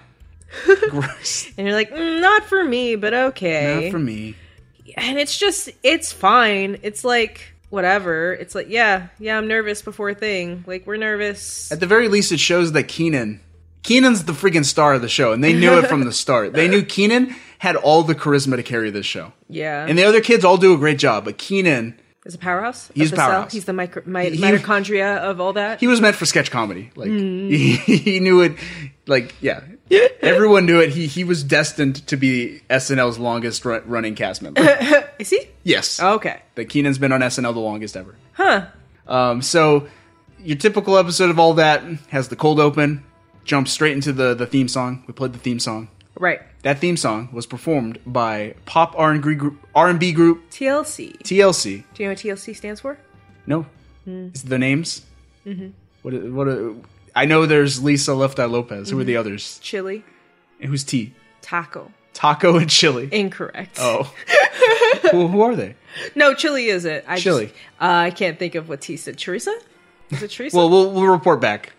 [SPEAKER 2] And you're like, "Mm, not for me, but okay.
[SPEAKER 1] Not for me.
[SPEAKER 2] And it's just, it's fine. It's like whatever. It's like, yeah, yeah, I'm nervous before a thing. Like we're nervous.
[SPEAKER 1] At the very least, it shows that Keenan, Keenan's the freaking star of the show, and they knew it from the start. They knew Keenan had all the charisma to carry this show.
[SPEAKER 2] Yeah.
[SPEAKER 1] And the other kids all do a great job, but Keenan,
[SPEAKER 2] Is a powerhouse. of
[SPEAKER 1] He's
[SPEAKER 2] the
[SPEAKER 1] a
[SPEAKER 2] cell?
[SPEAKER 1] powerhouse.
[SPEAKER 2] He's the micro, mi-
[SPEAKER 1] He-
[SPEAKER 2] mitochondria of all that.
[SPEAKER 1] he was meant for sketch comedy. Like,
[SPEAKER 2] Mm.
[SPEAKER 1] he, he knew it. Like, yeah, everyone knew it. He he was destined to be SNL's longest run- running cast member.
[SPEAKER 2] Is he?
[SPEAKER 1] yes.
[SPEAKER 2] Okay.
[SPEAKER 1] That Keenan's been on SNL the longest ever.
[SPEAKER 2] Huh.
[SPEAKER 1] Um, so your typical episode of all that has the cold open, jumps straight into the the theme song. We played the theme song.
[SPEAKER 2] Right.
[SPEAKER 1] That theme song was performed by pop R and B group R and B group
[SPEAKER 2] TLC.
[SPEAKER 1] TLC.
[SPEAKER 2] Do you know what TLC stands for?
[SPEAKER 1] No,
[SPEAKER 2] Mm.
[SPEAKER 1] it's the names.
[SPEAKER 2] Mm-hmm.
[SPEAKER 1] What what? I know there's Lisa Left Eye Lopez.
[SPEAKER 2] Mm-hmm.
[SPEAKER 1] Who are the others?
[SPEAKER 2] Chili.
[SPEAKER 1] And who's T?
[SPEAKER 2] Taco.
[SPEAKER 1] Taco and Chili.
[SPEAKER 2] Incorrect.
[SPEAKER 1] Oh. Who- who are they?
[SPEAKER 2] No, chili is it? I just-
[SPEAKER 1] Chili.
[SPEAKER 2] uh, I can't think of what T said. Teresa? Is it Teresa?
[SPEAKER 1] Well, we'll we'll report back.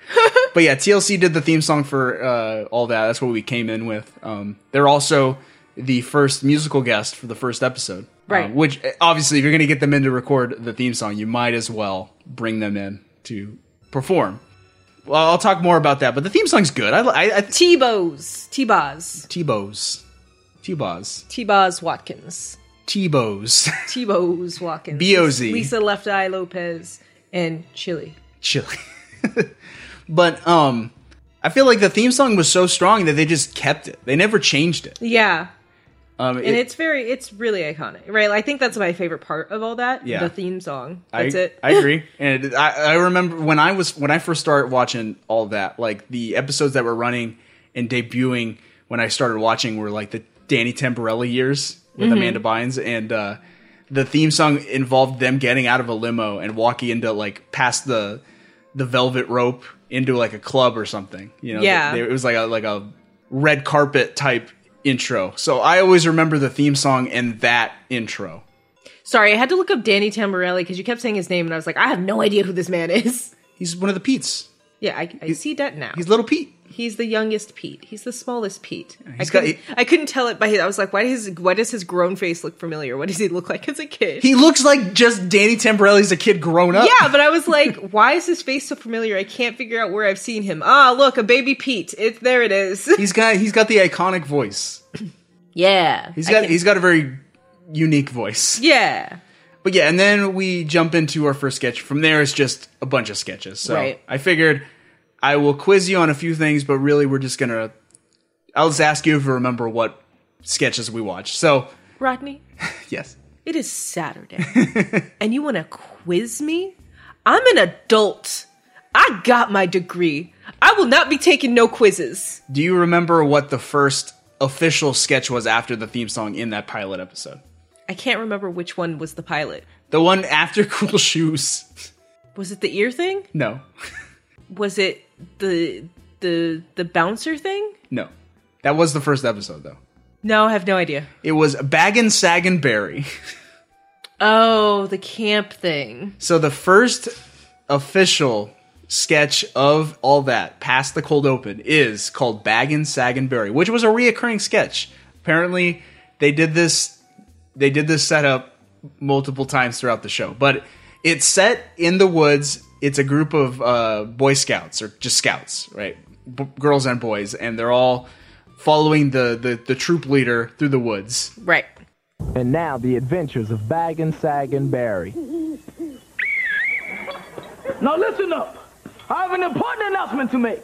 [SPEAKER 1] but yeah, TLC did the theme song for uh, all that. That's what we came in with. Um, they're also the first musical guest for the first episode,
[SPEAKER 2] Right.
[SPEAKER 1] Um, which eh, obviously, if you're going to get them in to record the theme song, you might as well bring them in to perform. Well, I'll talk more about that. But the theme song's good. I, li- I, I
[SPEAKER 2] T-Bows. T-Boz.
[SPEAKER 1] T-Bows. T-Bows.
[SPEAKER 2] T-Boz Watkins.
[SPEAKER 1] T-Bows.
[SPEAKER 2] T-Boz Watkins.
[SPEAKER 1] B.O.Z..
[SPEAKER 2] Lisa Left Eye Lopez and Chili.
[SPEAKER 1] chilly. but um I feel like the theme song was so strong that they just kept it. They never changed it.
[SPEAKER 2] Yeah.
[SPEAKER 1] Um
[SPEAKER 2] And
[SPEAKER 1] it-
[SPEAKER 2] it's very, it's really iconic, right? I think that's my favorite part of all that.
[SPEAKER 1] Yeah.
[SPEAKER 2] The theme song.
[SPEAKER 1] I,
[SPEAKER 2] That's it.
[SPEAKER 1] I agree. And it- I, I remember when I was when I first started watching all that, like the episodes that were running and debuting when I started watching were like the Danny Temporelli years with
[SPEAKER 2] Mhm.
[SPEAKER 1] Amanda Bynes and uh the theme song involved them getting out of a limo and walking into like past the the velvet rope into like a club or something. You know,
[SPEAKER 2] Yeah.
[SPEAKER 1] they- it was like a like a red carpet type intro. So I always remember the theme song and that intro.
[SPEAKER 2] Sorry, I had to look up Danny Tamborelli because you kept saying his name and I was like, I have no idea who this man is.
[SPEAKER 1] He's one of the Pete's.
[SPEAKER 2] Yeah, I, I see that now.
[SPEAKER 1] He's little Pete.
[SPEAKER 2] He's the youngest Pete. He's the smallest Pete. I
[SPEAKER 1] he's got-
[SPEAKER 2] couldn't, I couldn't tell it by his. I was like, why does why does his grown face look familiar? What does he look like as a kid?
[SPEAKER 1] He looks like just Danny Tamborelli's a kid grown up.
[SPEAKER 2] yeah, but I was like, why is his face so familiar? I can't figure out where I've seen him. Ah, look, a baby Pete. It's there. It is.
[SPEAKER 1] he's got he's got the iconic voice.
[SPEAKER 2] yeah,
[SPEAKER 1] He's
[SPEAKER 2] I
[SPEAKER 1] got
[SPEAKER 2] can-
[SPEAKER 1] he's got a very unique voice.
[SPEAKER 2] yeah.
[SPEAKER 1] But yeah, and then we jump into our first sketch. From there, it's just a bunch of sketches. So
[SPEAKER 2] Right.
[SPEAKER 1] I figured I will quiz you on a few things, but really we're just gonna I'll just ask you if you remember what sketches we watched. So
[SPEAKER 2] Rodney,
[SPEAKER 1] yes,
[SPEAKER 2] it is Saturday, and you want to quiz me? I'm an adult. I got my degree. I will not be taking no quizzes.
[SPEAKER 1] do you remember what the first official sketch was after the theme song in that pilot episode?
[SPEAKER 2] I can't remember which one was the pilot.
[SPEAKER 1] The one after Cool Shoes.
[SPEAKER 2] Was it the ear thing?
[SPEAKER 1] No,
[SPEAKER 2] Was it the the the bouncer thing?
[SPEAKER 1] no, that was the first episode though.
[SPEAKER 2] No, I have no idea.
[SPEAKER 1] It was Baggin' Saggin' Barry.
[SPEAKER 2] Oh, the camp thing.
[SPEAKER 1] So the first official sketch of all that past the cold open is called Baggin' Saggin' Barry, which was a reoccurring sketch. Apparently, they did this they did this setup multiple times throughout the show, but it's set in the woods. It's a group of uh, Boy Scouts or just Scouts, right? B- girls and boys, and they're all following the, the the troop leader through the woods.
[SPEAKER 2] Right.
[SPEAKER 23] And now the adventures of Baggin' Saggin' Barry.
[SPEAKER 18] Now listen up. I have an important announcement to make.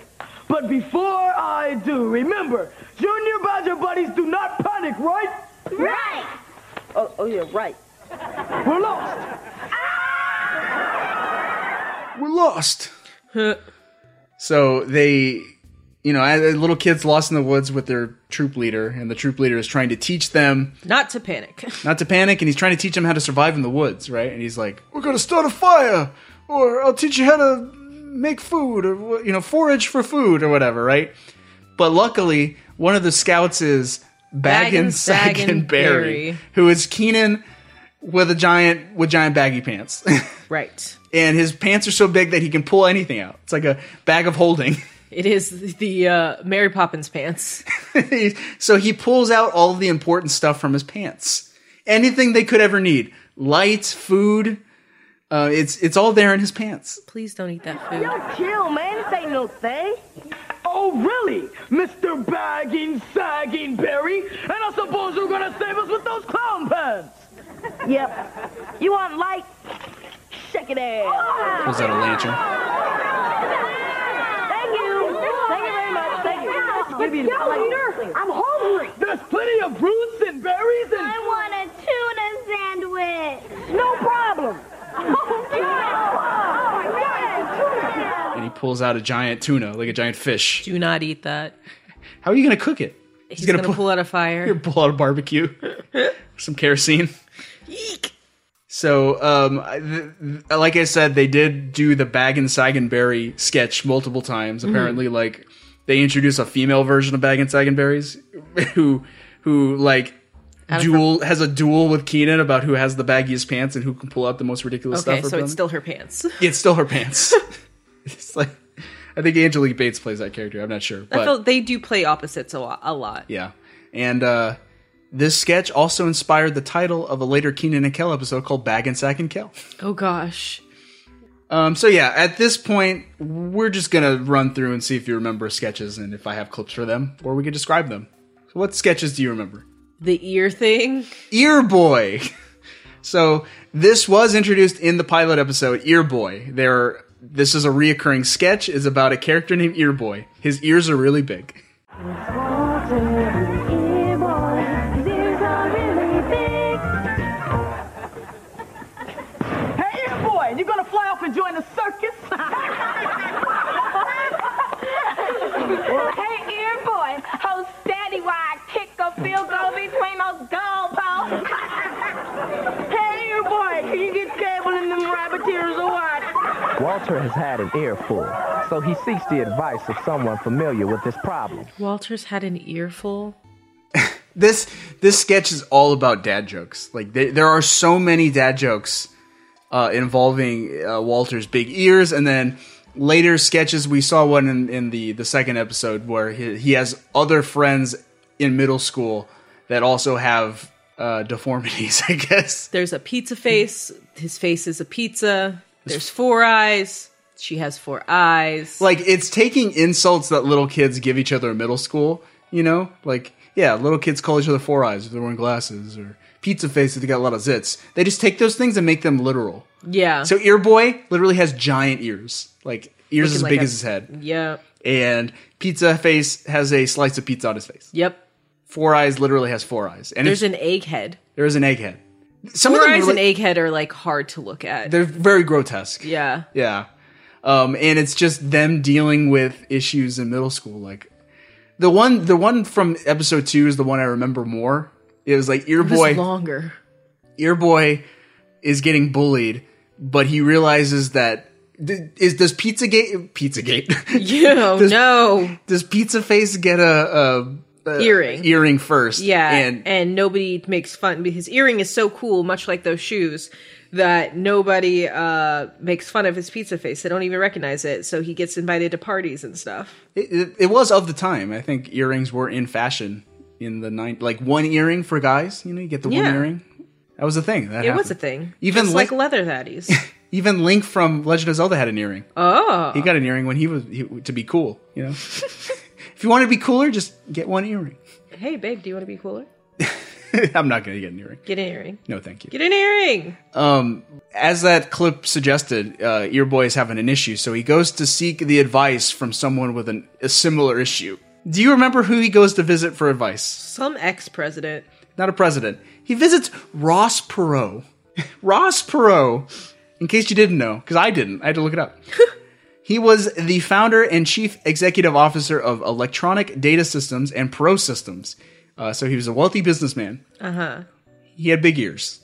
[SPEAKER 18] But before I do, remember, Junior Badger buddies do not panic, right? Right. Oh, oh yeah, right. We're lost.
[SPEAKER 1] we're lost. so they, you know, as- as little kids lost in the woods with their troop leader, and the troop leader is trying to teach them
[SPEAKER 2] Not to panic.
[SPEAKER 1] not to panic, and he's trying to teach them how to survive in the woods, right? And he's like, "We're gonna start a fire, or I'll teach you how to make food, or wha- you know, forage for food, or whatever," right? But luckily, one of the scouts is Baggin' Saggin'
[SPEAKER 2] Baggin', Saggin',
[SPEAKER 1] Barry,
[SPEAKER 2] Barry.
[SPEAKER 1] who is Keenan with a giant with giant baggy pants.
[SPEAKER 2] right.
[SPEAKER 1] and his pants are so big that he can pull anything out. It's like a bag of holding.
[SPEAKER 2] It is the uh, Mary Poppins pants.
[SPEAKER 1] so he pulls out all the important stuff from his pants. Anything they could ever need: lights, food. Uh, it's it's all there in his pants.
[SPEAKER 2] Please don't eat that
[SPEAKER 18] Yo, chill, man. This ain't no thing. Oh, really? Mr. Bagging, Sagging Berry? And I suppose you're gonna save us with those clown pants? Yep. You want light? Shake it ass.
[SPEAKER 1] Pulls out a lantern.
[SPEAKER 18] Thank you. Thank you very much. Thank you. I'm hungry. There's plenty of roots and berries and... I want a tuna sandwich. No problem.
[SPEAKER 1] And he pulls out a giant tuna, like a giant fish.
[SPEAKER 2] Do not eat that.
[SPEAKER 1] How are you gonna cook it?
[SPEAKER 2] He's, gonna, pull out a fire.
[SPEAKER 1] You're gonna pull out a barbecue, some kerosene. So, um, I- th- th- like I said, they did do the Bag and Saganberry sketch multiple times.
[SPEAKER 19] Mhm.
[SPEAKER 2] Mm-hmm.
[SPEAKER 1] Apparently, like they introduce a female version of Bag and Saganberries, who, who like
[SPEAKER 2] Out of
[SPEAKER 1] duel has a duel with Keenan about who has the baggiest pants and who can pull out the most ridiculous
[SPEAKER 2] Okay,
[SPEAKER 1] stuff.
[SPEAKER 2] so
[SPEAKER 1] from
[SPEAKER 2] it's
[SPEAKER 1] them.
[SPEAKER 2] still her pants.
[SPEAKER 1] it's still her pants. it's like I think Angelique Bates plays that character. I'm not sure, but
[SPEAKER 2] I feel they do play opposites a lot. A lot.
[SPEAKER 1] yeah. And uh, this sketch also inspired the title of a later Keenan and Kel episode called Bag and Sack and Kel.
[SPEAKER 2] Oh gosh.
[SPEAKER 1] Um, so yeah, at this point, we're just gonna run through and see if you remember sketches and if I have clips for them, or we could describe them. So what sketches do you remember?
[SPEAKER 2] The ear thing.
[SPEAKER 1] Ear Boy. so this was introduced in the pilot episode, Ear Boy. There, this is a reoccurring sketch. is about a character named Ear Boy. His ears are really big.
[SPEAKER 18] Hey, you boy, you gonna fly off and join the circus?
[SPEAKER 4] hey, ear boy, hold steady while I kick a field goal between those goalposts.
[SPEAKER 18] hey, you boy, can you get cable in them rabbit ears or what?
[SPEAKER 23] Walter has had an earful, so he seeks the advice of someone familiar with this problem.
[SPEAKER 2] Walter's had an earful.
[SPEAKER 1] this this sketch is all about dad jokes. Like there, there are so many dad jokes uh, involving uh, Walter's big ears, and then later sketches we saw one in, in the the second episode where he, he has other friends in middle school that also have uh, deformities. I guess
[SPEAKER 2] There's a pizza face. His face is a pizza. There's four eyes. She has four eyes.
[SPEAKER 1] like it's taking insults that little kids give each other in middle school. You know, like yeah, little kids call each other four eyes if they're wearing glasses or pizza face if they got a lot of zits. They just take those things and make them literal.
[SPEAKER 2] Yeah.
[SPEAKER 1] So Ear Boy literally has giant ears, like ears
[SPEAKER 2] Looking
[SPEAKER 1] as
[SPEAKER 2] like
[SPEAKER 1] big
[SPEAKER 2] a-
[SPEAKER 1] as his head.
[SPEAKER 2] Yeah.
[SPEAKER 1] And Pizza Face has a slice of pizza on his face.
[SPEAKER 2] Yep.
[SPEAKER 1] Four Eyes literally has four eyes, and
[SPEAKER 2] There's
[SPEAKER 1] it's-
[SPEAKER 2] an egghead.
[SPEAKER 1] there is an egghead. Some
[SPEAKER 2] four
[SPEAKER 1] of them
[SPEAKER 2] eyes
[SPEAKER 1] really-
[SPEAKER 2] and egghead are like hard to look at.
[SPEAKER 1] They're very grotesque.
[SPEAKER 2] yeah.
[SPEAKER 1] Yeah. Um, and it's just them dealing with issues in middle school. Like the one, the one from episode two is the one I remember more. It was like Ear
[SPEAKER 2] It was
[SPEAKER 1] Boy.
[SPEAKER 2] longer.
[SPEAKER 1] Ear Boy is getting bullied, but he realizes that th- is does Pizzagate Pizzagate?
[SPEAKER 2] You
[SPEAKER 1] Does-
[SPEAKER 2] no
[SPEAKER 1] does Pizza Face get a, a, a
[SPEAKER 2] Earring.
[SPEAKER 1] earring first?
[SPEAKER 2] Yeah,
[SPEAKER 1] and
[SPEAKER 2] and, nobody makes fun. His earring is so cool, much like those shoes, that nobody uh, makes fun of his pizza face. They don't even recognize it, so he gets invited to parties and stuff.
[SPEAKER 1] it, it, it was of the time. I think earrings were in fashion in the nine like one earring for guys. You know, you get the one
[SPEAKER 2] Yeah.
[SPEAKER 1] earring. That was a thing. That
[SPEAKER 2] it was a
[SPEAKER 1] happened.
[SPEAKER 2] thing,
[SPEAKER 1] Even
[SPEAKER 2] Just
[SPEAKER 1] like-
[SPEAKER 2] like leather daddies.
[SPEAKER 1] Even Link from Legend of Zelda had an earring.
[SPEAKER 2] oh,
[SPEAKER 1] He got an earring when he was he, to be cool. You know, if you want to be cooler, just get one earring.
[SPEAKER 2] hey babe, do you want to be cooler?
[SPEAKER 1] I'm not going to get an earring.
[SPEAKER 2] Get an earring.
[SPEAKER 1] No, thank you.
[SPEAKER 2] Get an earring.
[SPEAKER 1] Um, as that clip suggested, uh, Ear Boy is having an issue, so he goes to seek the advice from someone with an, a similar issue. Do you remember who he goes to visit for advice?
[SPEAKER 2] Some ex president.
[SPEAKER 1] Not a president. He visits Ross Perot. Ross Perot, in case you didn't know, because I didn't, I had to look it up. he was the founder and chief executive officer of Electronic Data Systems and Pro Systems. Uh, so he was a wealthy businessman.
[SPEAKER 2] Uh huh.
[SPEAKER 1] He had big ears.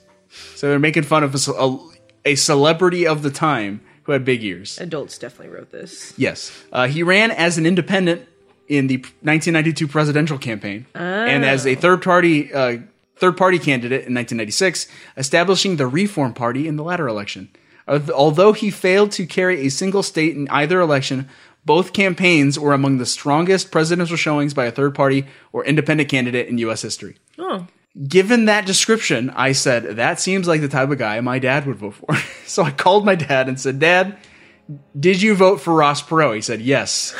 [SPEAKER 1] So they're making fun of a, ce- a, a celebrity of the time who had big ears.
[SPEAKER 2] Adults definitely wrote this.
[SPEAKER 1] Yes. Uh, he ran as an independent in the 1992 presidential campaign and as a third party uh, third party candidate in 1996, establishing the Reform Party in the latter election. Al- Although he failed to carry a single state in either election, both campaigns were among the strongest presidential showings by a third party or independent candidate in U.S. history.
[SPEAKER 2] Oh,
[SPEAKER 1] Given that description, I said, that seems like the type of guy my dad would vote for. so I called my dad and said, Dad, did you vote for Ross Perot? He said, Yes.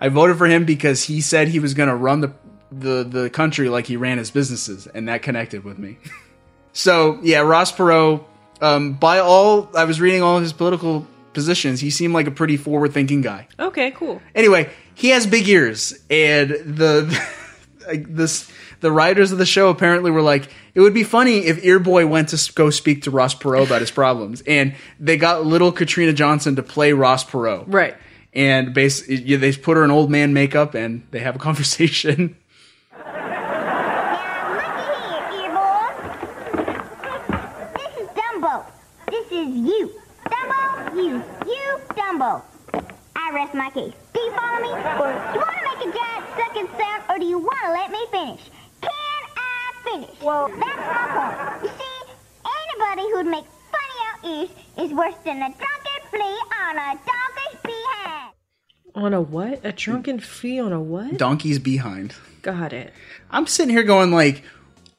[SPEAKER 1] I voted for him because he said he was going to run the, the, the country like he ran his businesses, and that connected with me. so, yeah, Ross Perot, um, by all, I was reading all of his political positions, he seemed like a pretty forward thinking guy.
[SPEAKER 2] okay, cool.
[SPEAKER 1] Anyway, he has big ears, and the like this the writers of the show apparently were like, it would be funny if Ear Boy went to s- go speak to Ross Perot about his problems, and they got little Katrina Johnson to play Ross Perot,
[SPEAKER 2] right?
[SPEAKER 1] And bas- yeah, they put her in old man makeup, and they have a conversation.
[SPEAKER 8] This is Dumbo. This is you. Dumbo, you, you, Dumbo. I rest my case. Do you follow me? Or do you want to make a giant sucking sound, or do you want to let me finish? Can I finish? Well, that's my point. You see, anybody who'd make fun of your ears is worse than a drunken flea on a donkey's behind.
[SPEAKER 2] On a what? A drunken fee on a what?
[SPEAKER 1] Donkey's behind.
[SPEAKER 2] Got it.
[SPEAKER 1] I'm sitting here going like,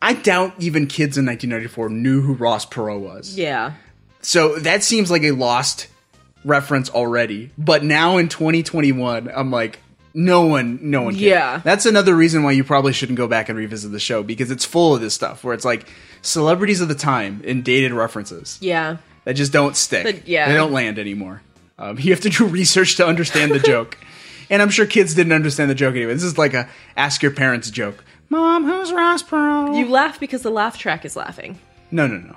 [SPEAKER 1] I doubt even kids in 1994 knew who Ross Perot was.
[SPEAKER 2] Yeah.
[SPEAKER 1] So that seems like a lost reference already. But now in 2021, I'm like, no one, no one. Cares.
[SPEAKER 2] Yeah.
[SPEAKER 1] that's another reason why you probably shouldn't go back and revisit the show because it's full of this stuff where it's like celebrities of the time and dated references
[SPEAKER 2] Yeah.
[SPEAKER 1] that just don't stick.
[SPEAKER 2] But, yeah.
[SPEAKER 1] they don't land anymore. Um, you have to do research to understand the joke, and I'm sure kids didn't understand the joke anyway. This is like a ask your parents joke. Mom, who's Ross Perot?
[SPEAKER 2] You laugh because the laugh track is laughing.
[SPEAKER 1] No, no, no.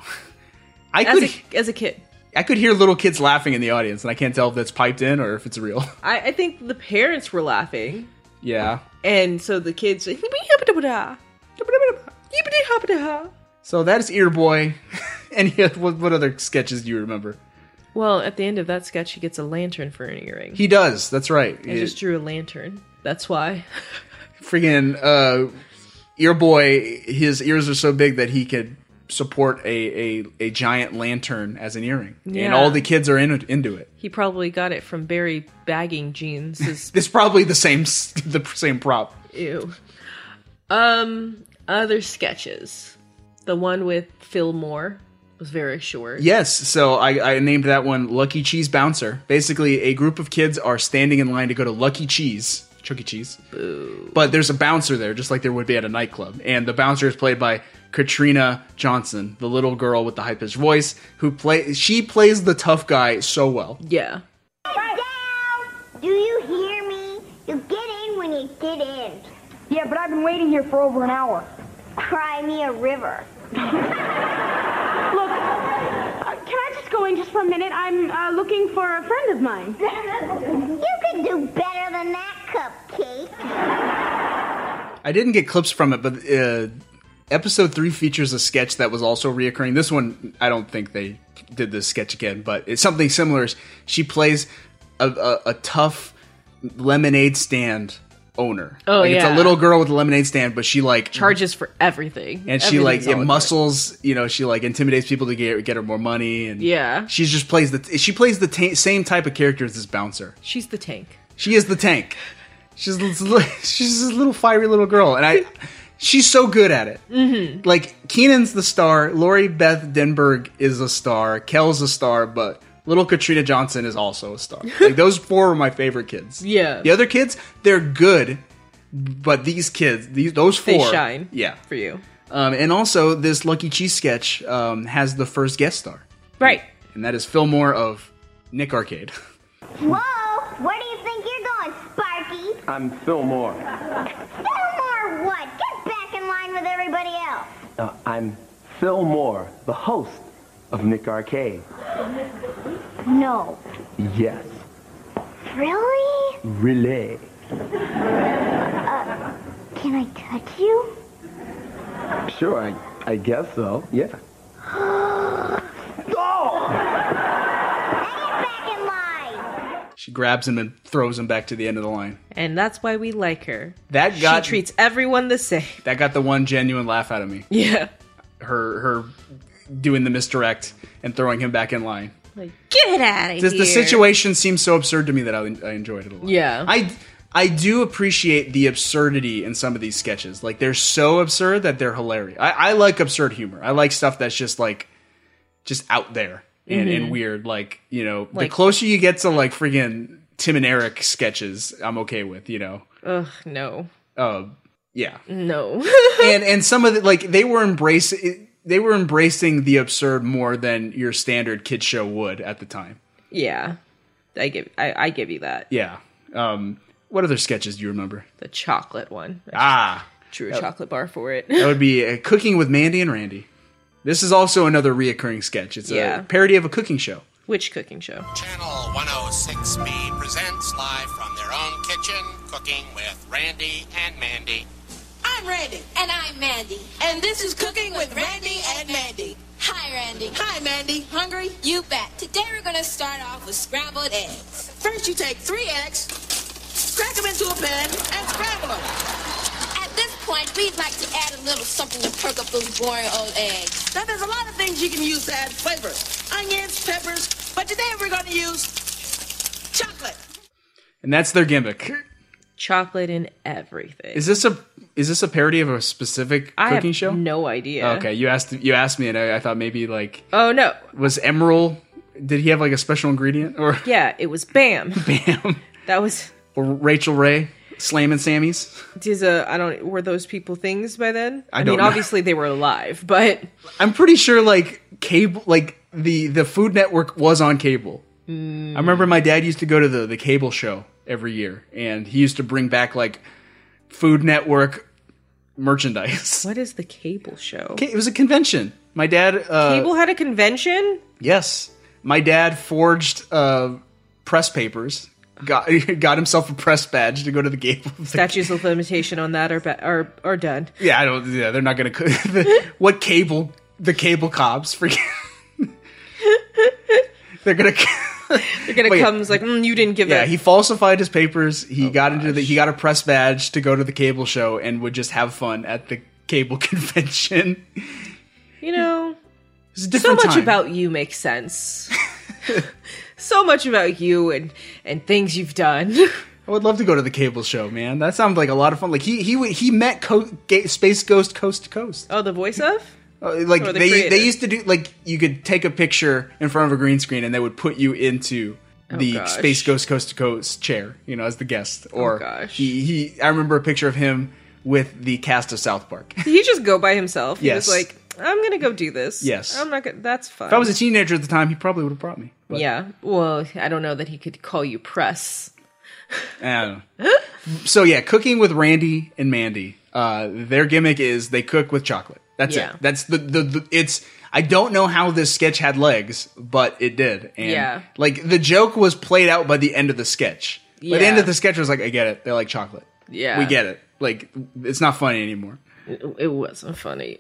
[SPEAKER 1] I
[SPEAKER 2] as
[SPEAKER 1] could
[SPEAKER 2] a, as a kid.
[SPEAKER 1] I could hear little kids laughing in the audience, and I can't tell if that's piped in or if it's real.
[SPEAKER 2] I, I think the parents were laughing,
[SPEAKER 1] yeah.
[SPEAKER 2] and so the kids. Well,
[SPEAKER 1] So that is Ear Boy. and he, what, what other sketches do you remember?
[SPEAKER 2] at the end of that sketch, he gets a lantern for an earring.
[SPEAKER 1] He does. That's right.
[SPEAKER 2] I just drew a lantern. That's why.
[SPEAKER 1] Friggin' uh, Ear Boy, his ears are so big that he could support a, a, a giant lantern as an earring. And
[SPEAKER 2] Yeah.
[SPEAKER 1] all the kids are in, into it.
[SPEAKER 2] He probably got it from Barry bagging jeans. His,
[SPEAKER 1] It's probably the same s- the same prop.
[SPEAKER 2] ew. Um, other sketches. The one with Phil Moore was very short.
[SPEAKER 1] Yes, so I, I named that one Lucky Cheese Bouncer. Basically, a group of kids are standing in line to go to Lucky Cheese, Chuck E. Cheese. But there's a bouncer there, just like there would be at a nightclub. And the bouncer is played by Katrina Johnson, the little girl with the high pitched voice, who play she plays the tough guy so well.
[SPEAKER 2] Yeah.
[SPEAKER 8] Down! Do you hear me? You get in when you get in.
[SPEAKER 18] Yeah, but I've been waiting here for over an hour.
[SPEAKER 8] Cry me a river.
[SPEAKER 18] Look, uh, can I just go in just for a minute? I'm uh, looking for a friend of mine.
[SPEAKER 8] you could do better than that, Cupcake.
[SPEAKER 1] I didn't get clips from it, but uh, Episode three features a sketch that was also reoccurring. This one, I don't think they did this sketch again, but it's something similar. She plays a, a, a tough lemonade stand owner.
[SPEAKER 2] Oh,
[SPEAKER 1] like, it's
[SPEAKER 2] yeah.
[SPEAKER 1] a little girl with a lemonade stand, but she like
[SPEAKER 2] Charges for everything.
[SPEAKER 1] and she like
[SPEAKER 2] Everything's all
[SPEAKER 1] it
[SPEAKER 2] in-
[SPEAKER 1] muscles. You know, she like intimidates people to get get her more money, and
[SPEAKER 2] Yeah.
[SPEAKER 1] she just plays the she plays the ta- same type of character as this bouncer.
[SPEAKER 2] She's the tank.
[SPEAKER 1] She is the tank. She's this li- she's this little fiery little girl, and I she's so good at it.
[SPEAKER 2] Mm-hmm.
[SPEAKER 1] Like Keenan's the star, Lori Beth Denberg is a star, Kel's a star, but little Katrina Johnson is also a star. Like those four were my favorite kids.
[SPEAKER 2] Yeah.
[SPEAKER 1] The other kids, they're good, but these kids, these those
[SPEAKER 2] They
[SPEAKER 1] four,
[SPEAKER 2] shine
[SPEAKER 1] Yeah,
[SPEAKER 2] for you.
[SPEAKER 1] Um, and also, this Lucky Cheese sketch um, has the first guest star,
[SPEAKER 2] Right.
[SPEAKER 1] and that is Fillmore of Nick Arcade.
[SPEAKER 8] Whoa! Where do you think you're going, Sparky?
[SPEAKER 18] I'm Fillmore.
[SPEAKER 8] Fillmore what? Get back in line with everybody else.
[SPEAKER 18] Uh, I'm Phil Moore, the host of Nick Arcade.
[SPEAKER 8] No.
[SPEAKER 18] Yes,
[SPEAKER 8] Really?
[SPEAKER 18] relay.
[SPEAKER 8] Uh, can I touch you?
[SPEAKER 18] Sure, I, I guess so. Yeah.
[SPEAKER 1] She grabs him and throws him back to the end of the line.
[SPEAKER 2] And that's why we like her.
[SPEAKER 1] That got
[SPEAKER 2] she treats everyone the same.
[SPEAKER 1] that got the one genuine laugh out of me.
[SPEAKER 2] Yeah.
[SPEAKER 1] Her her doing the misdirect and throwing him back in line.
[SPEAKER 2] Like, get out of
[SPEAKER 1] The, the situation seems so absurd to me that I, I enjoyed it a lot.
[SPEAKER 2] Yeah.
[SPEAKER 1] I I do appreciate the absurdity in some of these sketches. Like they're so absurd that they're hilarious. I, I like absurd humor. I like stuff that's just like just out there and,
[SPEAKER 24] Mhm.
[SPEAKER 1] and weird. Like, you know, the
[SPEAKER 2] Mm-hmm. Like-
[SPEAKER 1] closer you get to like friggin' Tim and Eric sketches, I'm okay with, you know.
[SPEAKER 2] Ugh, no.
[SPEAKER 1] Uh, yeah.
[SPEAKER 2] No.
[SPEAKER 1] and and some of the like they were embracing they were embracing the absurd more than your standard kid show would at the time.
[SPEAKER 2] yeah. I give I, I give you that.
[SPEAKER 1] Yeah. Um, what other sketches do you remember?
[SPEAKER 2] The chocolate one. I
[SPEAKER 1] Ah,
[SPEAKER 2] drew a
[SPEAKER 1] That-
[SPEAKER 2] chocolate bar for it.
[SPEAKER 1] that would be uh, cooking with Mandy and Randy. This is also another reoccurring sketch. It's
[SPEAKER 2] Yeah.
[SPEAKER 1] a parody of a cooking show.
[SPEAKER 2] Which cooking show?
[SPEAKER 19] Channel 106B presents live from their own kitchen, cooking with Randy and Mandy.
[SPEAKER 4] I'm Randy. And I'm Mandy. And this is Cooking with Randy and Mandy. Hi, Randy. Hi, Mandy. Hungry? You bet. Today we're going to start off with scrambled eggs.
[SPEAKER 25] First, you take three eggs, crack them into a pan, and scramble them.
[SPEAKER 4] At this point, we'd like to add a little something to perk up those boring old eggs.
[SPEAKER 25] Now, there's a lot of things you can use to add flavor. Onions, peppers, but today we're going to use chocolate.
[SPEAKER 1] And that's their gimmick.
[SPEAKER 2] Chocolate in everything.
[SPEAKER 1] Is this a is this a parody of a specific
[SPEAKER 2] I
[SPEAKER 1] cooking
[SPEAKER 2] have
[SPEAKER 1] show? Oh,
[SPEAKER 2] no idea.
[SPEAKER 1] Okay, you asked you asked me, and I, I thought maybe like
[SPEAKER 2] Oh no.
[SPEAKER 1] was Emerald? Did he have like a special ingredient or
[SPEAKER 2] Yeah, it was Bam.
[SPEAKER 1] Bam.
[SPEAKER 2] That was
[SPEAKER 1] or Rachel Ray slamming Sammy's?
[SPEAKER 2] Does uh, I don't were those people things by then?
[SPEAKER 1] I don't
[SPEAKER 2] mean,
[SPEAKER 1] know.
[SPEAKER 2] obviously they were alive, but
[SPEAKER 1] I'm pretty sure like cable like the the Food Network was on cable.
[SPEAKER 2] Hmm.
[SPEAKER 1] I remember my dad used to go to the the cable show every year and he used to bring back like Food Network merchandise.
[SPEAKER 2] What is the cable show?
[SPEAKER 1] It was a convention. My dad uh
[SPEAKER 2] Cable had a convention.
[SPEAKER 1] Yes. My dad forged uh press papers. Got got himself a press badge to go to the cable.
[SPEAKER 2] Statutes of limitation on that are ba- are are done.
[SPEAKER 1] Yeah, I don't yeah, they're not going to what cable the cable cops freaking They're going to
[SPEAKER 2] They're gonna
[SPEAKER 1] Wait.
[SPEAKER 2] come. It's like mm, you didn't give
[SPEAKER 1] yeah,
[SPEAKER 2] that.
[SPEAKER 1] he falsified his papers. He got into the he got a press badge to go to the cable show and would just have fun at the cable convention.
[SPEAKER 2] you know,
[SPEAKER 1] It's a
[SPEAKER 2] so
[SPEAKER 1] different
[SPEAKER 2] much
[SPEAKER 1] time.
[SPEAKER 2] about you makes sense. so much about you and and things you've done.
[SPEAKER 1] I would love to go to the cable show, man. That sounds like a lot of fun. Like he he would- he met Co- Ga- Space Ghost coast to coast.
[SPEAKER 2] Oh, the voice of
[SPEAKER 1] Uh, Like
[SPEAKER 2] Or the
[SPEAKER 1] they
[SPEAKER 2] creator.
[SPEAKER 1] they used to do like you could take a picture in front of a green screen and they would put you into the
[SPEAKER 2] Oh, gosh. Oh,
[SPEAKER 1] Space Ghost coast to coast chair, you know, as the guest. Or
[SPEAKER 2] gosh.
[SPEAKER 1] he he I remember a picture of him with the cast of South Park.
[SPEAKER 2] Did he just go by himself? He
[SPEAKER 1] Yes.
[SPEAKER 2] was like, I'm gonna go do this.
[SPEAKER 1] Yes.
[SPEAKER 2] I'm not gonna. That's fine.
[SPEAKER 1] If I was a teenager at the time, he probably would have brought me. But-
[SPEAKER 2] yeah. Well, I don't know that he could call you press.
[SPEAKER 1] I don't know. so yeah, cooking with Randy and Mandy. Uh, their gimmick is they cook with chocolate. That's
[SPEAKER 2] Yeah.
[SPEAKER 1] it. That's the, the the it's. I don't know how this sketch had legs, but it did. And
[SPEAKER 2] Yeah.
[SPEAKER 1] like the joke was played out by the end of the sketch. By the end
[SPEAKER 2] Yeah.
[SPEAKER 1] of the sketch was like, I get it. They like chocolate.
[SPEAKER 2] Yeah.
[SPEAKER 1] We get it. Like it's not funny anymore.
[SPEAKER 2] It, it wasn't funny.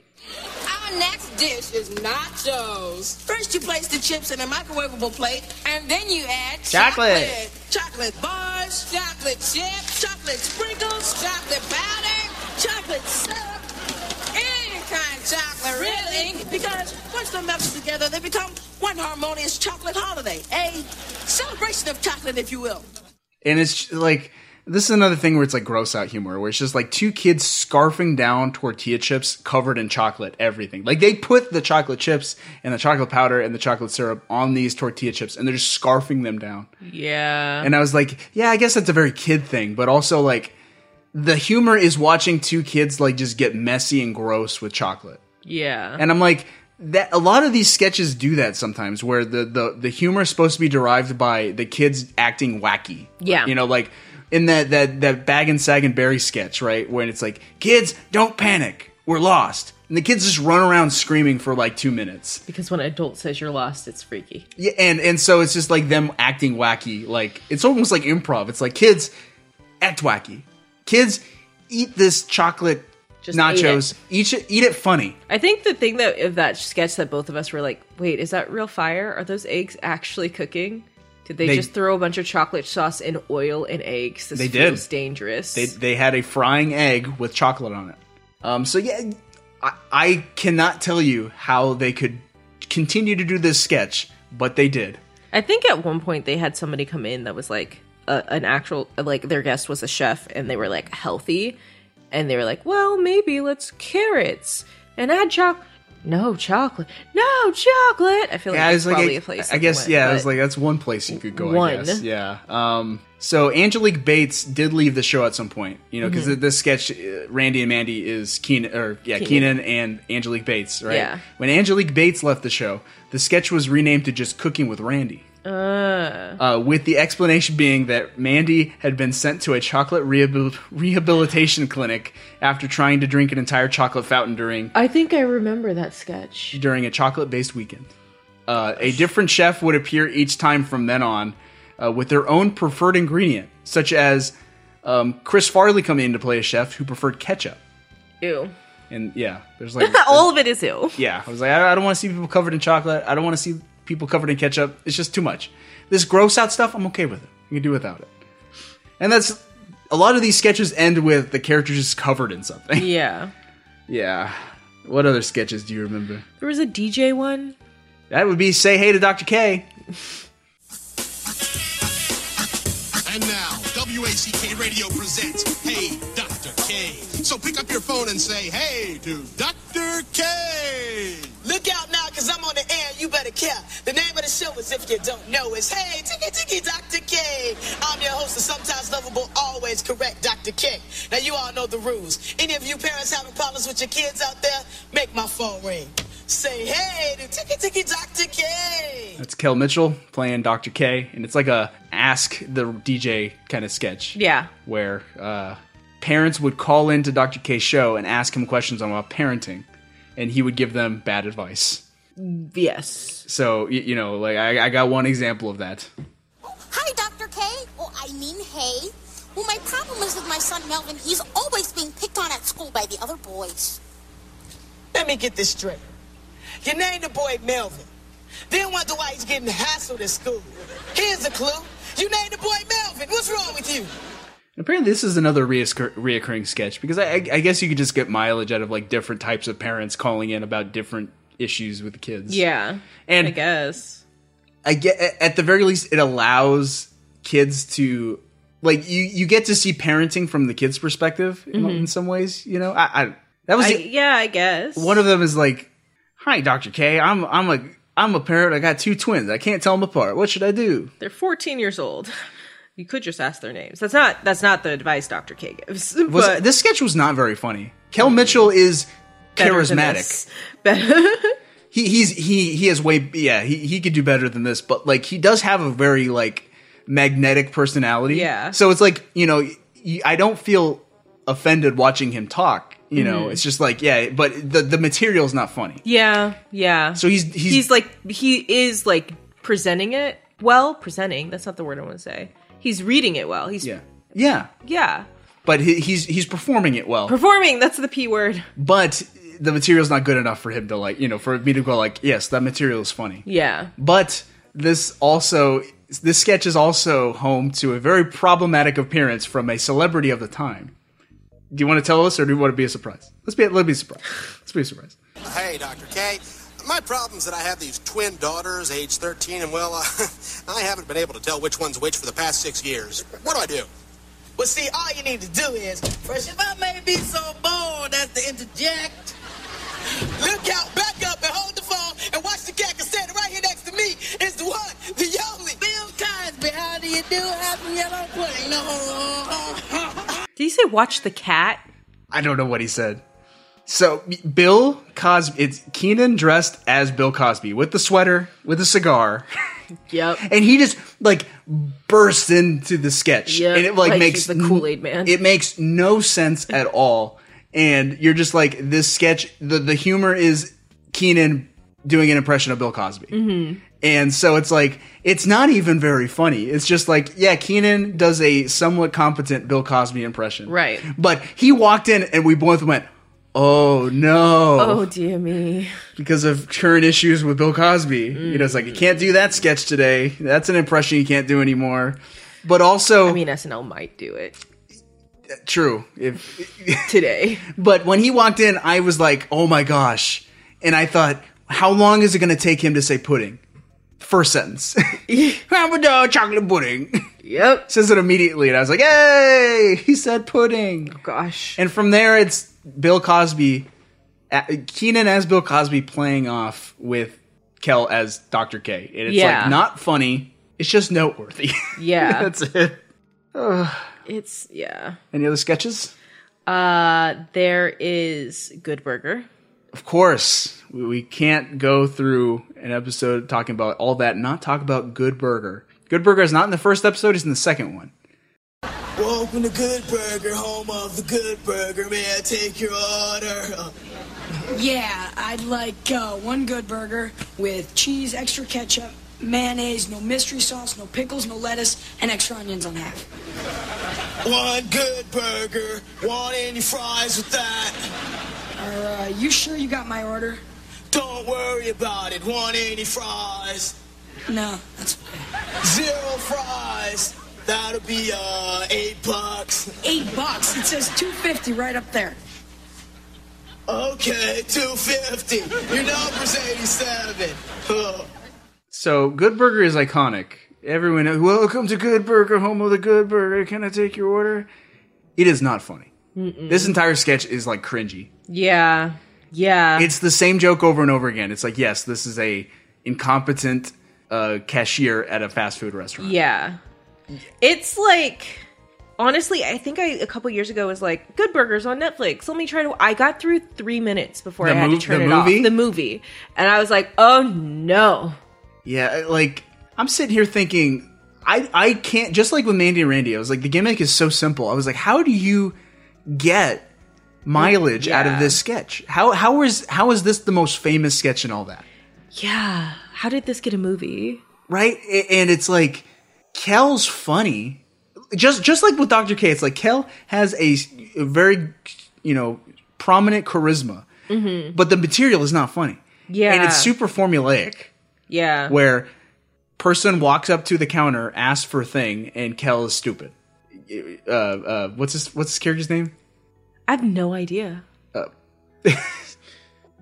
[SPEAKER 4] Our next dish is nachos.
[SPEAKER 18] First, you place the chips in a microwavable plate.
[SPEAKER 4] And then you add
[SPEAKER 18] Chocolate.
[SPEAKER 4] chocolate. Chocolate bars, chocolate chips, chocolate sprinkles, chocolate powder, chocolate syrup, any kind of chocolate, really.
[SPEAKER 18] Because once they're melted together, they become one harmonious chocolate holiday. A celebration of chocolate, if you will.
[SPEAKER 1] and it's like this is another thing where it's like gross out humor where it's just like two kids scarfing down tortilla chips covered in chocolate everything like they put the chocolate chips and the chocolate powder and the chocolate syrup on these tortilla chips and they're just scarfing them down
[SPEAKER 2] Yeah.
[SPEAKER 1] and i was like yeah i guess that's a very kid thing but also like the humor is watching two kids like just get messy and gross with chocolate
[SPEAKER 2] yeah.
[SPEAKER 1] and I'm like that a lot of these sketches do that sometimes where the the the humor is supposed to be derived by the kids acting wacky.
[SPEAKER 2] Yeah.
[SPEAKER 1] You know like in that that that bag and sag and berry sketch, right? When it's like kids don't panic. We're lost. And the kids just run around screaming for like 2 minutes.
[SPEAKER 2] because when an adult says you're lost, it's freaky.
[SPEAKER 1] Yeah, and and so it's just like them acting wacky. Like it's almost like improv. It's like kids act wacky. Kids eat this chocolate
[SPEAKER 2] Just eat
[SPEAKER 1] nachos. Eat it. eat it funny.
[SPEAKER 2] I think the thing that of that sketch that both of us were like, wait, is that real fire? Are those eggs actually cooking? Did they,
[SPEAKER 1] They-
[SPEAKER 2] just throw a bunch of chocolate sauce and oil and eggs? This
[SPEAKER 1] They did.
[SPEAKER 2] feels dangerous.
[SPEAKER 1] They they had a frying egg with chocolate on it. Um, so yeah, I, I cannot tell you how they could continue to do this sketch, but they did.
[SPEAKER 2] I think at one point they had somebody come in that was like a, an actual like their guest was a chef and they were like healthy and they were like, "Well, maybe let's carrots and add chocolate." No chocolate. No chocolate. I feel like
[SPEAKER 1] Yeah, I
[SPEAKER 2] that's
[SPEAKER 1] was like,
[SPEAKER 2] probably
[SPEAKER 1] I-
[SPEAKER 2] a place.
[SPEAKER 1] I
[SPEAKER 2] that
[SPEAKER 1] guess
[SPEAKER 2] went,
[SPEAKER 1] yeah, I
[SPEAKER 2] but-
[SPEAKER 1] was like, that's one place you could go. I
[SPEAKER 2] One.
[SPEAKER 1] guess. yeah. Um, so Angelique Bates did leave the show at some point, you know, because
[SPEAKER 2] Mhm.
[SPEAKER 1] this sketch, uh, Randy and Mandy is Keenan or yeah,
[SPEAKER 2] Keenan.
[SPEAKER 1] Keenan and Angelique Bates, right?
[SPEAKER 2] Yeah.
[SPEAKER 1] When Angelique Bates left the show, the sketch was renamed to just Cooking with Randy.
[SPEAKER 2] Uh,
[SPEAKER 1] uh, with the explanation being that Mandy had been sent to a chocolate rehabil- rehabilitation clinic after trying to drink an entire chocolate fountain during
[SPEAKER 2] I think I remember that sketch.
[SPEAKER 1] during a chocolate based weekend. Uh, a different chef would appear each time from then on uh, with their own preferred ingredient, such as um, Chris Farley coming in to play a chef who preferred ketchup.
[SPEAKER 2] Ew.
[SPEAKER 1] And yeah, there's like
[SPEAKER 2] All of it is ew.
[SPEAKER 1] yeah, I was like, I I don't want to see people covered in chocolate. I don't want to see people covered in ketchup. It's just too much. This gross out stuff, I'm okay with it. I can do without it. And that's a lot of these sketches end with the character just covered in something.
[SPEAKER 2] Yeah.
[SPEAKER 1] yeah. What other sketches do you remember?
[SPEAKER 2] There was a DJ one.
[SPEAKER 1] That would be Say Hey to Dr. K.
[SPEAKER 19] And now, WACK Radio presents Hey Dr. K. So pick up your phone and say hey to Dr. K.
[SPEAKER 18] Look out now, because I'm on the air. You better care. The name of the show is If You Don't Know It's Hey, Tiki Tiki Dr. K. I'm your host, the sometimes lovable, always correct Dr. K. Now, you all know the rules. Any of you parents having problems with your kids out there, make my phone ring. Say hey to Tiki Tiki Dr. K.
[SPEAKER 1] That's Kel Mitchell playing Dr. K. And it's like a ask the DJ kind of sketch.
[SPEAKER 2] Yeah.
[SPEAKER 1] where uh, parents would call into Dr. K's show and ask him questions about parenting, and he would give them bad advice.
[SPEAKER 2] Yes.
[SPEAKER 1] So y- you know, like I, I got one example of that.
[SPEAKER 26] Hi, Dr. K. Oh, I mean, hey. Well, my problem is with my son Melvin. He's always being picked on at school by the other boys.
[SPEAKER 18] Let me get this straight. You named the boy Melvin. Then wonder why he's getting hassled at school. Here's a clue. You named the boy Melvin. What's wrong with you?
[SPEAKER 1] Apparently, this is another reoccur- reoccurring sketch because I, I, I guess you could just get mileage out of like different types of parents calling in about different issues with the kids.
[SPEAKER 2] Yeah.
[SPEAKER 1] And
[SPEAKER 2] I guess.
[SPEAKER 1] I get at the very least it allows kids to like you you get to see parenting from the kids' perspective in,
[SPEAKER 2] Mhm.
[SPEAKER 1] in some ways. You know, I, I that was
[SPEAKER 2] I-
[SPEAKER 1] the-
[SPEAKER 2] yeah, I guess.
[SPEAKER 1] One of them is like, "Hi, Doctor K. I'm I'm a I'm a parent. I got two twins. I can't tell them apart. What should I do?"
[SPEAKER 2] They're 14 years old. You could just ask their names. That's not that's not the advice Dr. K gives. But
[SPEAKER 1] Was, this sketch was not very funny. Kel Mitchell is
[SPEAKER 2] Better than this.
[SPEAKER 1] charismatic. he he's he he has way yeah he he could do better than this, but like he does have a very like magnetic personality.
[SPEAKER 2] Yeah.
[SPEAKER 1] So it's like you know y- I don't feel offended watching him talk. You know,
[SPEAKER 2] Mhm.
[SPEAKER 1] it's just like yeah, but the the material's not funny.
[SPEAKER 2] yeah, yeah.
[SPEAKER 1] So he's- he's-
[SPEAKER 2] like he is like presenting it well, presenting. That's not the word I want to say. He's reading it well. He's
[SPEAKER 1] Yeah. Yeah.
[SPEAKER 2] Yeah.
[SPEAKER 1] but he, he's he's performing it well.
[SPEAKER 2] Performing, that's the P word.
[SPEAKER 1] But the material's not good enough for him to like, you know, for me to go like, yes, that material is funny.
[SPEAKER 2] Yeah.
[SPEAKER 1] But this also this sketch is also home to a very problematic appearance from a celebrity of the time. Do you want to tell us, or do you want to be a surprise? Let's be let me be surprised. Let's be a surprise.
[SPEAKER 22] Hey, Dr. K. My problem's that I have these twin daughters, age 13, and well, uh, I haven't been able to tell which one's which for the past six years. What do I do?
[SPEAKER 20] Well, see, all you need to do is, first, if I may be so bold as to interject, look out, back up, and hold the phone, and watch the cat standing right here next to me is the one, the only Bill Cosby. How do you do? How come you don't play? No.
[SPEAKER 2] Did he say watch the cat?
[SPEAKER 1] I don't know what he said. So Bill Cosby, it's Keenan dressed as Bill Cosby with the sweater, with a cigar,
[SPEAKER 2] Yep.
[SPEAKER 1] and he just like bursts into the sketch,
[SPEAKER 2] Yep,
[SPEAKER 1] and it like,
[SPEAKER 2] like
[SPEAKER 1] makes
[SPEAKER 2] he's the Kool-Aid Man.
[SPEAKER 1] It makes no sense at all, and you're just like this sketch. The the humor is Keenan doing an impression of Bill Cosby.
[SPEAKER 2] Mm-hmm.
[SPEAKER 1] And so it's like it's not even very funny. It's just like, yeah, Keenan does a somewhat competent Bill Cosby impression.
[SPEAKER 2] Right.
[SPEAKER 1] But he walked in and we both went, "Oh no."
[SPEAKER 2] Oh dear me.
[SPEAKER 1] Because of current issues with Bill Cosby. You know, it's like you can't do that sketch today. That's an impression you can't do anymore. But also
[SPEAKER 2] I mean SNL might do it.
[SPEAKER 1] True. If
[SPEAKER 2] today.
[SPEAKER 1] But when he walked in, I was like, "Oh my gosh." And I thought, "How long is it going to take him to say pudding?" First sentence. Have a dog chocolate pudding.
[SPEAKER 2] Yep.
[SPEAKER 1] Says it immediately, and I was like, "Hey, he said pudding."
[SPEAKER 2] Oh, gosh.
[SPEAKER 1] And from there, it's Bill Cosby, uh, Keenan as Bill Cosby playing off with Kel as Dr. K, and it's
[SPEAKER 2] Yeah.
[SPEAKER 1] like not funny. It's just noteworthy.
[SPEAKER 2] Yeah.
[SPEAKER 1] that's it. Ugh.
[SPEAKER 2] It's yeah.
[SPEAKER 1] Any other sketches?
[SPEAKER 2] Uh there is Good Burger.
[SPEAKER 1] Of course, we, we can't go through an episode talking about all that, and not talk about Good Burger. Good Burger is not in the first episode; it's in the second one.
[SPEAKER 19] Welcome to Good Burger, home of the Good Burger. May I take your order? Uh,
[SPEAKER 6] Yeah, I'd like uh, one good burger with cheese, extra ketchup, mayonnaise, no mystery sauce, no pickles, no lettuce, and extra onions on half.
[SPEAKER 19] One good burger. Want any fries with that?
[SPEAKER 6] Are uh, you sure you got my order?
[SPEAKER 19] Don't worry about it. Want any fries?
[SPEAKER 6] No, that's okay.
[SPEAKER 19] Zero fries. That'll be uh eight bucks.
[SPEAKER 6] Eight bucks. It says two fifty right up there.
[SPEAKER 19] Okay, two fifty. Your number's eighty-seven. Huh.
[SPEAKER 1] So Good Burger is iconic. Everyone, knows, welcome to Good Burger, home of the Good Burger. Can I take your order? It is not funny.
[SPEAKER 2] Mm-mm.
[SPEAKER 1] This entire sketch is like cringy.
[SPEAKER 2] Yeah. Yeah.
[SPEAKER 1] It's the same joke over and over again. It's like, yes, this is a incompetent uh, cashier at a fast food restaurant.
[SPEAKER 2] Yeah. It's like honestly, I think I a couple years ago was like Good Burgers on Netflix. Let me try to I got through 3 minutes before
[SPEAKER 1] The
[SPEAKER 2] I had
[SPEAKER 1] mov-
[SPEAKER 2] to turn
[SPEAKER 1] the
[SPEAKER 2] it
[SPEAKER 1] movie?
[SPEAKER 2] off. The movie. And I was like, "Oh no."
[SPEAKER 1] Yeah, like I'm sitting here thinking, I I can't just like with Mandy and Randy, I was like the gimmick is so simple. I was like, how do you get mileage out of
[SPEAKER 2] Yeah.
[SPEAKER 1] this sketch? How how is how is this the most famous sketch and all that?
[SPEAKER 2] Yeah. How did this get a movie?
[SPEAKER 1] Right? A- And it's like Kel's funny. Just just like with Dr. K, it's like Kel has a, s- a very you know prominent charisma,
[SPEAKER 2] Mhm.
[SPEAKER 1] but the material is not funny.
[SPEAKER 2] Yeah.
[SPEAKER 1] And it's super formulaic.
[SPEAKER 2] Yeah.
[SPEAKER 1] where person walks up to the counter, asks for a thing, and Kel is stupid. Uh, uh, what's his what's his character's name?
[SPEAKER 2] I have no idea.
[SPEAKER 1] Uh,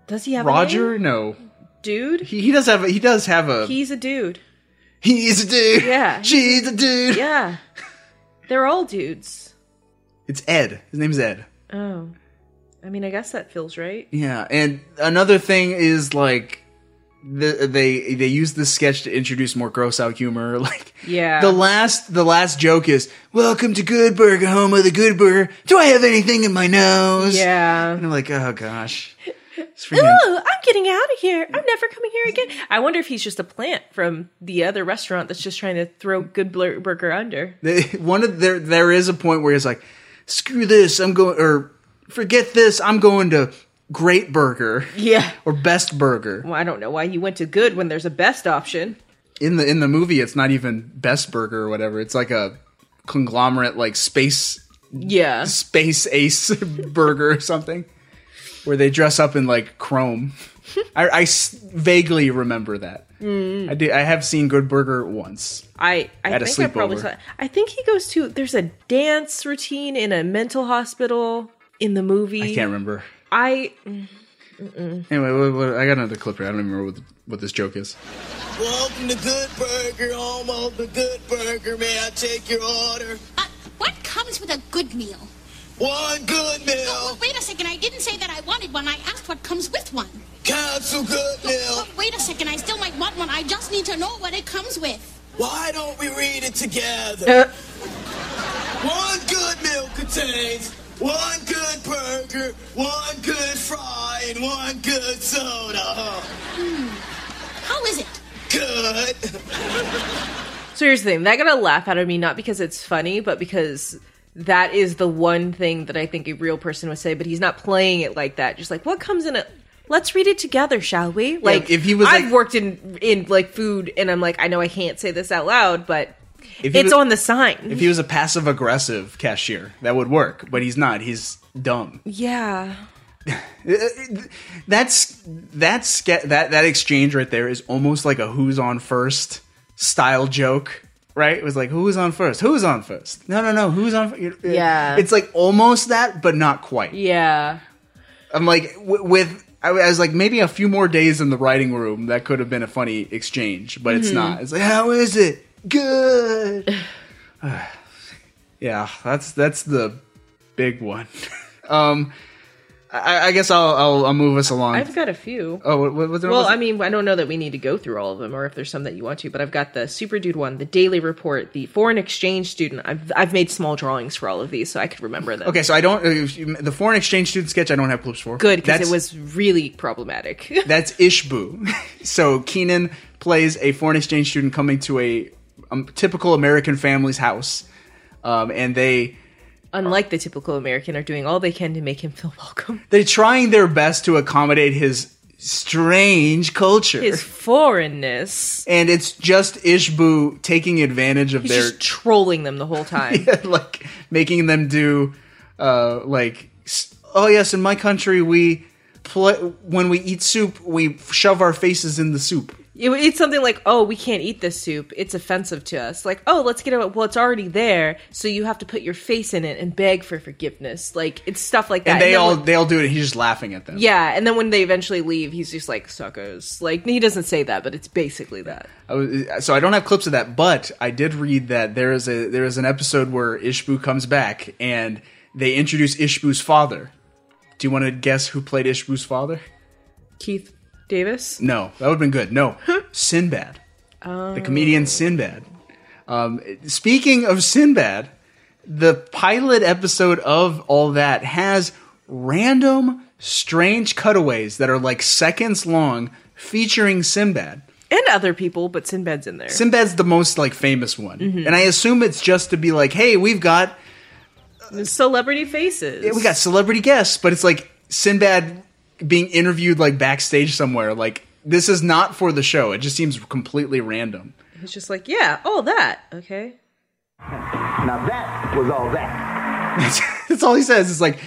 [SPEAKER 2] Does he have a
[SPEAKER 1] Roger?
[SPEAKER 2] name?
[SPEAKER 1] No,
[SPEAKER 2] dude.
[SPEAKER 1] He, he does have a, he does have a
[SPEAKER 2] He's a dude.
[SPEAKER 1] he's a dude.
[SPEAKER 2] Yeah.
[SPEAKER 1] she's a dude.
[SPEAKER 2] Yeah. They're all dudes.
[SPEAKER 1] It's Ed. His name's Ed.
[SPEAKER 2] Oh. I mean, I guess that feels right.
[SPEAKER 1] Yeah, and another thing is like the, they they use this sketch to introduce more gross out humor. Like
[SPEAKER 2] Yeah.
[SPEAKER 1] the last the last joke is "Welcome to Good Burger, home of the Good Burger." Do I have anything in my nose?
[SPEAKER 2] Yeah,
[SPEAKER 1] and I'm like, oh gosh, It's
[SPEAKER 2] Ooh,
[SPEAKER 1] freaking-
[SPEAKER 2] I'm getting out of here. I'm never coming here again. I wonder if he's just a plant from the other restaurant that's just trying to throw Good Blur- Burger under.
[SPEAKER 1] They, one of there there is a point where he's like, "Screw this, I'm going," or "Forget this, I'm going to Great Burger."
[SPEAKER 2] Yeah.
[SPEAKER 1] or Best Burger.
[SPEAKER 2] Well, I don't know why he went to good when there's a best option.
[SPEAKER 1] in the in the movie it's not even best burger or whatever it's like a conglomerate like space
[SPEAKER 2] yeah
[SPEAKER 1] space ace burger or something where they dress up in like chrome. I, I s- vaguely remember that.
[SPEAKER 2] Mm.
[SPEAKER 1] I do. I have seen Good Burger once.
[SPEAKER 2] I, I
[SPEAKER 1] At a
[SPEAKER 2] think I probably
[SPEAKER 1] sleepover.
[SPEAKER 2] saw. I think he goes to. There's a dance routine in a mental hospital in the movie.
[SPEAKER 1] I can't remember.
[SPEAKER 2] I. mm, mm-mm.
[SPEAKER 1] Anyway, what, what, I got another clip here. I don't even remember what, the, what this joke is.
[SPEAKER 19] Welcome to Good Burger, home of the Good Burger. May I take your order?
[SPEAKER 5] What comes with a good meal? Oh,
[SPEAKER 19] One good meal.
[SPEAKER 5] Wait a second, I didn't say that I wanted one. I asked what comes with one.
[SPEAKER 19] Council good meal.
[SPEAKER 5] But wait a second, I still might want one. I just need to know what it comes with.
[SPEAKER 19] Why don't we read it
[SPEAKER 2] Uh.
[SPEAKER 19] together? One good meal contains one good burger, one good fry, and one good soda.
[SPEAKER 5] Hmm. How is it?
[SPEAKER 19] Good.
[SPEAKER 2] So here's the thing that got a laugh out of me, not because it's funny, but because that is the one thing that I think a real person would say. But he's not playing it like that. Just like what comes in it. Let's read it together, shall we? Like
[SPEAKER 1] if he was,
[SPEAKER 2] I've
[SPEAKER 1] like-
[SPEAKER 2] worked in in like food, and I'm like, I know I can't say this out loud, but
[SPEAKER 1] If he
[SPEAKER 2] it's
[SPEAKER 1] was-
[SPEAKER 2] on the sign.
[SPEAKER 1] If he was a passive aggressive cashier, that would work. But he's not. He's dumb.
[SPEAKER 2] yeah.
[SPEAKER 1] That's that's sca- that that exchange right there is almost like a who's on first style joke, right? It was like who's on first? Who's on first? No, no, no. Who's on? fir- it- it-
[SPEAKER 2] Yeah.
[SPEAKER 1] it's like almost that, but not quite.
[SPEAKER 2] Yeah.
[SPEAKER 1] I'm like w- with. I was like, maybe a few more days in the writing room, that could have been a funny exchange, but it's
[SPEAKER 2] Mhm.
[SPEAKER 1] not. It's like, how is it? Good. yeah, that's that's the big one. um, I, I guess I'll, I'll I'll move us along.
[SPEAKER 2] I've got a few.
[SPEAKER 1] oh, what, what, what's
[SPEAKER 2] well, I mean, I don't know that we need to go through all of them, or if there's some that you want to. But I've got the Super Dude one, the Daily Report, the Foreign Exchange Student. I've I've made small drawings for all of these, so I could remember them.
[SPEAKER 1] okay, so I don't uh, if you- the foreign exchange student sketch. I don't have clips for
[SPEAKER 2] good because
[SPEAKER 1] That's-
[SPEAKER 2] it was really problematic.
[SPEAKER 1] That's Ishbu. so Keenan plays a foreign exchange student coming to a um, typical American family's house, um, and they
[SPEAKER 2] Unlike the typical American, are doing all they can to make him feel welcome.
[SPEAKER 1] they're trying their best to accommodate his strange culture.
[SPEAKER 2] His foreignness.
[SPEAKER 1] and it's just Ishbu taking advantage of
[SPEAKER 2] He's
[SPEAKER 1] their
[SPEAKER 2] just trolling them the whole time.
[SPEAKER 1] like making them do uh like s- oh yes in my country we play when we eat soup we shove our faces in the soup
[SPEAKER 2] It- it's something like, "Oh, we can't eat this soup. It's offensive to us." Like, "Oh, let's get it. Well, it's already there, so you have to put your face in it and beg for forgiveness." Like, it's stuff like that.
[SPEAKER 1] and they
[SPEAKER 2] then
[SPEAKER 1] all
[SPEAKER 2] when-
[SPEAKER 1] they all do it and he's just laughing at them
[SPEAKER 2] yeah. And then when they eventually leave, he's just like, "Suckers." Like, he doesn't say that, but it's basically that.
[SPEAKER 1] I was, uh, so I don't have clips of that, but I did read that there is a there is an episode where Ishbu comes back and they introduce Ishbu's father. Do you want to guess who played Ishbu's father?
[SPEAKER 2] Keith Davis,
[SPEAKER 1] No, that would have been good. No, Sinbad,
[SPEAKER 2] um,
[SPEAKER 1] the comedian Sinbad. Um, speaking of Sinbad, the pilot episode of all that has random, strange cutaways that are like seconds long, featuring Sinbad.
[SPEAKER 2] Um, and other people, but Sinbad's in there.
[SPEAKER 1] Sinbad's the most like famous one,
[SPEAKER 2] Mhm.
[SPEAKER 1] and I assume it's just to be like, hey, we've got
[SPEAKER 2] Celebrity faces.
[SPEAKER 1] we got celebrity guests, but it's like Sinbad being interviewed like backstage somewhere. Like this is not for the show. It just seems completely random.
[SPEAKER 2] He's just like, "Yeah, all that." Okay.
[SPEAKER 23] Now that was all that.
[SPEAKER 1] That's all he says. It's like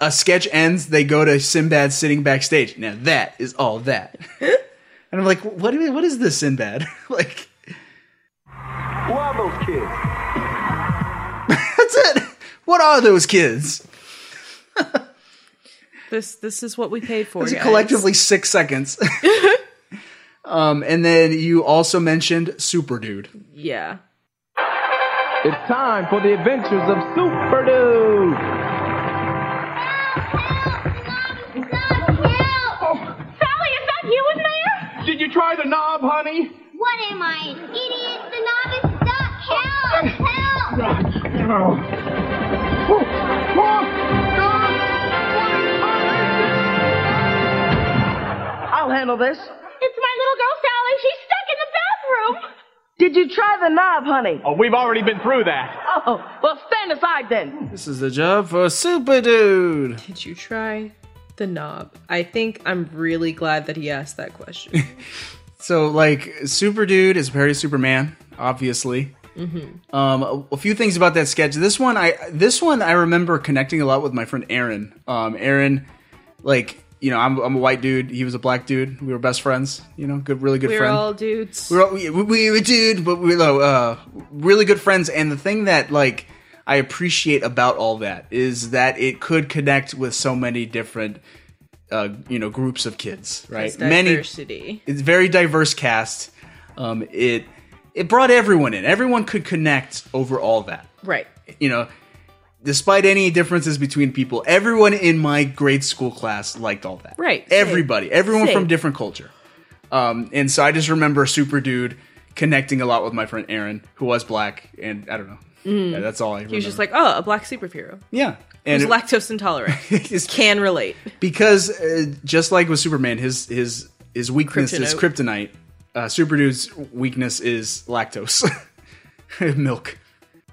[SPEAKER 1] a sketch ends. They go to Sinbad sitting backstage. Now that is all that. and I'm like, what? do we- What is this Sinbad? like
[SPEAKER 23] Who are those kids?
[SPEAKER 1] that's it. What are those kids?
[SPEAKER 2] This this is what we paid for.
[SPEAKER 1] Those are
[SPEAKER 2] guys.
[SPEAKER 1] collectively six seconds. um, and then you also mentioned Super Dude.
[SPEAKER 2] Yeah.
[SPEAKER 23] It's time for the adventures of Super Dude.
[SPEAKER 8] Sally, is that you in there?
[SPEAKER 23] Did you try the knob, honey?
[SPEAKER 8] What am I, an idiot? The knob is stuck. Help! Help!
[SPEAKER 18] I'll handle this.
[SPEAKER 8] It's my little girl, Sally. She's stuck in the bathroom.
[SPEAKER 18] Did you try the knob, honey?
[SPEAKER 23] Oh, we've already been through that.
[SPEAKER 18] Oh, well, stand aside then.
[SPEAKER 1] This is the job for Super Dude.
[SPEAKER 2] Did you try the knob? I think I'm really glad that he asked that question.
[SPEAKER 1] So, like, Super Dude is a parody of Superman, obviously.
[SPEAKER 17] Mm-hmm.
[SPEAKER 1] Um, a, a few things about that sketch. This one, I this one I remember connecting a lot with my friend Aaron. Um, Aaron, like you know, I'm, I'm a white dude. He was a black dude. We were best friends. You know, good, really good
[SPEAKER 2] We're
[SPEAKER 1] friend.
[SPEAKER 2] all dudes.
[SPEAKER 1] We We're all, we, we- we were dude, but we were uh, really good friends. And the thing that like I appreciate about all that is that it could connect with so many different, uh, you know, groups of kids. Right?
[SPEAKER 2] There's
[SPEAKER 1] Many.
[SPEAKER 2] diversity.
[SPEAKER 1] It's very diverse cast. Um, it it brought everyone in. Everyone could connect over all that
[SPEAKER 2] Right.
[SPEAKER 1] you know, despite any differences between people, everyone in my grade school class liked all that.
[SPEAKER 2] Right, same.
[SPEAKER 1] Everybody, everyone
[SPEAKER 2] Same.
[SPEAKER 1] from different culture. Um, and so I just remember Super Dude connecting a lot with my friend Aaron, who was black, and I don't know.
[SPEAKER 2] Mm.
[SPEAKER 1] Yeah, that's all I remember.
[SPEAKER 2] He was just like, oh, a black superhero.
[SPEAKER 1] yeah, and
[SPEAKER 2] Who's
[SPEAKER 1] it-
[SPEAKER 2] lactose intolerant. Can relate.
[SPEAKER 1] because uh, just like with Superman, his his his weakness is kryptonite. Uh, Super Dude's weakness is lactose, milk,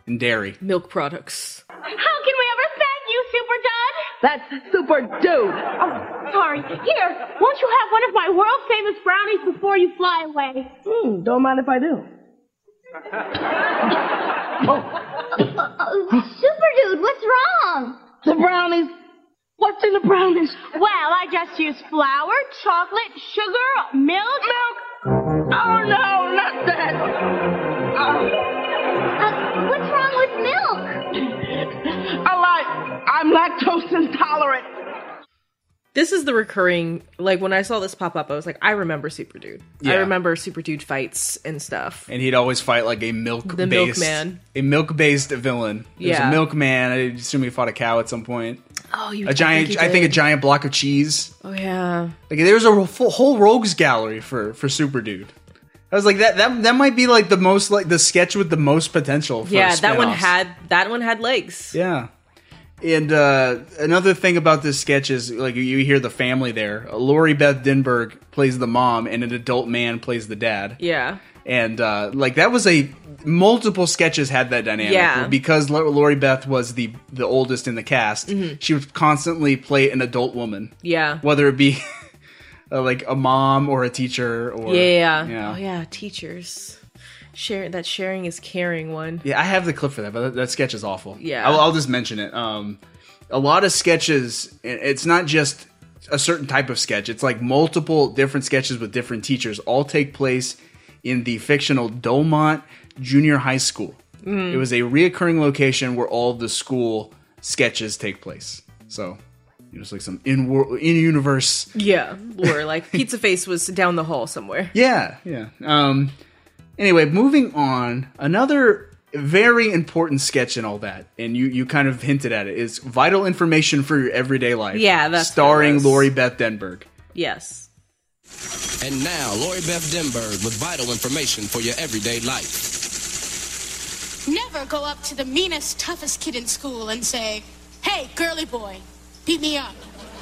[SPEAKER 1] and dairy.
[SPEAKER 2] Milk products.
[SPEAKER 4] How can we ever thank you, Super Dud? That's Super Dude. Oh, sorry. Here, won't you have one of my world famous brownies before you fly away?
[SPEAKER 6] Hmm, don't mind if I do.
[SPEAKER 4] Oh. Super Dude, what's wrong? The brownies. What's in the brownies? Well, I just used flour, chocolate, sugar, milk. Milk? Oh, no, not that. Oh. Uh, what's wrong with milk? I like. I'm lactose intolerant.
[SPEAKER 2] This is the recurring, like when I saw this pop up, I was like, I remember Super Dude. I
[SPEAKER 1] Yeah.
[SPEAKER 2] remember Super Dude fights and stuff.
[SPEAKER 1] and he'd always fight like a milk
[SPEAKER 2] The
[SPEAKER 1] based
[SPEAKER 2] milkman.
[SPEAKER 1] a milk based villain. There
[SPEAKER 2] Yeah.
[SPEAKER 1] was a milkman. I assume he fought a cow at some point.
[SPEAKER 2] Oh, you
[SPEAKER 1] a giant, I think a giant block of cheese.
[SPEAKER 2] Oh, yeah.
[SPEAKER 1] Like there was a full, whole rogues gallery for for Super Dude. I was like that that that might be like the most like the sketch with the most potential. For
[SPEAKER 2] Yeah, that one
[SPEAKER 1] spin-offs.
[SPEAKER 2] had that one had legs.
[SPEAKER 1] Yeah. And uh, another thing about this sketch is like you hear the family there. Uh, Lori Beth Denberg plays the mom, and an adult man plays the dad.
[SPEAKER 2] Yeah.
[SPEAKER 1] and uh, like that was a multiple sketches had that dynamic
[SPEAKER 2] Yeah.
[SPEAKER 1] because Lo- Lori Beth was the the oldest in the cast.
[SPEAKER 2] Mhm.
[SPEAKER 1] She would constantly play an adult woman,
[SPEAKER 2] Yeah.
[SPEAKER 1] whether it be uh, like a mom or a teacher or
[SPEAKER 2] yeah, yeah, yeah. Oh yeah, teachers. Share that sharing is caring one.
[SPEAKER 1] Yeah, I have the clip for that, but that, that sketch is awful.
[SPEAKER 2] Yeah.
[SPEAKER 1] I'll, I'll just mention it. Um, a lot of sketches, i- it's not just a certain type of sketch. It's like multiple different sketches with different teachers all take place in the fictional Dolmont Junior High School.
[SPEAKER 2] Mm.
[SPEAKER 1] It was a reoccurring location where all of the school sketches take place. So, you know, it's like some in in universe.
[SPEAKER 2] Yeah, or like Pizza Face was down the hall somewhere.
[SPEAKER 1] Yeah, yeah. Um, anyway, moving on. Another very important sketch in all that, and you you kind of hinted at it is vital information for your everyday life.
[SPEAKER 2] Yeah, that's what it
[SPEAKER 1] starring
[SPEAKER 2] was.
[SPEAKER 1] Lori Beth Denberg.
[SPEAKER 2] Yes.
[SPEAKER 3] And now, Lori Beth Denberg with vital information for your everyday life.
[SPEAKER 5] Never go up to the meanest, toughest kid in school and say, hey, girly boy, beat me up.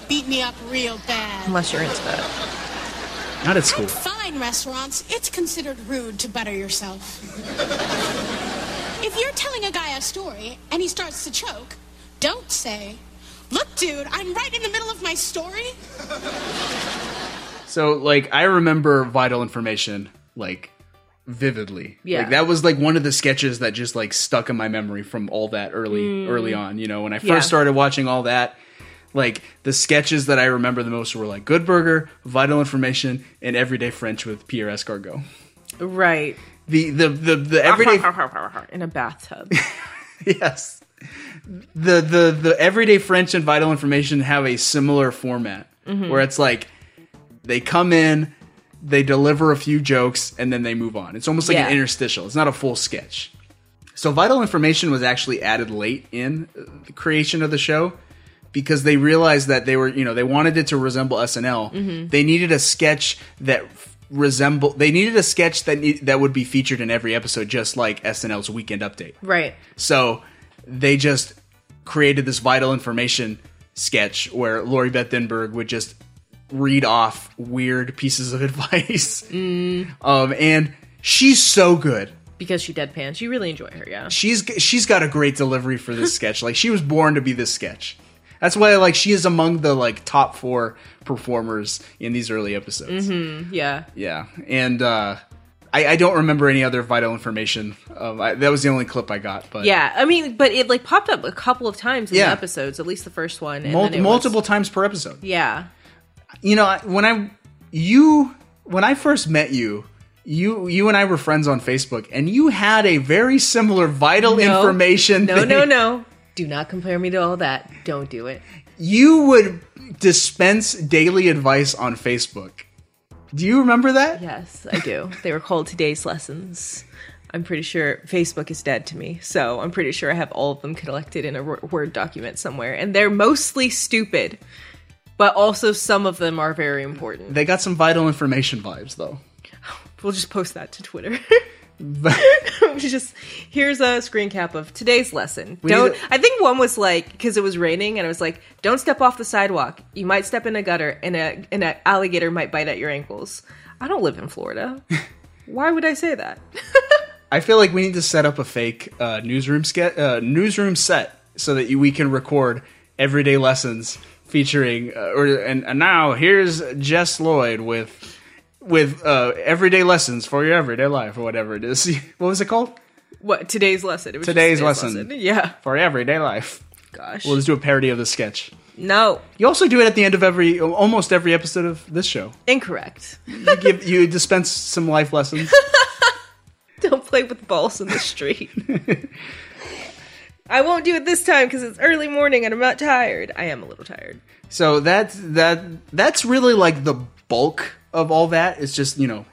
[SPEAKER 5] Beat me up real bad.
[SPEAKER 2] Unless you're into that.
[SPEAKER 1] Not at school.
[SPEAKER 5] Fine restaurants, it's considered rude to butter yourself. if you're telling a guy a story and he starts to choke, don't say, look, dude, I'm right in the middle of my story.
[SPEAKER 1] So like I remember vital information like vividly.
[SPEAKER 5] Yeah.
[SPEAKER 1] Like that was like one of the sketches that just like stuck in my memory from all that early
[SPEAKER 3] Mm.
[SPEAKER 1] early on, you know, when I first
[SPEAKER 3] Yeah.
[SPEAKER 1] started watching all that like the sketches that I remember the most were like Good Burger, Vital Information, and Everyday French with Pierre Escargot.
[SPEAKER 2] Right.
[SPEAKER 1] The the the, the everyday
[SPEAKER 2] in a bathtub.
[SPEAKER 1] yes. The the the everyday French and vital information have a similar format
[SPEAKER 2] Mhm.
[SPEAKER 1] where it's like they come in, they deliver a few jokes, and then they move on. It's almost like
[SPEAKER 2] Yeah.
[SPEAKER 1] an interstitial. It's not a full sketch. So vital information was actually added late in the creation of the show because they realized that they were you know they wanted it to resemble SNL.
[SPEAKER 2] Mhm.
[SPEAKER 1] They needed a sketch that f- resemble. They needed a sketch that need, that would be featured in every episode, just like SNL's Weekend Update.
[SPEAKER 2] Right.
[SPEAKER 1] So they just created this vital information sketch where Lori Beth Denberg would just read off weird pieces of advice.
[SPEAKER 2] Mm,
[SPEAKER 1] Um, and she's so good.
[SPEAKER 2] because she deadpans. You really enjoy her, yeah.
[SPEAKER 1] She's she's got a great delivery for this sketch. Like she was born to be this sketch. That's why like she is among the like top
[SPEAKER 2] Mm.
[SPEAKER 1] four performers in these early episodes.
[SPEAKER 2] Mm-hmm. Yeah.
[SPEAKER 1] Yeah, and uh, I, I don't remember any other vital information. Um, I, that was the only clip I got. But
[SPEAKER 2] yeah, I mean, but it like popped up a couple of times in
[SPEAKER 1] Yeah.
[SPEAKER 2] the episodes, at least the first one. And
[SPEAKER 1] Mul-
[SPEAKER 2] then it
[SPEAKER 1] multiple times per episode.
[SPEAKER 2] Was, yeah.
[SPEAKER 1] You know, I- when I you when I first met you, you you and I were friends on Facebook, and you had a very similar vital
[SPEAKER 2] No.
[SPEAKER 1] information.
[SPEAKER 2] No,
[SPEAKER 1] thing.
[SPEAKER 2] no, no. Do not compare me to all that. Don't do it.
[SPEAKER 1] You would dispense daily advice on Facebook. Do you remember that?
[SPEAKER 2] Yes, I do. they were called today's lessons. I'm pretty sure Facebook is dead to me, so I'm pretty sure I have all of them collected in a Wor- Word document somewhere, and they're mostly stupid, but also some of them are very important.
[SPEAKER 1] They got some vital information vibes though.
[SPEAKER 2] We'll just post that to Twitter. just here's a screen cap of today's lesson.
[SPEAKER 1] We
[SPEAKER 2] don't.
[SPEAKER 1] need
[SPEAKER 2] I think one was like because it was raining, and I was like, "Don't step off the sidewalk. You might step in a gutter, and a and an alligator might bite at your ankles." I don't live in Florida. Why would I say that?
[SPEAKER 1] I feel like we need to set up a fake uh, newsroom ske- uh, newsroom set so that you, we can record everyday lessons featuring uh, or and, and now here's Jess Lloyd with with uh, everyday lessons for your everyday life or whatever it is. what was it called?
[SPEAKER 2] What today's lesson? It was just
[SPEAKER 1] Today's lesson.
[SPEAKER 2] Yeah.
[SPEAKER 1] For everyday life.
[SPEAKER 2] Gosh.
[SPEAKER 1] We'll just do a parody of the sketch.
[SPEAKER 2] No.
[SPEAKER 1] You also do it at the end of every almost every episode of this show.
[SPEAKER 2] Incorrect.
[SPEAKER 1] You give you dispense some life lessons.
[SPEAKER 2] Don't play with balls in the street. I won't do it this time because it's early morning and I'm not tired. I am a little tired.
[SPEAKER 1] So that's that that's really like the bulk of all that. It's just, you know,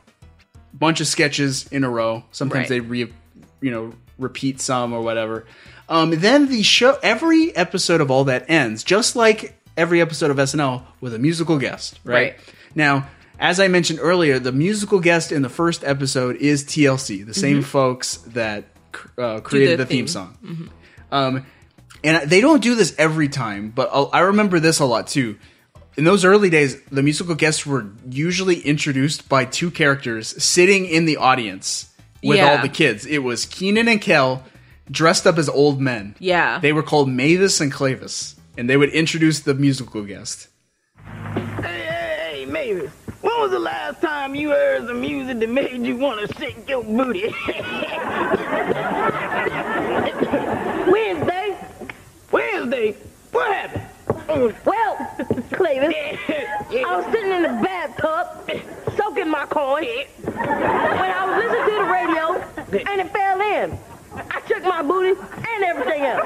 [SPEAKER 1] bunch of sketches in a row. Sometimes
[SPEAKER 2] Right.
[SPEAKER 1] they re you know, repeat some or whatever. Um, then the show every episode of all that ends, just like every episode of SNL with a musical guest, right?
[SPEAKER 2] Right.
[SPEAKER 1] Now, as I mentioned earlier, the musical guest in the first episode is TLC, the same
[SPEAKER 2] Mhm.
[SPEAKER 1] folks that cr- uh,
[SPEAKER 2] Do Mm-hmm.
[SPEAKER 1] created the, theme song. Um, and they don't do this every time, but i I remember this a lot too. In those early days, the musical guests were usually introduced by two characters sitting in the audience with
[SPEAKER 2] Yeah.
[SPEAKER 1] all the kids. It was Keenan and Kel dressed up as old men.
[SPEAKER 2] Yeah.
[SPEAKER 1] They were called Mavis and Clavis, and they would introduce the musical guest.
[SPEAKER 18] Hey, Mavis, when was the last time you heard some music that made you want to shake your booty? Wednesday. Wednesday? What happened?
[SPEAKER 4] Well, Clavis, I was sitting in the bathtub, soaking my coin, when I was listening to the radio, and it fell in. I shook my booty and everything else.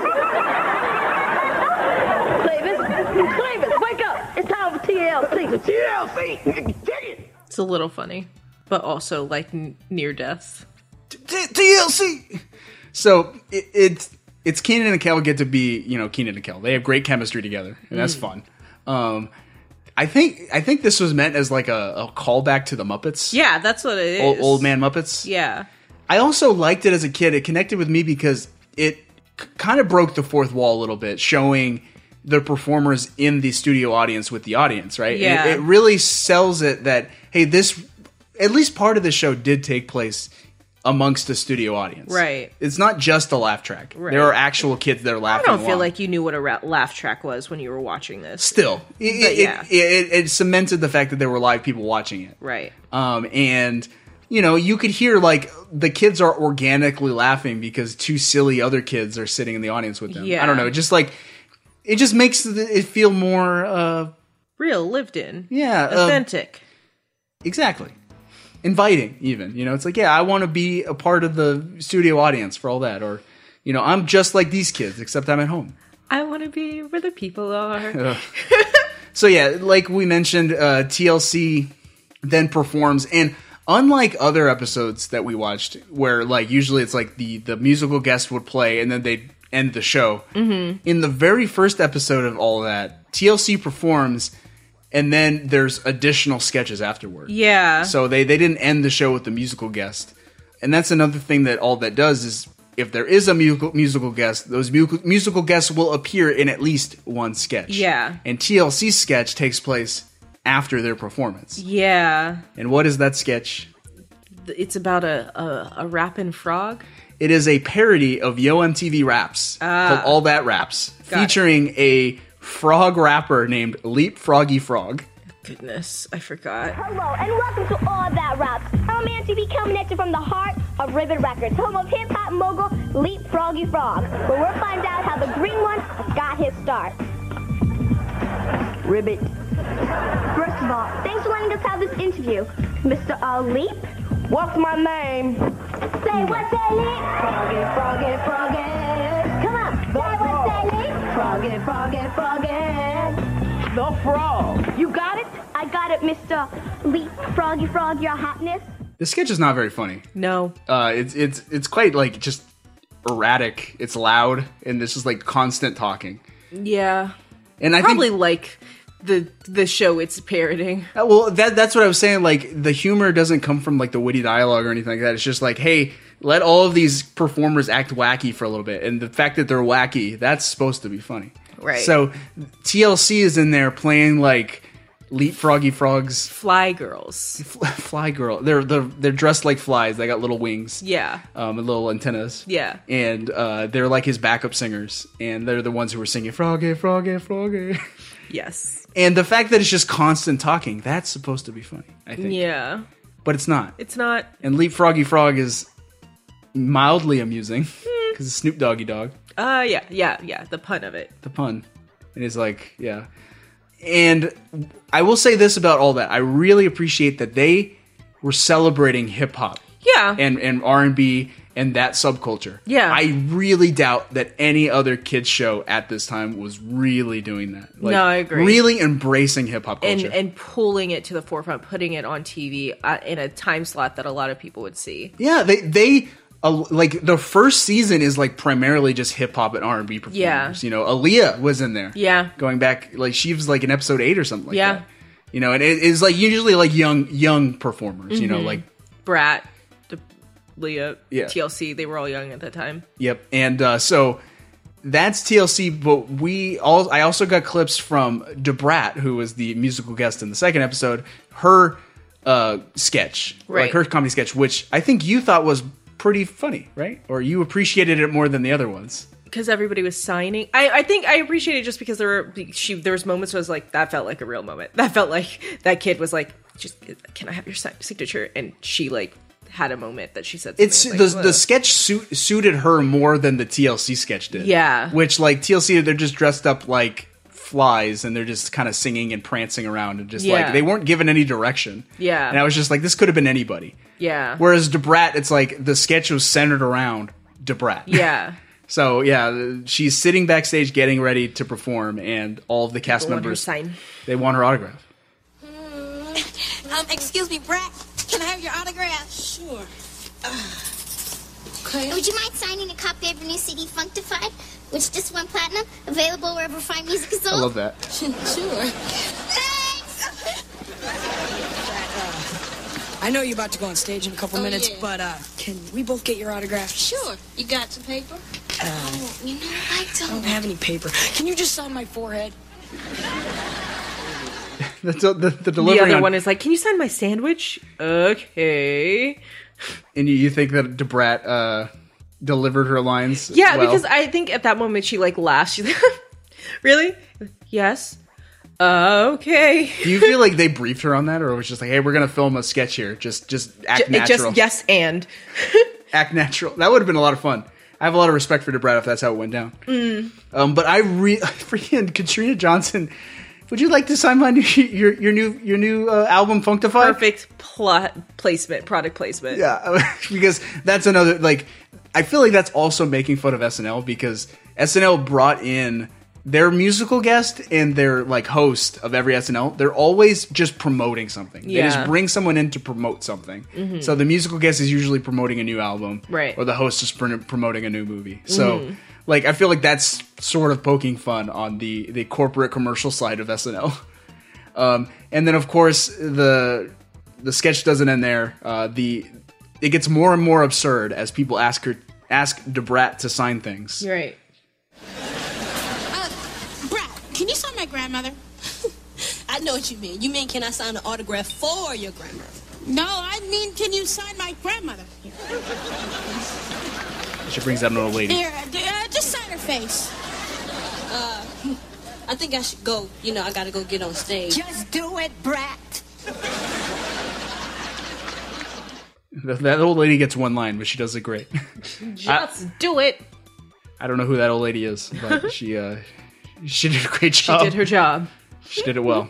[SPEAKER 4] Clavis, Clavis, wake up. It's time for TLC. TLC?
[SPEAKER 2] It's a little funny, but also like n- near death.
[SPEAKER 1] TLC. So it, it's it's Keenan and Kel get to be you know Keenan and Kel. They have great chemistry together, and that's
[SPEAKER 2] Mm.
[SPEAKER 1] fun. Um, I think I think this was meant as like a, a callback to the Muppets.
[SPEAKER 2] Yeah, that's what it
[SPEAKER 1] Old,
[SPEAKER 2] is.
[SPEAKER 1] old man Muppets.
[SPEAKER 2] Yeah.
[SPEAKER 1] I also liked it as a kid. It connected with me because it c- kind of broke the fourth wall a little bit, showing the performers in the studio audience with the audience, right? And it-
[SPEAKER 2] Yeah.
[SPEAKER 1] it, really sells it that hey, this at least part of the show did take place amongst the studio audience.
[SPEAKER 2] Right.
[SPEAKER 1] It's not just a laugh track.
[SPEAKER 2] Right.
[SPEAKER 1] There are actual kids that are
[SPEAKER 2] I
[SPEAKER 1] laughing.
[SPEAKER 2] don't feel
[SPEAKER 1] along.
[SPEAKER 2] like you knew what a ra- laugh track was when you were watching this.
[SPEAKER 1] still it,
[SPEAKER 2] But
[SPEAKER 1] it,
[SPEAKER 2] yeah.
[SPEAKER 1] it, it, it cemented the fact that there were live people watching it.
[SPEAKER 2] right.
[SPEAKER 1] Um, and you know, you could hear like the kids are organically laughing because two silly other kids are sitting in the audience with them.
[SPEAKER 2] Yeah.
[SPEAKER 1] I don't know, just like it just makes the, it feel more uh,
[SPEAKER 2] Real, lived in.
[SPEAKER 1] Yeah, uh,
[SPEAKER 2] Authentic.
[SPEAKER 1] exactly inviting. Even you know, it's like yeah, I want to be a part of the studio audience for all that, or you know, I'm just like these kids except I'm at home.
[SPEAKER 2] I want to be where the people are.
[SPEAKER 1] Ugh. so yeah, like we mentioned, uh, TLC then performs, and unlike other episodes that we watched, where like usually it's like the the musical guest would play and then they end the show.
[SPEAKER 18] Mm-hmm.
[SPEAKER 1] In the very first episode of all that, TLC performs, and then there's additional sketches afterward.
[SPEAKER 2] yeah.
[SPEAKER 1] So they they didn't end the show with the musical guest, and that's another thing that all that does is if there is a musical musical guest, those mu- musical guests will appear in at least one sketch.
[SPEAKER 2] Yeah.
[SPEAKER 1] And TLC's sketch takes place after their performance.
[SPEAKER 2] Yeah.
[SPEAKER 1] And what is that sketch?
[SPEAKER 2] Th- It's about a, a, a rapping frog.
[SPEAKER 1] It is a parody of Yo MTV Raps
[SPEAKER 2] Ah.
[SPEAKER 1] called All That Raps,
[SPEAKER 2] Got it.
[SPEAKER 1] featuring a frog rapper named Leap Froggy Frog.
[SPEAKER 2] Goodness, I forgot.
[SPEAKER 27] Hello and welcome to All That Raps. I'm
[SPEAKER 4] Man TV coming at you from the heart of Ribbon Records, home of hip hop mogul Leap Froggy Frog, where we'll find out how the green one got his start.
[SPEAKER 28] Ribbit.
[SPEAKER 4] First of all, thanks for letting us have this interview, Mr. Uh, Leap.
[SPEAKER 28] What's my name?
[SPEAKER 4] Say what's that, Leap? Froggy, Froggy, Froggy. Come on. Say what's that, Leap? Froggy, Froggy, Froggy.
[SPEAKER 28] The frog.
[SPEAKER 4] You got it? I got it, Mr. Leap Froggy Frog, your hotness.
[SPEAKER 1] The sketch is not very funny.
[SPEAKER 2] No.
[SPEAKER 1] Uh, it's it's it's quite like just erratic. It's loud and this is like constant talking.
[SPEAKER 2] Yeah.
[SPEAKER 1] And I
[SPEAKER 2] probably
[SPEAKER 1] think,
[SPEAKER 2] like the the show it's parroting.
[SPEAKER 1] Uh, well, that that's what I was saying. Like the humor doesn't come from like the witty dialogue or anything like that. It's just like, hey, let all of these performers act wacky for a little bit, and the fact that they're wacky, that's supposed to be funny.
[SPEAKER 2] Right.
[SPEAKER 1] So TLC is in there playing like leapfroggy frogs,
[SPEAKER 2] Fly girls.
[SPEAKER 1] fly, fly girl. They're they're they're dressed like flies. They got little wings.
[SPEAKER 2] Yeah.
[SPEAKER 1] um, and little antennas.
[SPEAKER 2] Yeah.
[SPEAKER 1] And uh, they're like his backup singers, and they're the ones who were singing Froggy, Froggy, Froggy.
[SPEAKER 2] Yes.
[SPEAKER 1] and the fact that it's just constant talking, that's supposed to be funny, I think.
[SPEAKER 2] Yeah.
[SPEAKER 1] But it's not.
[SPEAKER 2] It's not
[SPEAKER 1] And Leap Froggy Frog is mildly amusing because it's Snoop Doggy Dog,
[SPEAKER 2] uh yeah, yeah, yeah, the pun of it.
[SPEAKER 1] the pun. And it's like, yeah. And I will say this about all that. I really appreciate that they were celebrating hip hop.
[SPEAKER 2] Yeah.
[SPEAKER 1] and and R and B and that subculture.
[SPEAKER 2] Yeah.
[SPEAKER 1] I really doubt that any other kids show at this time was really doing that.
[SPEAKER 2] No, I agree.
[SPEAKER 1] Really embracing hip hop
[SPEAKER 2] and
[SPEAKER 1] culture.
[SPEAKER 2] and pulling it to the forefront, putting it on TV uh, in a time slot that a lot of people would see.
[SPEAKER 1] yeah, they they uh, like the first season is like primarily just hip hop and R and B performers.
[SPEAKER 2] Yeah.
[SPEAKER 1] You know, Aaliyah was in there.
[SPEAKER 2] Yeah.
[SPEAKER 1] Going back, like she was like in episode eight or something like
[SPEAKER 2] yeah.
[SPEAKER 1] that. You know, and it is like usually like young young performers. You know,
[SPEAKER 2] Mhm.
[SPEAKER 1] like
[SPEAKER 2] Brat, De- Leah,
[SPEAKER 1] Yeah.
[SPEAKER 2] TLC, they were all young at that time.
[SPEAKER 1] Yep. And uh, so that's TLC, but we all I also got clips from Debrat, who was the musical guest in the second episode, her uh, sketch.
[SPEAKER 2] Right.
[SPEAKER 1] Like her comedy sketch, which I think you thought was pretty funny, right? Or you appreciated it more than the other ones.
[SPEAKER 2] because everybody was signing. I, I think I appreciate it just because there were she there was moments where I was like that felt like a real moment. That felt like that kid was like just can I have your si- signature and she like had a moment that she said something.
[SPEAKER 1] It's
[SPEAKER 2] I
[SPEAKER 1] the
[SPEAKER 2] was like,
[SPEAKER 1] the
[SPEAKER 2] "Whoa."
[SPEAKER 1] sketch suit, suited her more than the TLC sketch did.
[SPEAKER 2] Yeah.
[SPEAKER 1] Which like TLC they're just dressed up like flies and they're just kind of singing and prancing around and just
[SPEAKER 2] Yeah.
[SPEAKER 1] like they weren't given any direction.
[SPEAKER 2] Yeah.
[SPEAKER 1] And I was just like this could have been anybody.
[SPEAKER 2] yeah
[SPEAKER 1] Whereas Debrat, it's like the sketch was centered around Debrat.
[SPEAKER 2] yeah
[SPEAKER 1] So yeah, she's sitting backstage getting ready to perform, and all of the cast
[SPEAKER 2] People want her
[SPEAKER 1] members
[SPEAKER 2] sign.
[SPEAKER 1] they want her autograph.
[SPEAKER 8] Um, excuse me, Brat. Can I have your autograph? Sure. Uh,
[SPEAKER 4] Would you mind signing a copy of your new CD, Functified, which just went platinum, available wherever fine music is
[SPEAKER 1] I
[SPEAKER 4] sold?
[SPEAKER 1] love that.
[SPEAKER 8] Sure.
[SPEAKER 20] I know you're about to go on stage in a couple
[SPEAKER 29] Oh,
[SPEAKER 20] minutes,
[SPEAKER 29] yeah.
[SPEAKER 20] but uh, can we both get your autograph?
[SPEAKER 29] Sure. You got some paper?
[SPEAKER 20] Oh,
[SPEAKER 29] you know, I
[SPEAKER 20] I don't have any paper. Can you just sign my forehead?
[SPEAKER 1] The, the, the
[SPEAKER 2] the
[SPEAKER 1] delivery
[SPEAKER 2] other
[SPEAKER 1] on-
[SPEAKER 2] one is like can you sign my sandwich okay
[SPEAKER 1] and you, you think that Debrat uh, delivered her lines?
[SPEAKER 2] yeah
[SPEAKER 1] well?
[SPEAKER 2] because I think at that moment she like laughs she's like really yes okay
[SPEAKER 1] Do you feel like they briefed her on that, or it was just like, "Hey, we're gonna film a sketch here. Just, just act
[SPEAKER 2] Ju- it
[SPEAKER 1] natural.
[SPEAKER 2] just yes and
[SPEAKER 1] Act natural." That would have been a lot of fun. I have a lot of respect for Debrat if that's how it went down.
[SPEAKER 2] Mm.
[SPEAKER 1] Um, but I re freaking Katrina Johnson. Would you like to sign my new your your new your new uh, album Functify?
[SPEAKER 2] perfect plot placement product placement
[SPEAKER 1] Yeah, because that's another like. I feel like that's also making fun of SNL because SNL brought in their musical guest and their like host of every SNL. They're always just promoting something. They
[SPEAKER 2] Yeah.
[SPEAKER 1] just bring someone in to promote something.
[SPEAKER 2] Mhm.
[SPEAKER 1] So the musical guest is usually promoting a new album,
[SPEAKER 2] Right.
[SPEAKER 1] Or the host is pr- promoting a new movie. So.
[SPEAKER 2] Mhm.
[SPEAKER 1] Like I feel like that's sort of poking fun on the the corporate commercial side of SNL. Um, and then of course the the sketch doesn't end there. Uh, the it gets more and more absurd as people ask her ask Debrat to sign things.
[SPEAKER 2] You're right
[SPEAKER 30] Brad, can you sign my grandmother?
[SPEAKER 29] I know what you mean. You mean can I sign an autograph for your grandmother?
[SPEAKER 30] No, I mean, can you sign my grandmother?
[SPEAKER 1] She brings up an old lady.
[SPEAKER 30] Here, uh, just sign her face.
[SPEAKER 29] Uh, I think I should go. You know, I gotta go get on stage.
[SPEAKER 30] Just do it, Brad.
[SPEAKER 1] Th- That old lady gets one line, but she does it great. Uh,
[SPEAKER 17] Just do it.
[SPEAKER 1] I don't know who that old lady is, but she uh, she did a great
[SPEAKER 2] She
[SPEAKER 1] job.
[SPEAKER 2] did her job.
[SPEAKER 1] She did it well.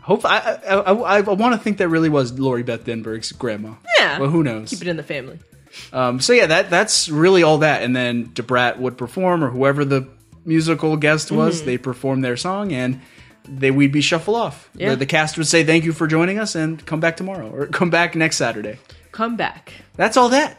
[SPEAKER 1] Hope I I, I, I want to think that really was Lori Beth Denberg's grandma.
[SPEAKER 2] Yeah.
[SPEAKER 1] Well, who knows?
[SPEAKER 2] Keep it in the family.
[SPEAKER 1] Um, so yeah, that that's really all that. And then Debrat would perform, or whoever the musical guest was,
[SPEAKER 2] Mhm.
[SPEAKER 1] they perform their song, and they we'd be shuffle off.
[SPEAKER 2] Yeah.
[SPEAKER 1] The, the cast would say thank you for joining us, and come back tomorrow, or come back next Saturday.
[SPEAKER 2] Come back.
[SPEAKER 1] That's all that.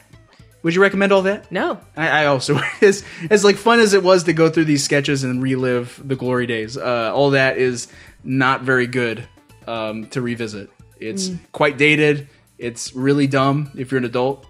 [SPEAKER 1] Would you recommend all that?
[SPEAKER 2] No.
[SPEAKER 1] I, I also as as like fun as it was to go through these sketches and relive the glory days. Uh, all that is not very good um, to revisit. It's
[SPEAKER 2] Mm.
[SPEAKER 1] quite dated. It's really dumb if you're an adult.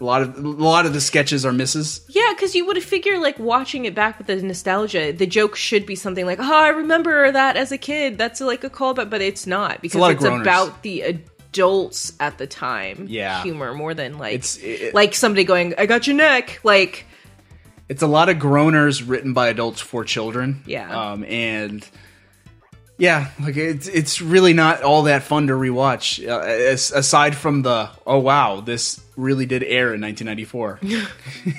[SPEAKER 1] A lot of a lot of the sketches are misses.
[SPEAKER 2] Yeah, because you would figure like watching it back with the nostalgia, the joke should be something like, "Oh, I remember that as a kid." That's like a callback, but it's not because
[SPEAKER 1] lot of
[SPEAKER 2] it's,
[SPEAKER 1] groaners.
[SPEAKER 2] about the adults at the time.
[SPEAKER 1] Yeah.
[SPEAKER 2] humor more than like
[SPEAKER 1] It's- it-
[SPEAKER 2] like somebody going, "I got your neck." Like,
[SPEAKER 1] It's a lot of groaners written by adults for children.
[SPEAKER 2] Yeah.
[SPEAKER 1] Um, and yeah, like it's it's really not all that fun to rewatch. Uh, as, aside from the oh wow, this really did air in 1994.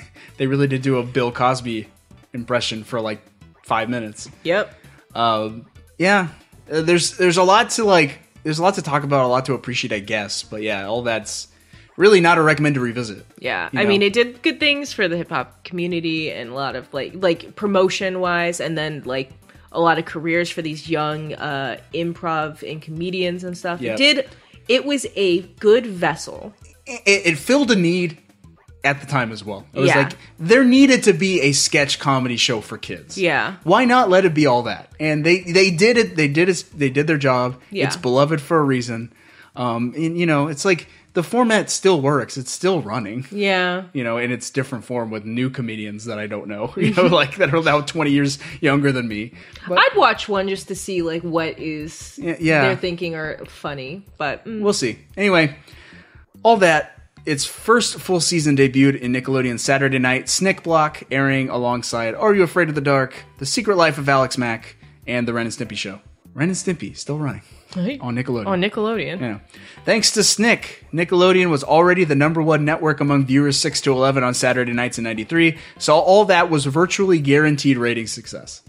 [SPEAKER 1] they really did do a Bill Cosby impression for like five minutes.
[SPEAKER 2] Yep.
[SPEAKER 1] Um, yeah. Uh, There's there's a lot to like. There's a lot to talk about. A lot to appreciate, I guess. But yeah, all that's really not a recommend to revisit.
[SPEAKER 2] yeah,
[SPEAKER 1] You
[SPEAKER 2] I
[SPEAKER 1] know.
[SPEAKER 2] mean, it did good things for the hip hop community and a lot of like like promotion wise, and then like a lot of careers for these young uh improv and comedians and stuff.
[SPEAKER 1] Yeah.
[SPEAKER 2] It did. It was a good vessel.
[SPEAKER 1] it, it filled a need at the time as well. It was
[SPEAKER 2] Yeah.
[SPEAKER 1] like there needed to be a sketch comedy show for kids.
[SPEAKER 2] Yeah.
[SPEAKER 1] Why not let it be all that? And they they did it. They did it. They did their job.
[SPEAKER 2] Yeah.
[SPEAKER 1] It's beloved for a reason. Um, and you know, it's like the format still works. It's still running.
[SPEAKER 2] Yeah.
[SPEAKER 1] You know, in its different form with new comedians that I don't know. You know, like that are now twenty years younger than me.
[SPEAKER 2] I'd watch one just to see like what is
[SPEAKER 1] yeah.
[SPEAKER 2] they're thinking are funny, but mm.
[SPEAKER 1] We'll see. Anyway, all that. Its first full season debuted in Nickelodeon's Saturday night Snick Block, airing alongside Are You Afraid of the Dark, The Secret Life of Alex Mack, and The Ren and Stimpy Show. Ren and Stimpy still running on Nickelodeon.
[SPEAKER 2] on Nickelodeon.
[SPEAKER 1] Yeah. Thanks to Snick, Nickelodeon was already the number one network among viewers 6 to 11 on Saturday nights in 93, so all that was virtually guaranteed rating success.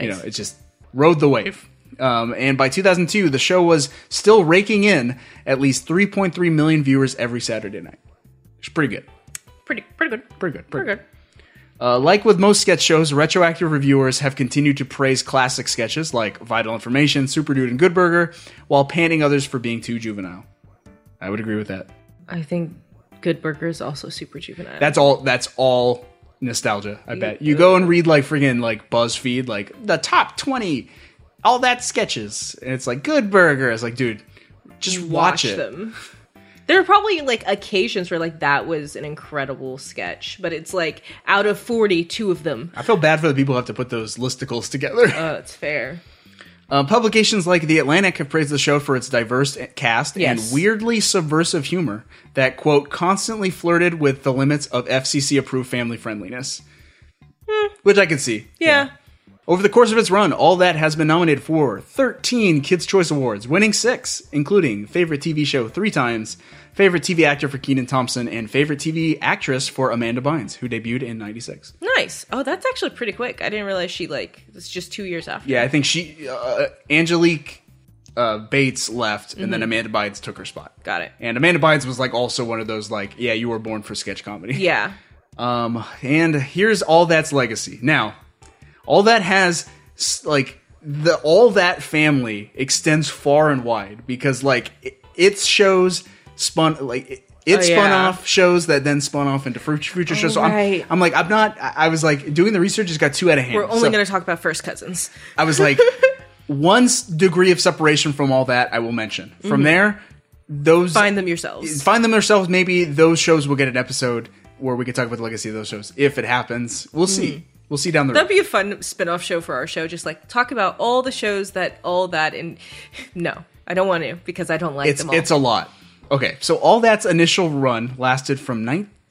[SPEAKER 1] You know, it just rode the wave. Um, and by 2002, the show was still raking in at least 3.3 million viewers every Saturday night. It's pretty good.
[SPEAKER 2] Pretty pretty good.
[SPEAKER 1] Pretty good.
[SPEAKER 2] Pretty good.
[SPEAKER 1] Uh, like with most sketch shows, retroactive reviewers have continued to praise classic sketches like Vital Information, Super Dude, and Good Burger, while panning others for being too juvenile. I would agree with that.
[SPEAKER 2] I think Good Burger is also super juvenile.
[SPEAKER 1] That's all. That's all nostalgia. I bet you go and read like friggin' like BuzzFeed, like the top twenty, all that sketches, and it's like Good Burger. It's like, dude, just watch, it.
[SPEAKER 2] them. There are probably like occasions where like that was an incredible sketch, but it's like out of forty, two of them.
[SPEAKER 1] I feel bad for the people who have to put those listicles together.
[SPEAKER 2] Uh, it's fair.
[SPEAKER 1] Uh, publications like The Atlantic have praised the show for its diverse cast
[SPEAKER 2] Yes.
[SPEAKER 1] and weirdly subversive humor that, quote, constantly flirted with the limits of FCC approved family friendliness.
[SPEAKER 2] Hmm.
[SPEAKER 1] Which I can see.
[SPEAKER 2] Yeah.
[SPEAKER 1] Over the course of its run, All That has been nominated for 13 Kids' Choice Awards, winning six, including Favorite TV Show three times, Favorite TV Actor for Keenan Thompson, and Favorite TV Actress for Amanda Bynes, who debuted in 96.
[SPEAKER 2] Nice. Oh, that's actually pretty quick. I didn't realize she like it's just two years after.
[SPEAKER 1] Yeah, I think she uh, Angelique uh, Bates left, and then
[SPEAKER 2] Mhm.
[SPEAKER 1] Amanda Bynes took her spot.
[SPEAKER 2] Got it.
[SPEAKER 1] And Amanda Bynes was like also one of those like, yeah, you were born for sketch comedy.
[SPEAKER 2] Yeah.
[SPEAKER 1] Um, and here's all that's legacy. Now, all that has s- like the all that family extends far and wide because like it, its shows spun like it, it
[SPEAKER 2] Oh,
[SPEAKER 1] spun
[SPEAKER 2] yeah. Oh,
[SPEAKER 1] off shows that then spun off into fru- future shows. so
[SPEAKER 2] right.
[SPEAKER 1] I'm, I'm like, I'm not. I I was like doing the research. Just got too out of hand.
[SPEAKER 2] We're only
[SPEAKER 1] so-
[SPEAKER 2] going to talk about first cousins.
[SPEAKER 1] I was like, one s- degree of separation from all that I will mention. From
[SPEAKER 2] Mhm.
[SPEAKER 1] there, those
[SPEAKER 2] Find them yourselves.
[SPEAKER 1] Find them themselves. Maybe those shows will get an episode where we could talk about the legacy of those shows if it happens. We'll
[SPEAKER 2] Mm.
[SPEAKER 1] see. We'll see down the road.
[SPEAKER 2] That'd be a fun spin-off show for our show. Just like talk about all the shows that all that and no, I don't want to because I don't like
[SPEAKER 1] it's
[SPEAKER 2] them all.
[SPEAKER 1] it's a lot. Okay, so all that's initial run lasted from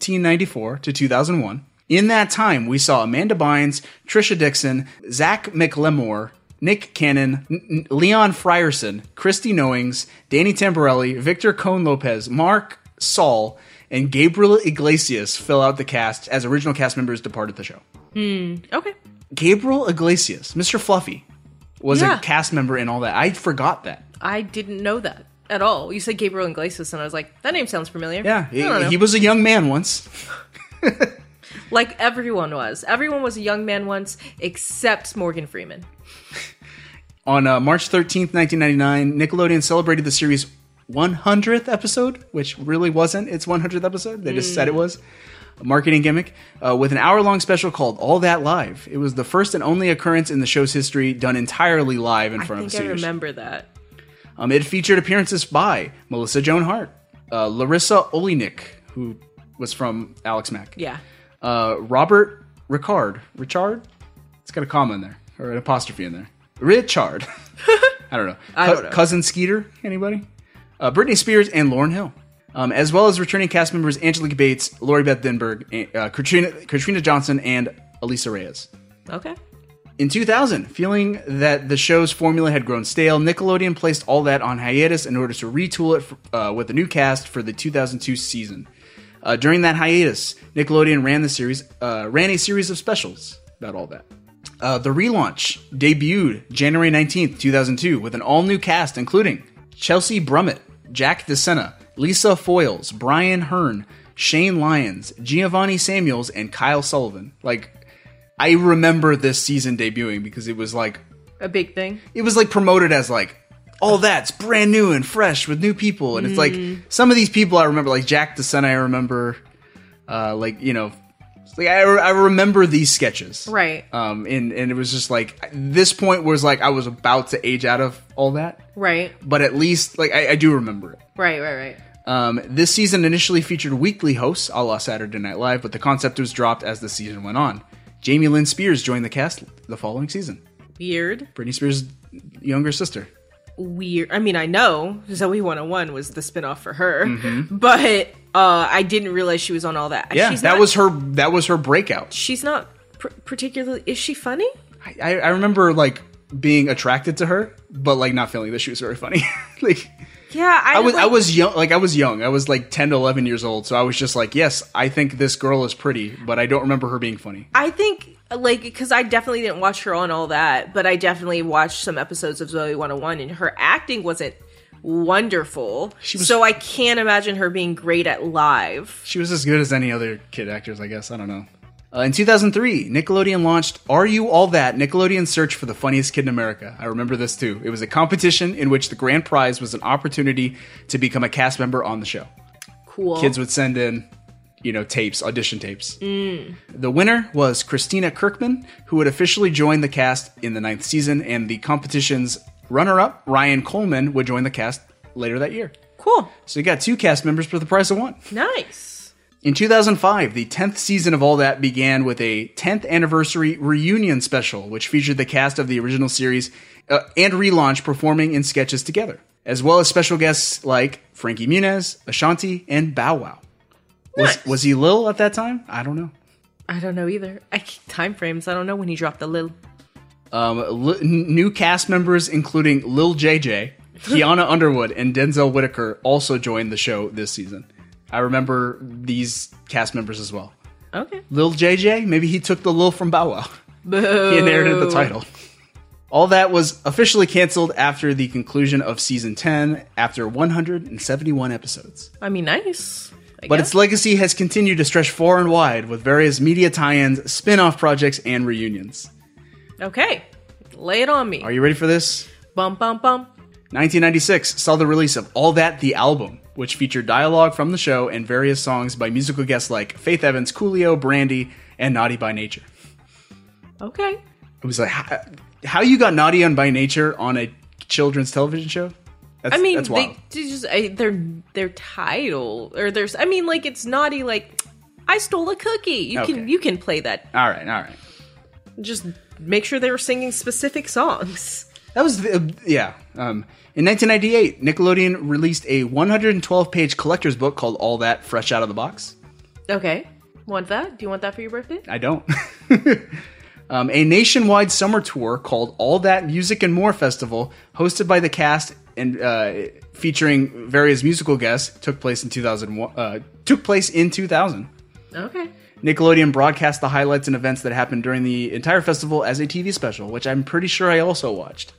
[SPEAKER 1] 1994 to 2001. In that time, we saw Amanda Bynes, Trisha Dixon, Zach McLemore, Nick Cannon, N- N- Leon Frierson, Christy Knowings, Danny Tamborelli, Victor Cone Lopez, Mark Saul, and Gabriel Iglesias fill out the cast as original cast members departed the show.
[SPEAKER 2] Hmm. Okay.
[SPEAKER 1] Gabriel Iglesias, Mr. Fluffy, was
[SPEAKER 2] Yeah.
[SPEAKER 1] a cast member in all that. I forgot that.
[SPEAKER 2] I didn't know that at all. You said Gabriel Iglesias, and I was like, that name sounds familiar.
[SPEAKER 1] Yeah,
[SPEAKER 2] I don't know.
[SPEAKER 1] he, he was a young man once.
[SPEAKER 2] like everyone was. Everyone was a young man once, except Morgan Freeman.
[SPEAKER 1] On uh, March 13th, 1999, Nickelodeon celebrated the series 100th episode, which really wasn't its 100th episode. They just
[SPEAKER 2] Mm.
[SPEAKER 1] said it was. A marketing gimmick uh, with an hour-long special called "All That Live." It was the first and only occurrence in the show's history done entirely live in
[SPEAKER 2] I
[SPEAKER 1] front of
[SPEAKER 2] think
[SPEAKER 1] the
[SPEAKER 2] I
[SPEAKER 1] studio.
[SPEAKER 2] remember that.
[SPEAKER 1] Um, it featured appearances by Melissa Joan Hart, uh, Larissa Olinick, who was from Alex Mack,
[SPEAKER 2] Yeah.
[SPEAKER 1] uh, Robert Ricard. Richard? It's got a comma in there, or an apostrophe in there. Richard. I don't know.
[SPEAKER 2] I
[SPEAKER 1] Cou-
[SPEAKER 2] don't know.
[SPEAKER 1] Cousin Skeeter, anybody? Uh, Britney Spears and Lauren Hill. Um, as well as returning cast members Angelique Bates, Lori Beth Denberg, and- uh, Katrina, Katrina Johnson, and Elisa Reyes.
[SPEAKER 2] Okay.
[SPEAKER 1] In 2000, feeling that the show's formula had grown stale, Nickelodeon placed all that on hiatus in order to retool it f uh, with a new cast for the 2002 season. Uh, during that hiatus, Nickelodeon ran the series, uh, ran a series of specials about all that. Uh, the relaunch debuted January 19th, 2002, with an all-new cast including Chelsea Brummett, Jack DeSena, Lisa Foyles, Brian Hearn, Shane Lyons, Giovanni Samuels, and Kyle Sullivan. Like I remember this season debuting because it was like
[SPEAKER 2] A big thing.
[SPEAKER 1] it was like promoted as like all that's brand new and fresh with new people and it's like
[SPEAKER 2] Mm.
[SPEAKER 1] some of these people I remember like Jack the Sun I remember uh like you know it's like I, I remember these sketches
[SPEAKER 2] Right.
[SPEAKER 1] um and and it was just like this point was like I was about to age out of all that
[SPEAKER 2] Right.
[SPEAKER 1] but at least like I, I do remember it
[SPEAKER 2] Right. Right. Right.
[SPEAKER 1] um, this season initially featured weekly hosts a la Saturday Night Live, but the concept was dropped as the season went on. Jamie Lynn Spears joined the cast the following season.
[SPEAKER 2] Weird.
[SPEAKER 1] Britney Spears' younger sister.
[SPEAKER 2] Weird. I mean, I know Zoe 101 was the spinoff for her,
[SPEAKER 1] Mm-hmm.
[SPEAKER 2] but uh, I didn't realize she was on all that.
[SPEAKER 1] Yeah,
[SPEAKER 2] she's
[SPEAKER 1] that
[SPEAKER 2] not,
[SPEAKER 1] was her. That was her breakout.
[SPEAKER 2] She's not pr- particularly. Is she funny?
[SPEAKER 1] I, I remember like being attracted to her, but like not feeling that she was very funny. like
[SPEAKER 2] Yeah, I,
[SPEAKER 1] I, was, I
[SPEAKER 2] like-
[SPEAKER 1] was young. Like I was young. I was like 10 to 11 years old. So I was just like, yes, I think this girl is pretty, but I don't remember her being funny.
[SPEAKER 2] I think like because I definitely didn't watch her on all that, but I definitely watched some episodes of Zoe 101, and her acting wasn't wonderful. so I can't imagine her being great at live.
[SPEAKER 1] She was as good as any other kid actors, I guess. I don't know. Uh, in 2003, Nickelodeon launched Are You All That? Nickelodeon Search for the Funniest Kid in America. I remember this too. It was a competition in which the grand prize was an opportunity to become a cast member on the show.
[SPEAKER 2] Cool.
[SPEAKER 1] Kids would send in, you know, tapes, audition tapes.
[SPEAKER 2] Mm.
[SPEAKER 1] The winner was Christina Kirkman, who would officially join the cast in the ninth season, and the competition's runner up, Ryan Coleman, would join the cast later that year.
[SPEAKER 2] Cool.
[SPEAKER 1] So you got two cast members for the price of one.
[SPEAKER 2] Nice.
[SPEAKER 1] In 2005, the 10th season of All That began with a 10th anniversary reunion special, which featured the cast of the original series uh, and relaunch performing in sketches together, as well as special guests like Frankie Muniz, Ashanti, and Bow Wow. Was, was he Lil at that time? I don't know.
[SPEAKER 2] I don't know either. I can't- time frames. I don't know when he dropped the lil.
[SPEAKER 1] Um, li- n- new cast members including Lil JJ, Kiana Underwood, and Denzel Whitaker also joined the show this season. I remember these cast members as well.
[SPEAKER 2] Okay.
[SPEAKER 1] Lil JJ, maybe he took the Lil from Bow Wow.
[SPEAKER 2] Boo.
[SPEAKER 1] He inherited the title. All that was officially canceled after the conclusion of season 10 after 171 episodes.
[SPEAKER 2] I mean, nice. I
[SPEAKER 1] But
[SPEAKER 2] guess.
[SPEAKER 1] its legacy has continued to stretch far and wide with various media tie ins, spin off projects, and reunions.
[SPEAKER 2] okay. Lay it on me.
[SPEAKER 1] Are you ready for this?
[SPEAKER 2] Bum bum bum.
[SPEAKER 1] 1996 saw the release of All That the Album, which featured dialogue from the show and various songs by musical guests like Faith Evans, Coolio, Brandy, and Naughty by Nature.
[SPEAKER 2] Okay.
[SPEAKER 1] It was like, how, how you got Naughty on by Nature on a children's television show? That's,
[SPEAKER 2] I mean,
[SPEAKER 1] that's wild.
[SPEAKER 2] they, they just I, their their title or there's. I mean, like it's naughty. Like I stole a cookie. You
[SPEAKER 1] Okay.
[SPEAKER 2] can you can play that.
[SPEAKER 1] All right, all right.
[SPEAKER 2] Just make sure they were singing specific songs.
[SPEAKER 1] That was the, yeah. Um, in 1998, Nickelodeon released a 112-page collector's book called All That Fresh Out of the Box.
[SPEAKER 2] Okay. Want that? Do you want that for your birthday?
[SPEAKER 1] I don't. um, a nationwide summer tour called All That Music and More Festival, hosted by the cast and uh, featuring various musical guests took place in 2001. Uh, took place in 2000.
[SPEAKER 2] Okay.
[SPEAKER 1] Nickelodeon broadcast the highlights and events that happened during the entire festival as a TV special, which I'm pretty sure I also watched.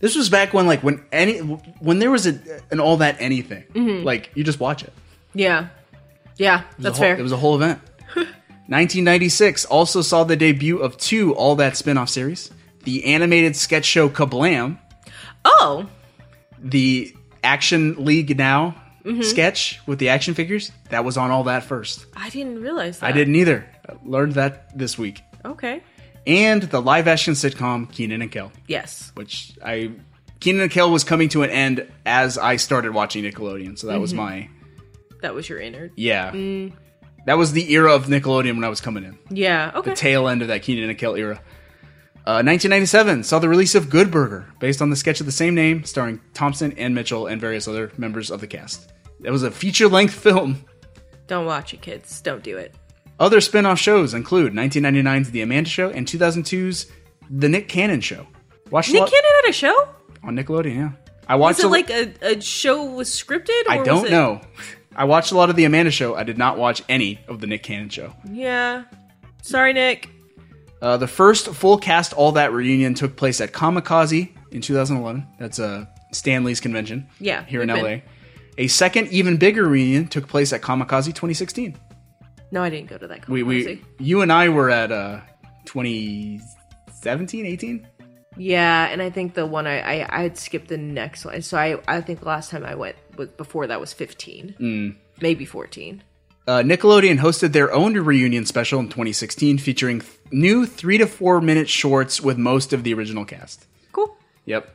[SPEAKER 1] This was back when like when any when there was a, an all that anything
[SPEAKER 2] Mhm.
[SPEAKER 1] like you just watch it.
[SPEAKER 2] Yeah. Yeah,
[SPEAKER 1] It was a
[SPEAKER 2] that's
[SPEAKER 1] whole-
[SPEAKER 2] fair.
[SPEAKER 1] It was a whole event. 1996 also saw the debut of two All That spin-off series: the animated sketch show Kablam,
[SPEAKER 2] oh.
[SPEAKER 1] the Action League Now
[SPEAKER 2] Mhm.
[SPEAKER 1] sketch with the action figures. That was on All That first.
[SPEAKER 2] I didn't realize that.
[SPEAKER 1] I didn't either. I learned that this week.
[SPEAKER 2] Okay.
[SPEAKER 1] And the live-action sitcom Keenan and Kel,
[SPEAKER 2] Yes.
[SPEAKER 1] which I Keenan and Kel was coming to an end as I started watching Nickelodeon, so that was
[SPEAKER 2] Mhm.
[SPEAKER 1] my
[SPEAKER 2] That was your inner.
[SPEAKER 1] yeah.
[SPEAKER 2] Mm,
[SPEAKER 1] That was the era of Nickelodeon when I was coming in.
[SPEAKER 2] yeah. Okay.
[SPEAKER 1] the tail end of that Keenan and Kel era. Uh, 1997 saw the release of Good Burger, based on the sketch of the same name, starring Thompson and Mitchell and various other members of the cast. It was a feature length film.
[SPEAKER 2] Don't watch it, kids. Don't do it.
[SPEAKER 1] Other spin off shows include 1999's The Amanda Show and 2002's The Nick Cannon Show. Watched a
[SPEAKER 2] Nick
[SPEAKER 1] lot-
[SPEAKER 2] Cannon had a show.
[SPEAKER 1] on Nickelodeon, yeah. I
[SPEAKER 2] Was
[SPEAKER 1] watched
[SPEAKER 2] it
[SPEAKER 1] a-
[SPEAKER 2] like a, a show was scripted? Or
[SPEAKER 1] I
[SPEAKER 2] was
[SPEAKER 1] don't
[SPEAKER 2] it-
[SPEAKER 1] know. I watched a lot of The Amanda Show. I did not watch any of The Nick Cannon Show.
[SPEAKER 2] Yeah. Sorry, Nick.
[SPEAKER 1] Uh, the first full cast All That reunion took place at Kamikaze in 2011. That's uh, Stan Lee's convention
[SPEAKER 2] Yeah.
[SPEAKER 1] here in
[SPEAKER 2] we've
[SPEAKER 1] LA.
[SPEAKER 2] been-
[SPEAKER 1] A second, even bigger reunion took place at Kamikaze 2016.
[SPEAKER 2] No, I didn't go to that.
[SPEAKER 1] We,
[SPEAKER 2] Kamikaze.
[SPEAKER 1] we, you and I were at uh, 2017, 18.
[SPEAKER 2] Yeah, and I think the one I I, I had skipped the next one. So I I think the last time I went was before that was fifteen,
[SPEAKER 1] Mm.
[SPEAKER 2] maybe fourteen.
[SPEAKER 1] Uh, Nickelodeon hosted their own reunion special in 2016, featuring th- new three to four minute shorts with most of the original cast.
[SPEAKER 2] Cool.
[SPEAKER 1] Yep.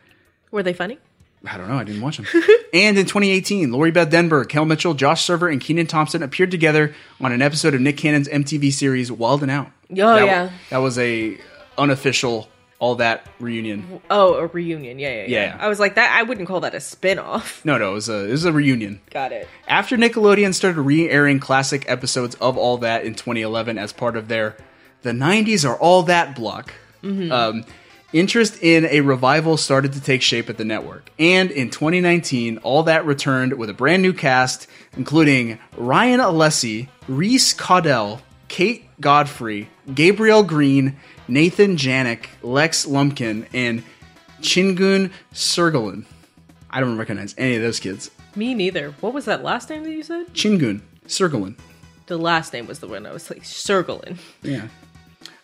[SPEAKER 2] Were they funny?
[SPEAKER 1] I don't know. I didn't watch them. and in 2018, Lori Beth Denberg, Kel Mitchell, Josh Server, and Keenan Thompson appeared together on an episode of Nick Cannon's MTV series Wild and Out.
[SPEAKER 2] Oh
[SPEAKER 1] that,
[SPEAKER 2] yeah.
[SPEAKER 1] That was a unofficial all that reunion.
[SPEAKER 2] Oh, a reunion. Yeah, yeah, yeah.
[SPEAKER 1] Yeah.
[SPEAKER 2] I was like that. I wouldn't call that a spin off.
[SPEAKER 1] No, no, it was a it was a reunion.
[SPEAKER 2] Got it.
[SPEAKER 1] After Nickelodeon started re-airing classic episodes of All That in 2011 as part of their "The 90s Are All That" block,
[SPEAKER 4] Hmm.
[SPEAKER 2] Mhm.
[SPEAKER 1] um, interest in a revival started to take shape at the network. And in 2019, All That returned with a brand new cast, including Ryan Alessi, Reese Caudell, Kate Godfrey, Gabriel Green, Nathan Janik, Lex Lumpkin, and Chingun Sergalin. I don't recognize any of those kids.
[SPEAKER 2] Me neither. What was that last name that you said?
[SPEAKER 1] Chingun Sergalin.
[SPEAKER 2] The last name was the one I was like circling.
[SPEAKER 1] Yeah.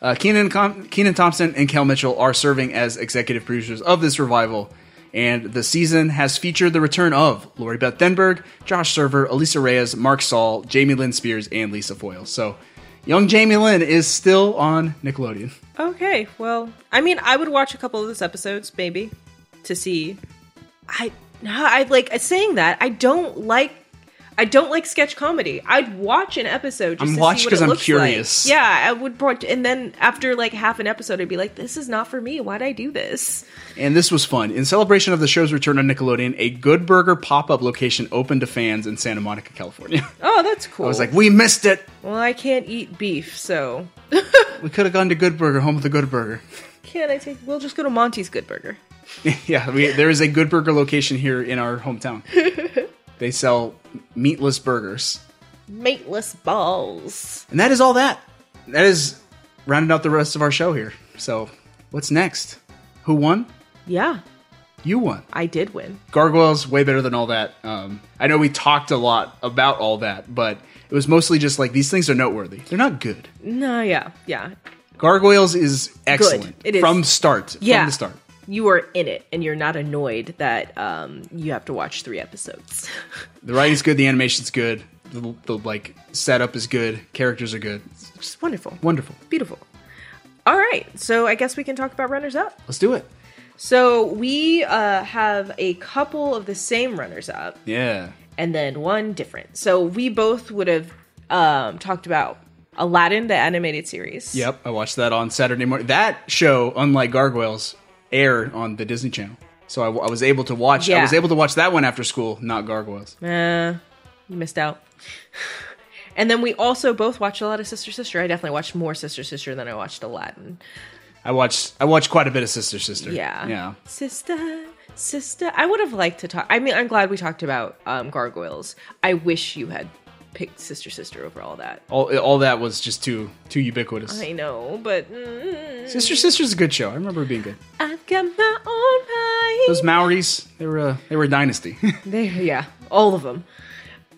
[SPEAKER 1] Uh, Keenan, Com- Keenan Thompson and Kel Mitchell are serving as executive producers of this revival, and the season has featured the return of Lori Beth Denberg, Josh Server, Elisa Reyes, Mark Saul, Jamie Lynn Spears, and Lisa Foyle. So, young Jamie Lynn is still on Nickelodeon.
[SPEAKER 2] Okay, well, I mean, I would watch a couple of those episodes maybe to see. I no, I like uh, saying that. I don't like. I don't like sketch comedy. I'd watch an episode. Just
[SPEAKER 1] I'm
[SPEAKER 2] to
[SPEAKER 1] watched
[SPEAKER 2] see what
[SPEAKER 1] 'cause
[SPEAKER 2] it
[SPEAKER 1] I'm
[SPEAKER 2] looks
[SPEAKER 1] curious.
[SPEAKER 2] Like. Yeah, I would, watch- and then after like half an episode, I'd be like, "This is not for me. Why'd I do this?"
[SPEAKER 1] And this was fun. In celebration of the show's return on Nickelodeon, a Good Burger pop up location opened to fans in Santa Monica, California.
[SPEAKER 2] Oh, that's cool.
[SPEAKER 1] I was like, we missed it.
[SPEAKER 2] "Well, I can't eat beef, so
[SPEAKER 1] We could have gone to Good Burger, home of the Good Burger.
[SPEAKER 2] can I take? We'll just go to Monty's Good Burger."
[SPEAKER 1] yeah, we, there is a Good Burger location here in our hometown. they sell meatless burgers.
[SPEAKER 2] Meatless balls.
[SPEAKER 1] And that is all that. That is rounding out the rest of our show here. So, what's next? Who won?
[SPEAKER 2] Yeah,
[SPEAKER 1] You won.
[SPEAKER 2] I did win.
[SPEAKER 1] Gargoyles, way better than all that. Um, I know we talked a lot about all that, but it was mostly just like these things are noteworthy. They're not good.
[SPEAKER 2] No, yeah, yeah.
[SPEAKER 1] Gargoyles is excellent
[SPEAKER 2] It is.
[SPEAKER 1] from start.
[SPEAKER 2] Yeah.
[SPEAKER 1] From the start.
[SPEAKER 2] you are in it and you're not annoyed that um, you have to watch three episodes.
[SPEAKER 1] The writing's good. The animation's good. The, the like setup is good. Characters are good. It's
[SPEAKER 2] just wonderful.
[SPEAKER 1] Wonderful.
[SPEAKER 2] Beautiful. All right, so I guess we can talk about runners up.
[SPEAKER 1] Let's do it.
[SPEAKER 2] So we uh, have a couple of the same runners up
[SPEAKER 1] Yeah.
[SPEAKER 2] and then one different. So we both would have um, talked about Aladdin, the animated series.
[SPEAKER 1] Yep, I watched that on Saturday morning. That show, unlike Gargoyles, aired on the Disney Channel, so I, w- I was able to watch. I
[SPEAKER 2] Yeah.
[SPEAKER 1] was able to watch that one after school, not Gargoyles.
[SPEAKER 2] Uh, you missed out. and then we also both watched a lot of Sister Sister. I definitely watched more Sister Sister than I watched Aladdin.
[SPEAKER 1] I watched. I watched quite a bit of Sister Sister.
[SPEAKER 2] Yeah.
[SPEAKER 1] yeah.
[SPEAKER 2] Sister, Sister, I would have liked to talk. I mean, I'm glad we talked about um, gargoyles. I wish you had picked Sister Sister over all that.
[SPEAKER 1] All, all that was just too too ubiquitous.
[SPEAKER 2] I know, but mm,
[SPEAKER 1] Sister Sister's a good show. I remember it being good.
[SPEAKER 2] I've got my own pie.
[SPEAKER 1] Those Maoris, they were uh, they were a dynasty.
[SPEAKER 2] They, yeah, all of them.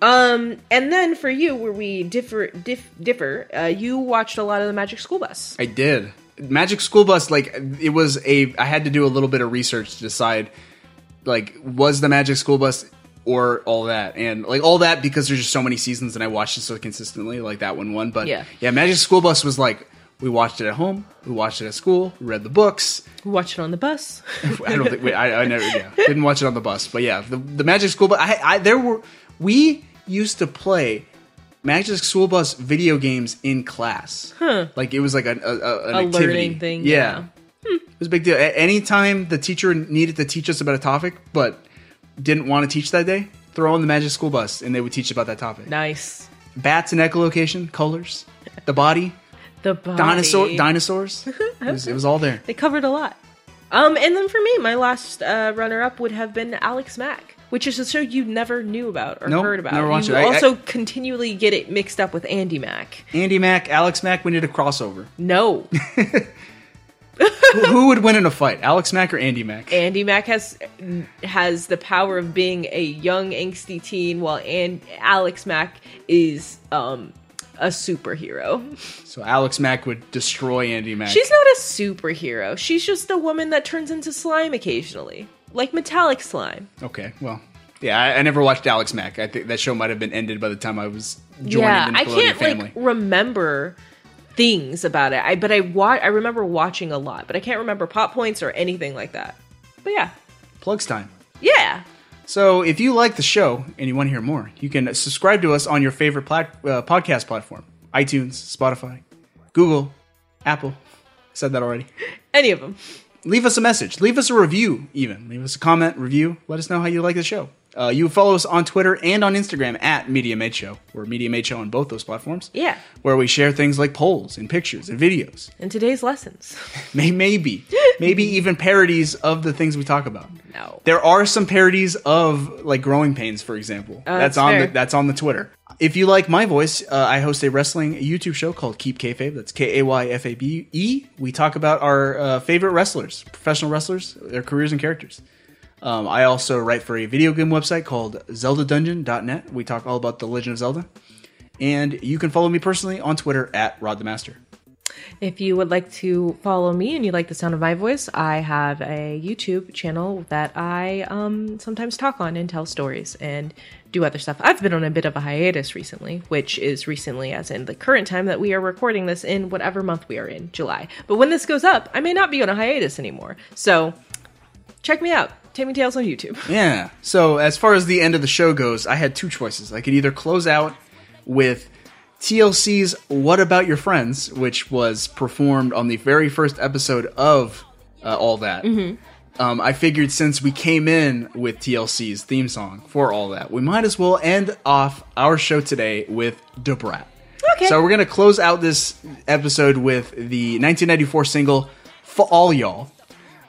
[SPEAKER 2] Um, and then for you, where we differ, diff, differ, uh, you watched a lot of the Magic School Bus.
[SPEAKER 1] I did. Magic School Bus, like it was a. I had to do a little bit of research to decide, like, was the Magic School Bus or all that, and like all that because there's just so many seasons and I watched it so consistently. Like that one won, but
[SPEAKER 2] Yeah.
[SPEAKER 1] Magic School Bus was like we watched it at home, we watched it at school, we read the books.
[SPEAKER 2] We watched it on the bus.
[SPEAKER 1] I don't think we, I, I never yeah didn't watch it on the bus, but yeah, the, the Magic School Bus. I, I there were we used to play Magic School Bus video games in class.
[SPEAKER 2] Huh.
[SPEAKER 1] Like it was like an, a, a, an
[SPEAKER 2] A
[SPEAKER 1] activity.
[SPEAKER 2] learning thing, yeah. Hmm.
[SPEAKER 1] It was a big deal. A- anytime the teacher needed to teach us about a topic, but didn't want to teach that day, throw in the Magic School Bus, and they would teach about that topic.
[SPEAKER 2] Nice.
[SPEAKER 1] Bats and echolocation, colors, the body,
[SPEAKER 2] The body.
[SPEAKER 1] dinosaur, dinosaurs. It was, it was all there.
[SPEAKER 2] They covered a lot. Um, and then for me, my last uh, runner-up would have been Alex Mack, which is a show you never knew about or
[SPEAKER 1] Nope,
[SPEAKER 2] heard about.
[SPEAKER 1] never watched
[SPEAKER 2] you
[SPEAKER 1] it. I-
[SPEAKER 2] also
[SPEAKER 1] I-
[SPEAKER 2] continually get it mixed up with Andy Mack.
[SPEAKER 1] Andy Mack, Alex Mack, we need a crossover.
[SPEAKER 2] No,
[SPEAKER 1] who, who would win in a fight, Alex Mack or Andy Mack?
[SPEAKER 2] Andy Mack has has the power of being a young angsty teen, while and Alex Mack is um a superhero.
[SPEAKER 1] So Alex Mack would destroy Andy Mack.
[SPEAKER 2] She's not a superhero. She's just a woman that turns into slime occasionally, like metallic slime.
[SPEAKER 1] okay, well. Yeah, I, I never watched Alex Mack. I think that show might have been ended by the time I was joining
[SPEAKER 2] yeah,
[SPEAKER 1] the Nickelodeon
[SPEAKER 2] I can't
[SPEAKER 1] family.
[SPEAKER 2] like remember things about it. I but I wa- I remember watching a lot, but I can't remember pop points or anything like that. But yeah,
[SPEAKER 1] Plugs time.
[SPEAKER 2] yeah,
[SPEAKER 1] So, if you like the show and you want to hear more, you can subscribe to us on your favorite plat- uh, podcast platform iTunes, Spotify, Google, Apple. I said that already.
[SPEAKER 2] any of them.
[SPEAKER 1] Leave us a message. Leave us a review, even. Leave us a comment, review. Let us know how you like the show. Uh, you can follow us on Twitter and on Instagram at Media Made Show. We're Media Made Show on both those platforms,
[SPEAKER 2] Yeah,
[SPEAKER 1] where we share things like polls and pictures and videos.
[SPEAKER 2] and today's lessons.
[SPEAKER 1] May- Maybe. Maybe even parodies of the things we talk about.
[SPEAKER 2] No.
[SPEAKER 1] There are some parodies of like growing pains, for example.
[SPEAKER 2] Oh,
[SPEAKER 1] that's
[SPEAKER 2] that's
[SPEAKER 1] on the,
[SPEAKER 2] fair.
[SPEAKER 1] that's on the Twitter. If you like my voice, uh, I host a wrestling YouTube show called Keep Kayfabe. That's K A Y F A B E. We talk about our uh, favorite wrestlers, professional wrestlers, their careers and characters. Um, I also write for a video game website called ZeldaDungeon.net. We talk all about the Legend of Zelda. And you can follow me personally on Twitter at Rod the Master.
[SPEAKER 2] If you would like to follow me and you like the sound of my voice, I have a YouTube channel that I um, sometimes talk on and tell stories and do other stuff. I've been on a bit of a hiatus recently, which is recently as in the current time that we are recording this in whatever month we are in, July. But when this goes up, I may not be on a hiatus anymore. So check me out, Tammy Tales on YouTube.
[SPEAKER 1] Yeah. So as far as the end of the show goes, I had two choices. I could either close out with TLC's "What About Your Friends," which was performed on the very first episode of uh, all that. Um, I figured since we came in with TLC's theme song for all that, we might as well end off our show today with Debrat. Okay. So we're gonna close out this episode with the 1994 single "For All Y'all."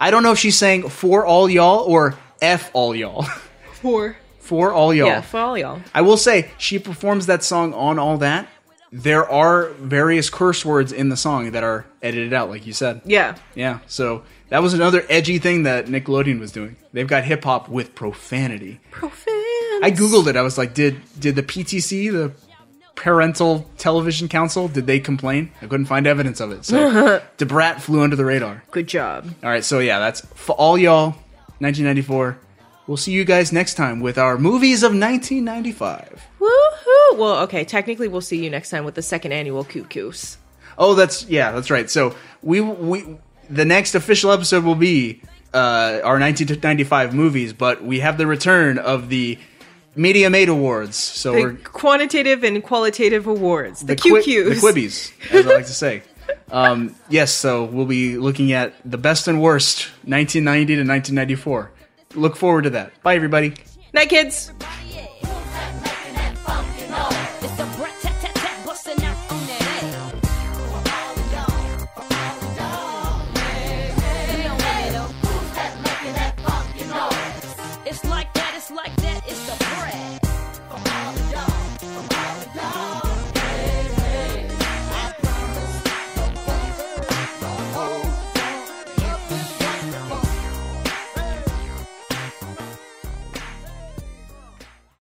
[SPEAKER 1] I don't know if she's saying "For All Y'all" or "F All Y'all."
[SPEAKER 2] For
[SPEAKER 1] for all y'all.
[SPEAKER 2] yeah, for all y'all.
[SPEAKER 1] I will say she performs that song on all that. There are various curse words in the song that are edited out, like you said.
[SPEAKER 2] Yeah.
[SPEAKER 1] Yeah, so that was another edgy thing that Nickelodeon was doing. They've got hip hop with profanity. I googled it. I was like, did did the PTC, the Parental Television Council, did they complain? I couldn't find evidence of it. So Debrat flew under the radar.
[SPEAKER 2] Good job.
[SPEAKER 1] All right, so yeah, that's for all y'all. 1994. We'll see you guys next time with our movies of 1995.
[SPEAKER 2] Woohoo! Well, okay, technically we'll see you next time with the second annual Cuckoos.
[SPEAKER 1] Oh, that's yeah, that's right. So we we the next official episode will be uh, our 1995 movies, but we have the return of the Media Made Awards. So
[SPEAKER 2] the
[SPEAKER 1] we're
[SPEAKER 2] quantitative and qualitative awards. The,
[SPEAKER 1] qui-
[SPEAKER 2] QQs.
[SPEAKER 1] the Quibbies, as I like to say. Um, yes, so we'll be looking at the best and worst 1990 to 1994. Look forward to that. Bye, everybody.
[SPEAKER 2] Night, kids.